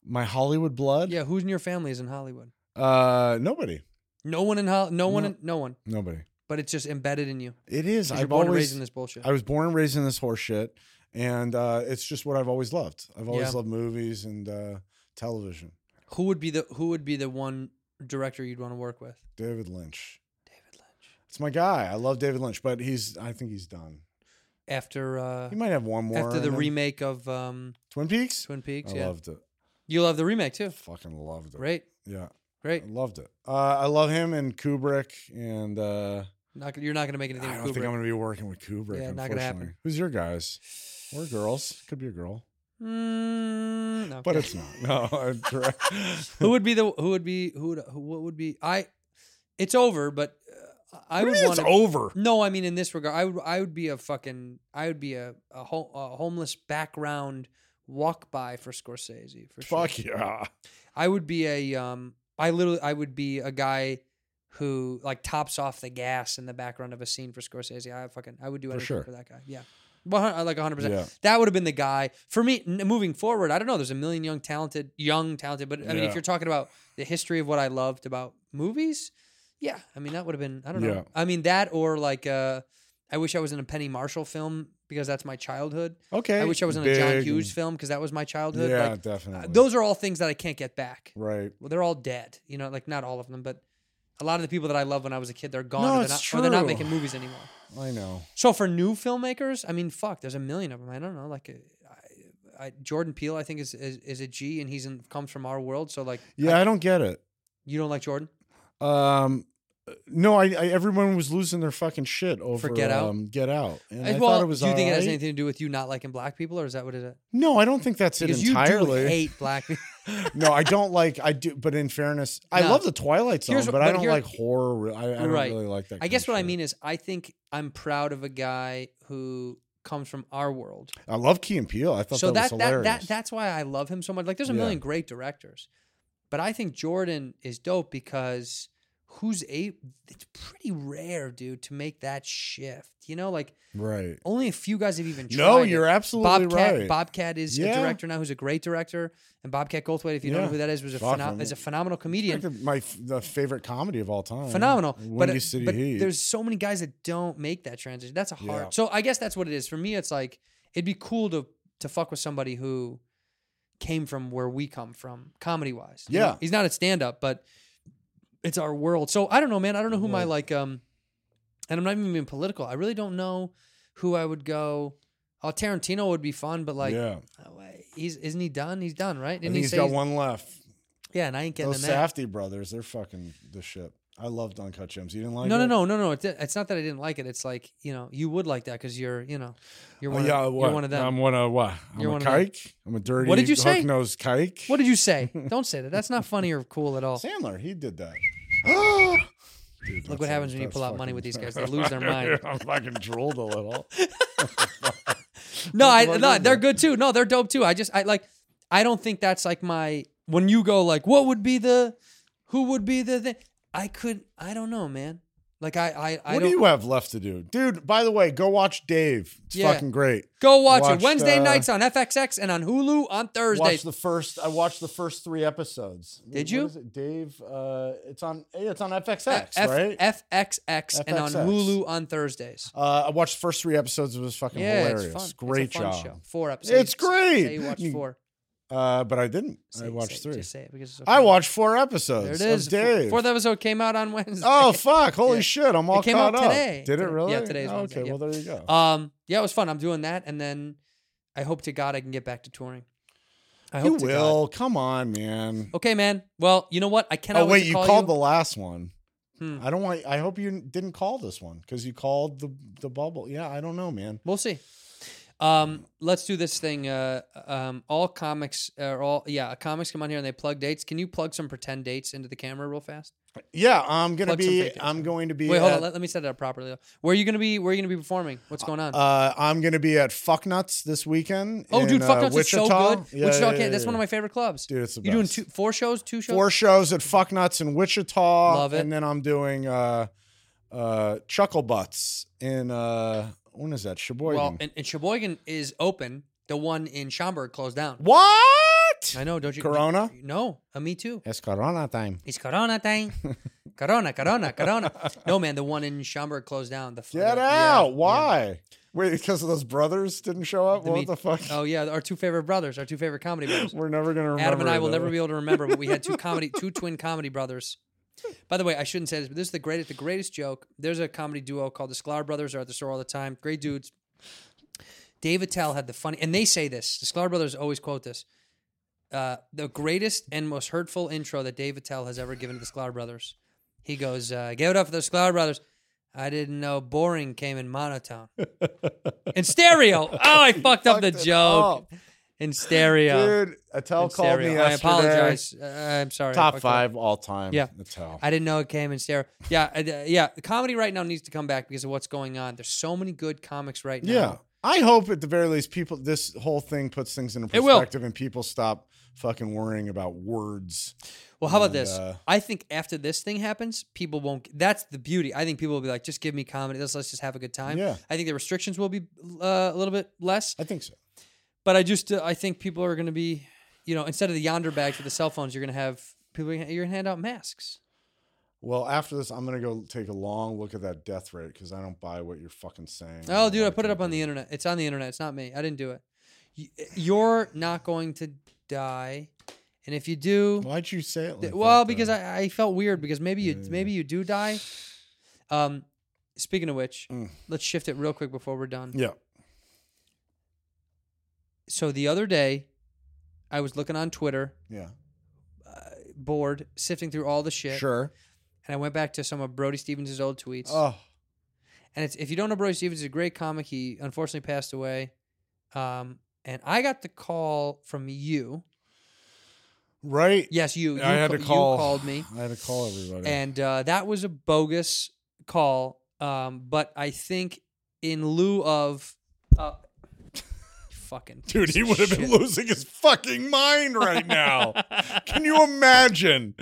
Speaker 9: My Hollywood blood.
Speaker 2: Yeah, who's in your family is in Hollywood?
Speaker 9: Uh, nobody,
Speaker 2: No one in Hol- no one
Speaker 9: No.
Speaker 2: in, no one.
Speaker 9: nobody.
Speaker 2: But it's just embedded in you.
Speaker 9: It is.
Speaker 2: 'Cause
Speaker 9: I've
Speaker 2: You're born and
Speaker 9: always
Speaker 2: raised in this bullshit.
Speaker 9: I was born and raised in this horse shit, and uh, it's just what I've always loved. I've always
Speaker 2: Yeah.
Speaker 9: loved movies and uh, television.
Speaker 2: who would be the who would be the one director you'd want to work with?
Speaker 9: David Lynch.
Speaker 2: David Lynch.
Speaker 9: It's my guy. I love David Lynch, but he's. I think he's done.
Speaker 2: After uh
Speaker 9: He might have one more
Speaker 2: after the
Speaker 9: in him.
Speaker 2: remake of um
Speaker 9: Twin Peaks.
Speaker 2: Twin Peaks,
Speaker 9: I
Speaker 2: yeah.
Speaker 9: loved it.
Speaker 2: You love the remake too.
Speaker 9: Fucking loved it.
Speaker 2: Great.
Speaker 9: Yeah,
Speaker 2: Great.
Speaker 9: I loved it. Uh, I love him and Kubrick, and uh,
Speaker 2: Not gonna- you're not going to make anything
Speaker 9: I don't
Speaker 2: with
Speaker 9: think I'm
Speaker 2: Kubrick.
Speaker 9: going to be working with Kubrick.
Speaker 2: Yeah,
Speaker 9: unfortunately.
Speaker 2: not gonna happen.
Speaker 9: Who's your guys or girls? Could be a girl,
Speaker 2: Mm, no,
Speaker 9: but
Speaker 2: okay.
Speaker 9: it's not. No, I'm correct.
Speaker 2: who would be the who would be who would who, what would be I it's over but uh, I would want
Speaker 9: it's over.
Speaker 2: No, I mean in this regard, I would I would be a fucking I would be a a, ho- a homeless background walk by for Scorsese for sure.
Speaker 9: Fuck yeah.
Speaker 2: I would be a um I literally I would be a guy who like tops off the gas in the background of a scene for Scorsese. I fucking I would do
Speaker 9: For
Speaker 2: anything for,
Speaker 9: sure.
Speaker 2: that guy. Yeah. Well, hun- like 100%.
Speaker 9: Yeah.
Speaker 2: That would have been the guy. For me, n- moving forward, I don't know. There's a million young, talented, young, talented. But I mean, if
Speaker 9: Yeah.
Speaker 2: you're talking about the history of what I loved about movies, yeah. I mean, that would have been, I don't know.
Speaker 9: Yeah.
Speaker 2: I mean, that or like, uh, I wish I was in a Penny Marshall film because that's my childhood.
Speaker 9: Okay.
Speaker 2: I wish I was in a John
Speaker 9: big
Speaker 2: Hughes
Speaker 9: and-
Speaker 2: film because that was my childhood.
Speaker 9: Yeah,
Speaker 2: Like, uh,
Speaker 9: definitely.
Speaker 2: those are all things that I can't get back.
Speaker 9: right.
Speaker 2: Well, they're all dead. You know, like not all of them, but a lot of the people that I loved when I was a kid, they're gone.
Speaker 9: No,
Speaker 2: or, they're
Speaker 9: it's
Speaker 2: not, or they're not
Speaker 9: true.
Speaker 2: making movies anymore.
Speaker 9: I know.
Speaker 2: So for new filmmakers, I mean, fuck, there's a million of them. I don't know, like. uh, I, I, Jordan Peele, I think, is, is is a G, and he's in, comes from our world. So like,
Speaker 9: Yeah, I, don't get it.
Speaker 2: you don't like Jordan?
Speaker 9: Um, no, I, I everyone was losing their fucking shit over
Speaker 2: Get Out?
Speaker 9: Um, Get Out, and
Speaker 2: Uh,
Speaker 9: I
Speaker 2: well,
Speaker 9: thought it was.
Speaker 2: do you think it has
Speaker 9: alright.
Speaker 2: anything to do with you not liking black people, or is that what it is?
Speaker 9: No, I don't think that's
Speaker 2: Because
Speaker 9: it
Speaker 2: you
Speaker 9: entirely.
Speaker 2: do hate black people.
Speaker 9: no, I don't like. I do, but in fairness, I
Speaker 2: No.
Speaker 9: love the Twilight Zone,
Speaker 2: Here's
Speaker 9: but,
Speaker 2: what-
Speaker 9: I
Speaker 2: but
Speaker 9: don't
Speaker 2: here-
Speaker 9: like horror. I, I don't
Speaker 2: Right.
Speaker 9: really like that.
Speaker 2: I guess
Speaker 9: kind
Speaker 2: what I
Speaker 9: of
Speaker 2: mean is, I think I'm proud of a guy who comes from our world.
Speaker 9: shit. I love Key and Peele. I thought
Speaker 2: so
Speaker 9: that,
Speaker 2: that
Speaker 9: was
Speaker 2: that,
Speaker 9: hilarious.
Speaker 2: that that's why I love him so much. Like there's a
Speaker 9: Yeah.
Speaker 2: million great directors, but I think Jordan is dope because who's a it's pretty rare, dude, to make that shift. You know, like
Speaker 9: right.
Speaker 2: only a few guys have even tried.
Speaker 9: No,
Speaker 2: it.
Speaker 9: you're absolutely
Speaker 2: Bobcat,
Speaker 9: right.
Speaker 2: Bobcat is a
Speaker 9: Yeah.
Speaker 2: director now who's a great director, and Bobcat Goldthwait, if you don't know
Speaker 9: Yeah.
Speaker 2: who that is, was a
Speaker 9: Fuck, I
Speaker 2: pheno-
Speaker 9: mean-
Speaker 2: is a phenomenal
Speaker 9: Like
Speaker 2: comedian
Speaker 9: the- my f- the favorite comedy of all time.
Speaker 2: phenomenal. But,
Speaker 9: Windy
Speaker 2: it-
Speaker 9: City
Speaker 2: but
Speaker 9: Heat.
Speaker 2: there's so many guys that don't make that transition. That's a hard.
Speaker 9: Yeah.
Speaker 2: So I guess that's what it is for me. It's like it'd be cool to to fuck with somebody who came from where we come from, comedy wise.
Speaker 9: Yeah.
Speaker 2: he's not a stand up, but it's our world. So I don't know, man. I don't know who my
Speaker 9: Right.
Speaker 2: like um, and I'm not even being political. I really don't know who I would go. Oh, Tarantino would be fun, but like,
Speaker 9: yeah.
Speaker 2: oh, he's isn't he done? He's done, right?
Speaker 9: I
Speaker 2: And
Speaker 9: think he's got one left.
Speaker 2: Yeah, and I ain't getting
Speaker 9: Those
Speaker 2: in that.
Speaker 9: Safety brothers, they're fucking the shit. I loved Uncut Gems. You didn't like
Speaker 2: No,
Speaker 9: it?
Speaker 2: no, no, no, no. It's, it's not that I didn't like it. It's like you know, you would like that because you're, you know, you're
Speaker 9: Oh,
Speaker 2: one.
Speaker 9: yeah,
Speaker 2: of,
Speaker 9: what?
Speaker 2: You're one of them.
Speaker 9: I'm one of what? I'm
Speaker 2: You're
Speaker 9: a
Speaker 2: one of them.
Speaker 9: kike. I'm a dirty.
Speaker 2: What did you say?
Speaker 9: Nose kike.
Speaker 2: what did you say? Don't say that. That's not funny or cool at all.
Speaker 9: Sandler? He did that. Dude,
Speaker 2: Look
Speaker 9: that's-
Speaker 2: what happens when you
Speaker 9: that's
Speaker 2: pull out money
Speaker 9: fucking-
Speaker 2: with these guys. They lose their mind.
Speaker 9: I'm fucking drooled a little.
Speaker 2: No, I,
Speaker 9: Fuck
Speaker 2: no,
Speaker 9: is
Speaker 2: they're
Speaker 9: that?
Speaker 2: good too. No, they're dope too. I just, I like, I don't think that's like my. When you go like, what would be the, who would be the thing? I could, I don't know, man. Like I, I, I
Speaker 9: what
Speaker 2: don't
Speaker 9: do you have left to do, dude? By the way, go watch Dave. It's
Speaker 2: Yeah.
Speaker 9: fucking great.
Speaker 2: go watch,
Speaker 9: watched,
Speaker 2: it Wednesday
Speaker 9: uh,
Speaker 2: nights on FXX and on Hulu on Thursday.
Speaker 9: Watched the first. I watched the first three episodes.
Speaker 2: Did
Speaker 9: What
Speaker 2: you?
Speaker 9: is it? Dave? Uh, it's on. yeah, It's on FXX,
Speaker 2: F- F-
Speaker 9: right?
Speaker 2: FXX and on
Speaker 9: FXX.
Speaker 2: Hulu on Thursdays.
Speaker 9: uh, I watched the first three episodes. It was fucking
Speaker 2: Yeah,
Speaker 9: hilarious.
Speaker 2: it's fun. It's a
Speaker 9: Great
Speaker 2: fun
Speaker 9: job.
Speaker 2: Show. Four episodes.
Speaker 9: It's great.
Speaker 2: Say you watched
Speaker 9: You-
Speaker 2: four.
Speaker 9: Uh, but I didn't.
Speaker 2: Say,
Speaker 9: I
Speaker 2: it,
Speaker 9: watched
Speaker 2: say it,
Speaker 9: three.
Speaker 2: Just say it because it's so
Speaker 9: I
Speaker 2: funny.
Speaker 9: watched four episodes.
Speaker 2: There it is.
Speaker 9: Of Dave.
Speaker 2: Fourth episode came out on Wednesday.
Speaker 9: Oh fuck! Holy
Speaker 2: Yeah.
Speaker 9: shit! I'm all
Speaker 2: It came out
Speaker 9: caught up.
Speaker 2: today.
Speaker 9: Did it
Speaker 2: Today.
Speaker 9: really?
Speaker 2: Yeah, today's
Speaker 9: Oh,
Speaker 2: Wednesday,
Speaker 9: okay.
Speaker 2: yeah.
Speaker 9: Well, there you go.
Speaker 2: Um, yeah, it was fun. I'm doing that, and then I hope to God I can get back to touring. I
Speaker 9: you
Speaker 2: hope to God.
Speaker 9: will. Come on, man.
Speaker 2: Okay, man. Well, you know what? I cannot.
Speaker 9: Oh
Speaker 2: wait
Speaker 9: wait, you
Speaker 2: to call
Speaker 9: called the
Speaker 2: you.
Speaker 9: last one.
Speaker 2: Hmm.
Speaker 9: I don't want. I hope you didn't call this one because you called the the bubble. Yeah, I don't know, man.
Speaker 2: We'll see. Um, let's do this thing. Uh, um, all comics are all yeah. uh, Comics come on here and they plug dates. Can you plug some pretend dates into the camera real fast?
Speaker 9: Yeah, I'm gonna
Speaker 2: Plug some
Speaker 9: be.
Speaker 2: fake dates
Speaker 9: I'm
Speaker 2: in.
Speaker 9: going to be.
Speaker 2: Wait, hold on.
Speaker 9: at-
Speaker 2: Let, let me set it up properly. Though. Where are you gonna be? Where are you gonna be performing? What's going on?
Speaker 9: Uh, I'm gonna be at Fucknuts this weekend.
Speaker 2: oh, dude,
Speaker 9: in,
Speaker 2: fuck
Speaker 9: uh,
Speaker 2: nuts is so
Speaker 9: Wichita.
Speaker 2: good.
Speaker 9: Yeah,
Speaker 2: Wichita,
Speaker 9: yeah,
Speaker 2: Can-
Speaker 9: yeah,
Speaker 2: that's one of
Speaker 9: yeah.
Speaker 2: my favorite clubs.
Speaker 9: Dude, it's the
Speaker 2: you doing
Speaker 9: best.
Speaker 2: two, four shows, two shows.
Speaker 9: four shows at Fucknuts in Wichita.
Speaker 2: Love it.
Speaker 9: And then I'm doing uh, uh, Chuckle Butts in uh, when is that? Sheboygan.
Speaker 2: well, and, and Sheboygan is open. The one in Schaumburg closed down.
Speaker 9: what?
Speaker 2: I know, don't you?
Speaker 9: Corona?
Speaker 2: No, uh, me too.
Speaker 9: It's Corona time.
Speaker 2: It's Corona thing. corona, Corona, Corona. No, man, the one in Schaumburg closed down. The
Speaker 9: Get
Speaker 2: the- yeah,
Speaker 9: out!
Speaker 2: yeah.
Speaker 9: Why? Wait, because those brothers didn't show up.
Speaker 2: The
Speaker 9: what
Speaker 2: meat-
Speaker 9: the fuck?
Speaker 2: Oh yeah, our two favorite brothers, our two favorite comedy brothers.
Speaker 9: We're never gonna remember.
Speaker 2: Adam and I will
Speaker 9: that.
Speaker 2: never be able to remember, but we had two comedy, two twin comedy brothers. By the way, I shouldn't say this, but this is the greatest, the greatest joke. There's a comedy duo called the Sklar Brothers. Are at the store all the time. Great dudes. Dave Attell had the funny, and they say this. The Sklar Brothers always quote this. Uh, the greatest and most hurtful intro that Dave Attell has ever given to the Sklar Brothers. He goes, uh, "Give it up for the Sklar Brothers." I didn't know boring came in monotone, in stereo. Oh, I fucked up the
Speaker 9: Fucked it
Speaker 2: joke.
Speaker 9: up.
Speaker 2: In stereo.
Speaker 9: Dude,
Speaker 2: uh,
Speaker 9: Attell
Speaker 2: In
Speaker 9: called me
Speaker 2: stereo.
Speaker 9: yesterday.
Speaker 2: I apologize. Uh, I'm sorry. I
Speaker 9: Top
Speaker 2: fucked up.
Speaker 9: five all time.
Speaker 2: Yeah.
Speaker 9: Attell.
Speaker 2: I didn't know it came in stereo. Yeah, I- uh, yeah. The comedy right now needs to come back because of what's going on. There's so many good comics right now.
Speaker 9: Yeah. I hope at the very least people this whole thing puts things into
Speaker 2: It will.
Speaker 9: perspective and people stop fucking worrying about words.
Speaker 2: Well, how about
Speaker 9: And,
Speaker 2: this?
Speaker 9: uh,
Speaker 2: I think after this thing happens, people won't. That's the beauty. I think people will be like, just give me comedy. Let's let's just have a good time.
Speaker 9: Yeah.
Speaker 2: I think the restrictions will be uh, a little bit less.
Speaker 9: I think so.
Speaker 2: But I just uh, I think people are going to be, you know, instead of the yonder bags with the cell phones, you're going to have people. You're going to hand out masks.
Speaker 9: Well, after this, I'm gonna go take a long look at that death rate because I don't buy what you're fucking saying.
Speaker 2: Oh, dude, I put it up on the internet. It's on the internet. It's not me. I didn't do it. Y- You're not going to die, and if you do,
Speaker 9: Why'd you say it? Like
Speaker 2: th-
Speaker 9: that,
Speaker 2: well,
Speaker 9: though?
Speaker 2: because I, I felt weird because maybe you maybe you do die. Um, speaking of which, let's shift it real quick before we're done.
Speaker 9: Mm. yeah.
Speaker 2: So the other day, I was looking on Twitter,
Speaker 9: Yeah.
Speaker 2: bored, sifting through all the shit,
Speaker 9: Sure.
Speaker 2: and I went back to some of Brody Stevens' old tweets.
Speaker 9: Oh,
Speaker 2: And it's, if you don't know Brody Stevens, he's a great comic. He unfortunately passed away. Um, and I got the call from you.
Speaker 9: right.
Speaker 2: Yes, you. you
Speaker 9: I had
Speaker 2: ca-
Speaker 9: to call.
Speaker 2: You called me,
Speaker 9: I had to call everybody.
Speaker 2: and uh, that was a bogus call. Um, but I think in lieu of, uh, fucking
Speaker 9: Dude,
Speaker 2: piece
Speaker 9: he
Speaker 2: of
Speaker 9: would have been
Speaker 2: shit.
Speaker 9: losing his fucking mind right now. Can you imagine?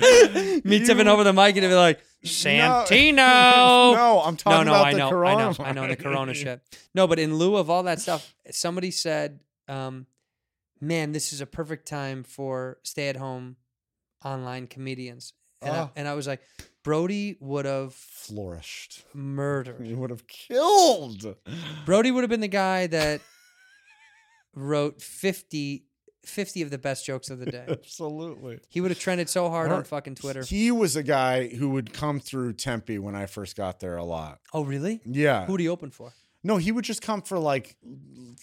Speaker 2: me tipping over the mic and be like Santino.
Speaker 9: No, I'm talking about the
Speaker 2: I know, I know the
Speaker 9: coronavirus.
Speaker 2: corona shit. No, but in lieu of all that stuff, somebody said, um, "Man, this is a perfect time for stay-at-home online comedians," and, I,
Speaker 9: Ah.
Speaker 2: and I was like, "Brody would have
Speaker 9: Flourished.
Speaker 2: murdered.
Speaker 9: You would have killed.
Speaker 2: Brody would have been the guy that wrote 50, 50 of the best jokes of the day.
Speaker 9: Absolutely.
Speaker 2: He would have trended so hard on
Speaker 9: Or-
Speaker 2: fucking Twitter.
Speaker 9: He was a guy who would come through Tempe when I first got there a lot.
Speaker 2: oh, really?
Speaker 9: Yeah.
Speaker 2: Who'd he open for?"
Speaker 9: no, he would just come for like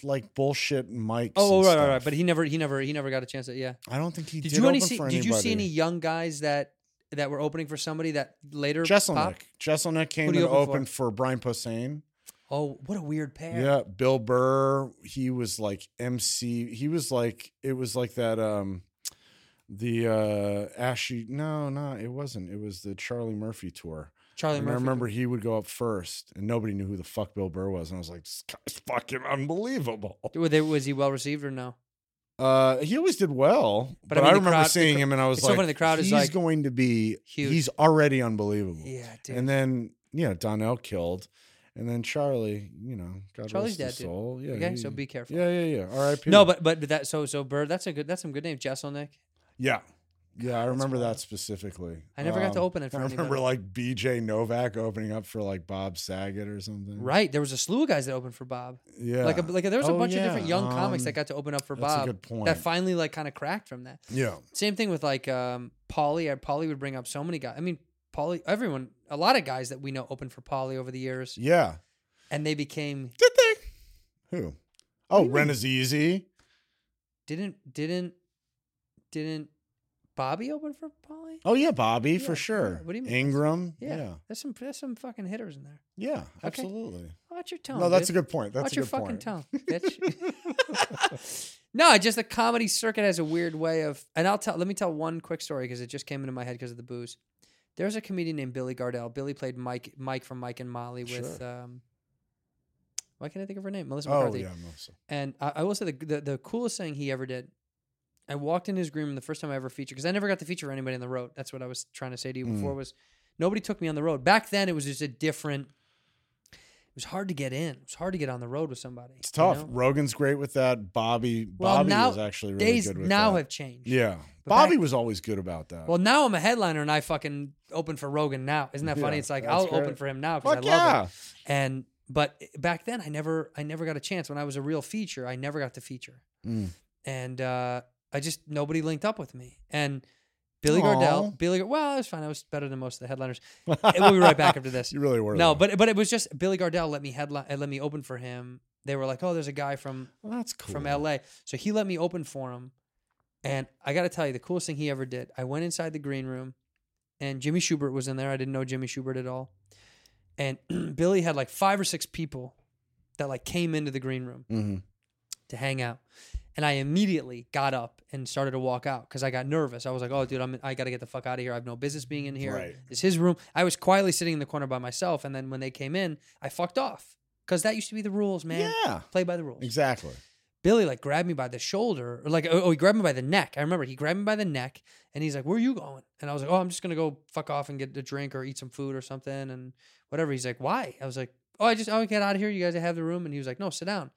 Speaker 9: like bullshit mics.
Speaker 2: Oh,
Speaker 9: and
Speaker 2: right, right, right.
Speaker 9: stuff.
Speaker 2: But he never, he never, he never got a chance. At, yeah.
Speaker 9: I don't think he
Speaker 2: Did,
Speaker 9: did,
Speaker 2: you any
Speaker 9: open
Speaker 2: see,
Speaker 9: for
Speaker 2: did you see
Speaker 9: anybody.
Speaker 2: any young guys that that were opening for somebody that later
Speaker 9: Jesselnick.
Speaker 2: popped?
Speaker 9: Jesselnick came
Speaker 2: Who'd he
Speaker 9: and
Speaker 2: open for?
Speaker 9: opened for Brian Posehn.
Speaker 2: Oh, what a weird pair.
Speaker 9: Yeah, Bill Burr. He was like MC. He was like it was like that. Um, the uh Ashy. No, no, it wasn't. It was the Charlie Murphy tour.
Speaker 2: Charlie
Speaker 9: And
Speaker 2: Murphy.
Speaker 9: I remember he would go up first, and nobody knew who the fuck Bill Burr was. And I was like, this guy's fucking unbelievable.
Speaker 2: Were they- was he well received or no?
Speaker 9: Uh, he always did well,
Speaker 2: But
Speaker 9: but,
Speaker 2: I
Speaker 9: I,
Speaker 2: mean, the
Speaker 9: remember
Speaker 2: crowd- the
Speaker 9: seeing
Speaker 2: cr-
Speaker 9: him, and I was
Speaker 2: it's so
Speaker 9: like,
Speaker 2: funny, the crowd is
Speaker 9: he's
Speaker 2: like
Speaker 9: going to be
Speaker 2: huge.
Speaker 9: He's already unbelievable.
Speaker 2: Yeah, dude.
Speaker 9: And then yeah, Donnell killed. And then Charlie, you know, God
Speaker 2: Charlie's
Speaker 9: rest his
Speaker 2: dead, dude.
Speaker 9: soul. Yeah,
Speaker 2: Okay,
Speaker 9: he-
Speaker 2: so be careful.
Speaker 9: Yeah, yeah, yeah. R.I.P.
Speaker 2: No, but but that so so Bird. That's a good. That's some good name.
Speaker 9: Mm.
Speaker 2: Jesselnick.
Speaker 9: yeah, yeah. I remember that specifically. Um,
Speaker 2: I never got to open it for
Speaker 9: I remember
Speaker 2: anybody.
Speaker 9: like B.J. Novak opening up for like Bob Saget or something.
Speaker 2: Right. There was a slew of guys that opened for Bob.
Speaker 9: Yeah.
Speaker 2: Like a, like there was a
Speaker 9: Oh,
Speaker 2: bunch of different
Speaker 9: yeah,
Speaker 2: young comics
Speaker 9: um,
Speaker 2: that got to open up for
Speaker 9: that's a
Speaker 2: Bob.
Speaker 9: good point.
Speaker 2: That finally like kind of cracked from that.
Speaker 9: yeah.
Speaker 2: Same thing with like um Polly. I Polly would bring up so many guys. I mean Polly. Everyone. A lot of guys that we know opened for Polly over the years,
Speaker 9: Yeah.
Speaker 2: and they became
Speaker 9: Did they? Who? Oh, Ren is easy.
Speaker 2: didn't didn't didn't Bobby open for Polly?
Speaker 9: Oh yeah, Bobby
Speaker 2: Yeah,
Speaker 9: for sure.
Speaker 2: yeah, what do you mean?
Speaker 9: Ingram.
Speaker 2: Yeah.
Speaker 9: Yeah. Yeah.
Speaker 2: There's some there's some fucking hitters in there.
Speaker 9: absolutely.
Speaker 2: Watch your tone.
Speaker 9: no, that's
Speaker 2: dude.
Speaker 9: a good point. That's
Speaker 2: Watch
Speaker 9: a
Speaker 2: your
Speaker 9: good
Speaker 2: fucking
Speaker 9: point.
Speaker 2: tongue, bitch. no, just the comedy circuit has a weird way of, and I'll tell. Let me tell one quick story because it just came into my head because of the booze. There's a comedian named Billy Gardell. Billy played Mike, Mike from Mike and Molly with. Um, why can't I think of her name? Melissa
Speaker 9: Oh
Speaker 2: McCarthy.
Speaker 9: yeah, Melissa.
Speaker 2: And I, I will say the, the the coolest thing he ever did. I walked in his green room the first time I ever featured because I never got to feature anybody on the road. That's what I was trying to say to you
Speaker 9: Mm.
Speaker 2: before was nobody took me on the road. Back then it was just a different. It was hard to get in. It was hard to get on the road with somebody.
Speaker 9: It's tough. Rogan's great with that. Bobby.
Speaker 2: Well,
Speaker 9: Bobby
Speaker 2: now
Speaker 9: was actually really
Speaker 2: days
Speaker 9: good with
Speaker 2: now
Speaker 9: that.
Speaker 2: have changed.
Speaker 9: yeah.
Speaker 2: But
Speaker 9: Bobby
Speaker 2: back-
Speaker 9: was always good about that.
Speaker 2: Well, now I'm a headliner and I fucking open for Rogan now. Isn't that funny?
Speaker 9: Yeah,
Speaker 2: it's like
Speaker 9: that's
Speaker 2: I'll open
Speaker 9: great.
Speaker 2: for him now because I
Speaker 9: Fuck
Speaker 2: love
Speaker 9: yeah.
Speaker 2: it. And but back then I never I never got a chance. When I was a real feature, I never got to feature. And uh, I just nobody linked up with me. And Billy
Speaker 9: Aw.
Speaker 2: Gardell, Billy well, it was fine. I was better than most of the headliners. And we'll be right back after this.
Speaker 9: You really were,
Speaker 2: No,
Speaker 9: though.
Speaker 2: but but it was just Billy Gardell let me headline let me open for him. They were like, Oh, there's a guy from
Speaker 9: Well, that's cool.
Speaker 2: from LA. So he let me open for him. And I got to tell you, the coolest thing he ever did, I went inside the green room and Jimmy Schubert was in there. I didn't know Jimmy Schubert at all. And Billy had like five or six people that like came into the green room
Speaker 9: Mm-hmm.
Speaker 2: to hang out. And I immediately got up and started to walk out because I got nervous. I was like, "Oh, dude, I'm I got to get the fuck out of here. I have no business being in here.
Speaker 9: Right.
Speaker 2: It's his room." I was quietly sitting in the corner by myself, and then when they came in, I fucked off because that used to be the rules, man.
Speaker 9: Yeah.
Speaker 2: play by the rules.
Speaker 9: Exactly.
Speaker 2: Billy like grabbed me by the shoulder, or like oh, oh, he grabbed me by the neck. I remember he grabbed me by the neck, and he's like, "Where are you going?" And I was like, "Oh, I'm just gonna go fuck off and get a drink or eat some food or something and whatever." He's like, "Why?" I was like, "Oh, I just I get out of here. You guys have the room." And he was like, "No, sit down."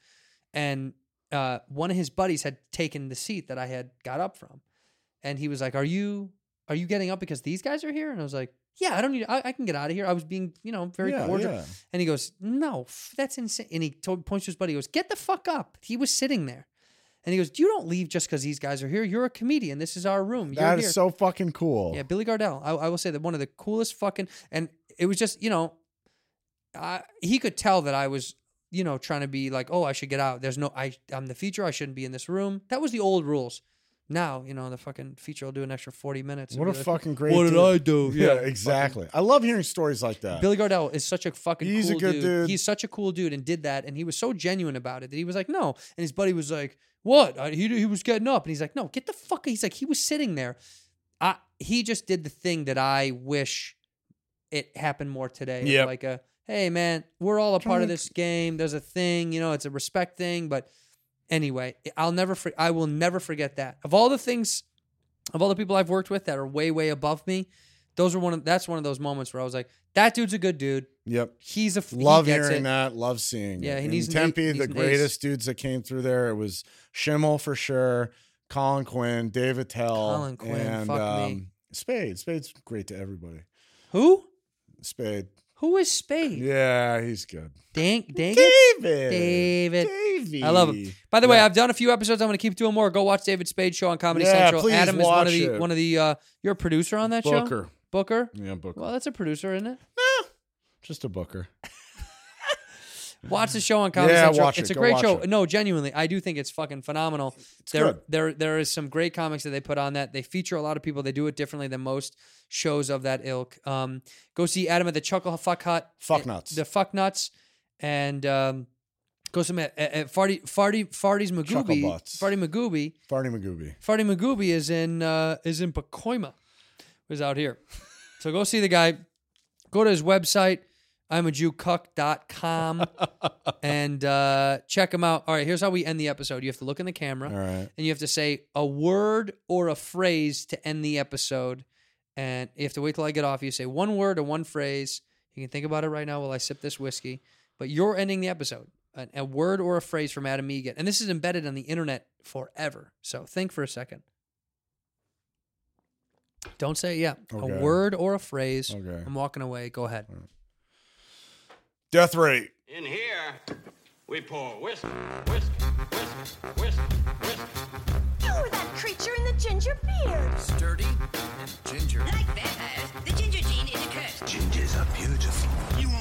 Speaker 2: And uh, one of his buddies had taken the seat that I had got up from, and he was like, "Are you are you getting up because these guys are here?" And I was like, "Yeah, I don't need. I, I can get out of here." I was being you know very
Speaker 9: Yeah,
Speaker 2: cordial.
Speaker 9: yeah.
Speaker 2: And he goes, No, f- that's insane. And he told, points to his buddy, he goes, Get the fuck up. He was sitting there. And he goes, You don't leave just because these guys are here. You're a comedian. This is our room. You're
Speaker 9: That
Speaker 2: here.
Speaker 9: is so fucking cool.
Speaker 2: Yeah, Billy Gardell. I, I will say that one of the coolest fucking. And it was just, you know, I, he could tell that I was, you know, trying to be like, Oh, I should get out. There's no, I, I'm the feature. I shouldn't be in this room. That was the old rules. Now, you know, the fucking feature will do an extra 40 minutes. and
Speaker 9: What
Speaker 2: be
Speaker 9: a
Speaker 2: like,
Speaker 9: fucking great.
Speaker 2: What did
Speaker 9: dude.
Speaker 2: I do?
Speaker 9: Yeah, exactly. I love hearing stories like that.
Speaker 2: Billy Gardell is such a fucking
Speaker 9: He's a
Speaker 2: cool
Speaker 9: good
Speaker 2: dude.
Speaker 9: dude.
Speaker 2: He's such a cool dude and did that. And he was so genuine about it that he was like, no. And his buddy was like, what? I, he, he was getting up. And he's like, no, get the fuck. He's like, he was sitting there. I, he just did the thing that I wish it happened more today. of
Speaker 9: Yep.
Speaker 2: Like a, hey, man, we're all a part of this game. There's a thing, you know, it's a respect thing. But anyway, I'll never, for, I will never forget that. Of all the things, of all the people I've worked with that are way, way above me, those are one of, that's one of those moments where I was like, that dude's a good dude.
Speaker 9: yep.
Speaker 2: He's a f- he
Speaker 9: Love
Speaker 2: gets
Speaker 9: hearing
Speaker 2: it.
Speaker 9: that. Love seeing.
Speaker 2: Yeah,
Speaker 9: it.
Speaker 2: and
Speaker 9: In
Speaker 2: he's an
Speaker 9: Tempe,
Speaker 2: ace- he's
Speaker 9: the
Speaker 2: an ace.
Speaker 9: greatest dudes that came through there. It was Schimmel for sure, Colin Quinn, David Tell,
Speaker 2: Colin Quinn,
Speaker 9: and um,
Speaker 2: fuck me.
Speaker 9: Spade. Spade's great to everybody.
Speaker 2: Who?
Speaker 9: Spade.
Speaker 2: Who is Spade?
Speaker 9: Yeah, he's good.
Speaker 2: Dank, dang it.
Speaker 9: David.
Speaker 2: David.
Speaker 9: Davey.
Speaker 2: I love him. By the way, I've done a few episodes. I'm going to keep doing more. Go watch David Spade show on Comedy
Speaker 9: Yeah,
Speaker 2: Central.
Speaker 9: please
Speaker 2: Adam is one of
Speaker 9: watch
Speaker 2: the
Speaker 9: it.
Speaker 2: one of the. Uh, you're a producer on that show.
Speaker 9: Booker.
Speaker 2: Booker.
Speaker 9: Yeah, Booker.
Speaker 2: Well, that's a producer, isn't it?
Speaker 9: Just a Booker.
Speaker 2: Watch the show on Comedy
Speaker 9: Yeah,
Speaker 2: Central.
Speaker 9: watch it.
Speaker 2: It's a
Speaker 9: Go
Speaker 2: great
Speaker 9: watch
Speaker 2: show.
Speaker 9: it.
Speaker 2: No, genuinely, I do think it's fucking phenomenal. there,
Speaker 9: good.
Speaker 2: there, there is some great comics that they put on that. They feature a lot of people. They do it differently than most shows of that ilk. Um, go see Adam at the Chuckle Fuck Hut.
Speaker 9: Fuck
Speaker 2: eh,
Speaker 9: Nuts.
Speaker 2: The Fuck Nuts, and um, go see him at, at, at Farty Farty Farty's Magooby.
Speaker 9: Butts.
Speaker 2: Farty Magooby.
Speaker 9: Farty Magooby.
Speaker 2: Farty Magooby is in uh, is in Pacoima, is out here. So go see the guy. Go to his website, imajewcuck.com, and uh, check him out. All right, here's how we end the episode. You have to look in the camera,
Speaker 9: right.
Speaker 2: and you have to say a word or a phrase to end the episode. And you have to wait till I get off. You say one word or one phrase. You You can think about it right now while I sip this whiskey. But you're ending the episode. A, a word or a phrase from Adam Egan. And this is embedded on the internet forever. So think for a second. Don't say it yet.
Speaker 9: Okay.
Speaker 2: A word or a phrase.
Speaker 9: Okay.
Speaker 2: I'm walking away. Go ahead.
Speaker 9: Death rate.
Speaker 3: In here, we pour whisk, whisk, whisk, whisk, whisk.
Speaker 4: You were that creature in the ginger beard.
Speaker 5: Sturdy and ginger.
Speaker 6: Like vampires, the ginger gene is a curse.
Speaker 5: Gingers are beautiful.
Speaker 7: You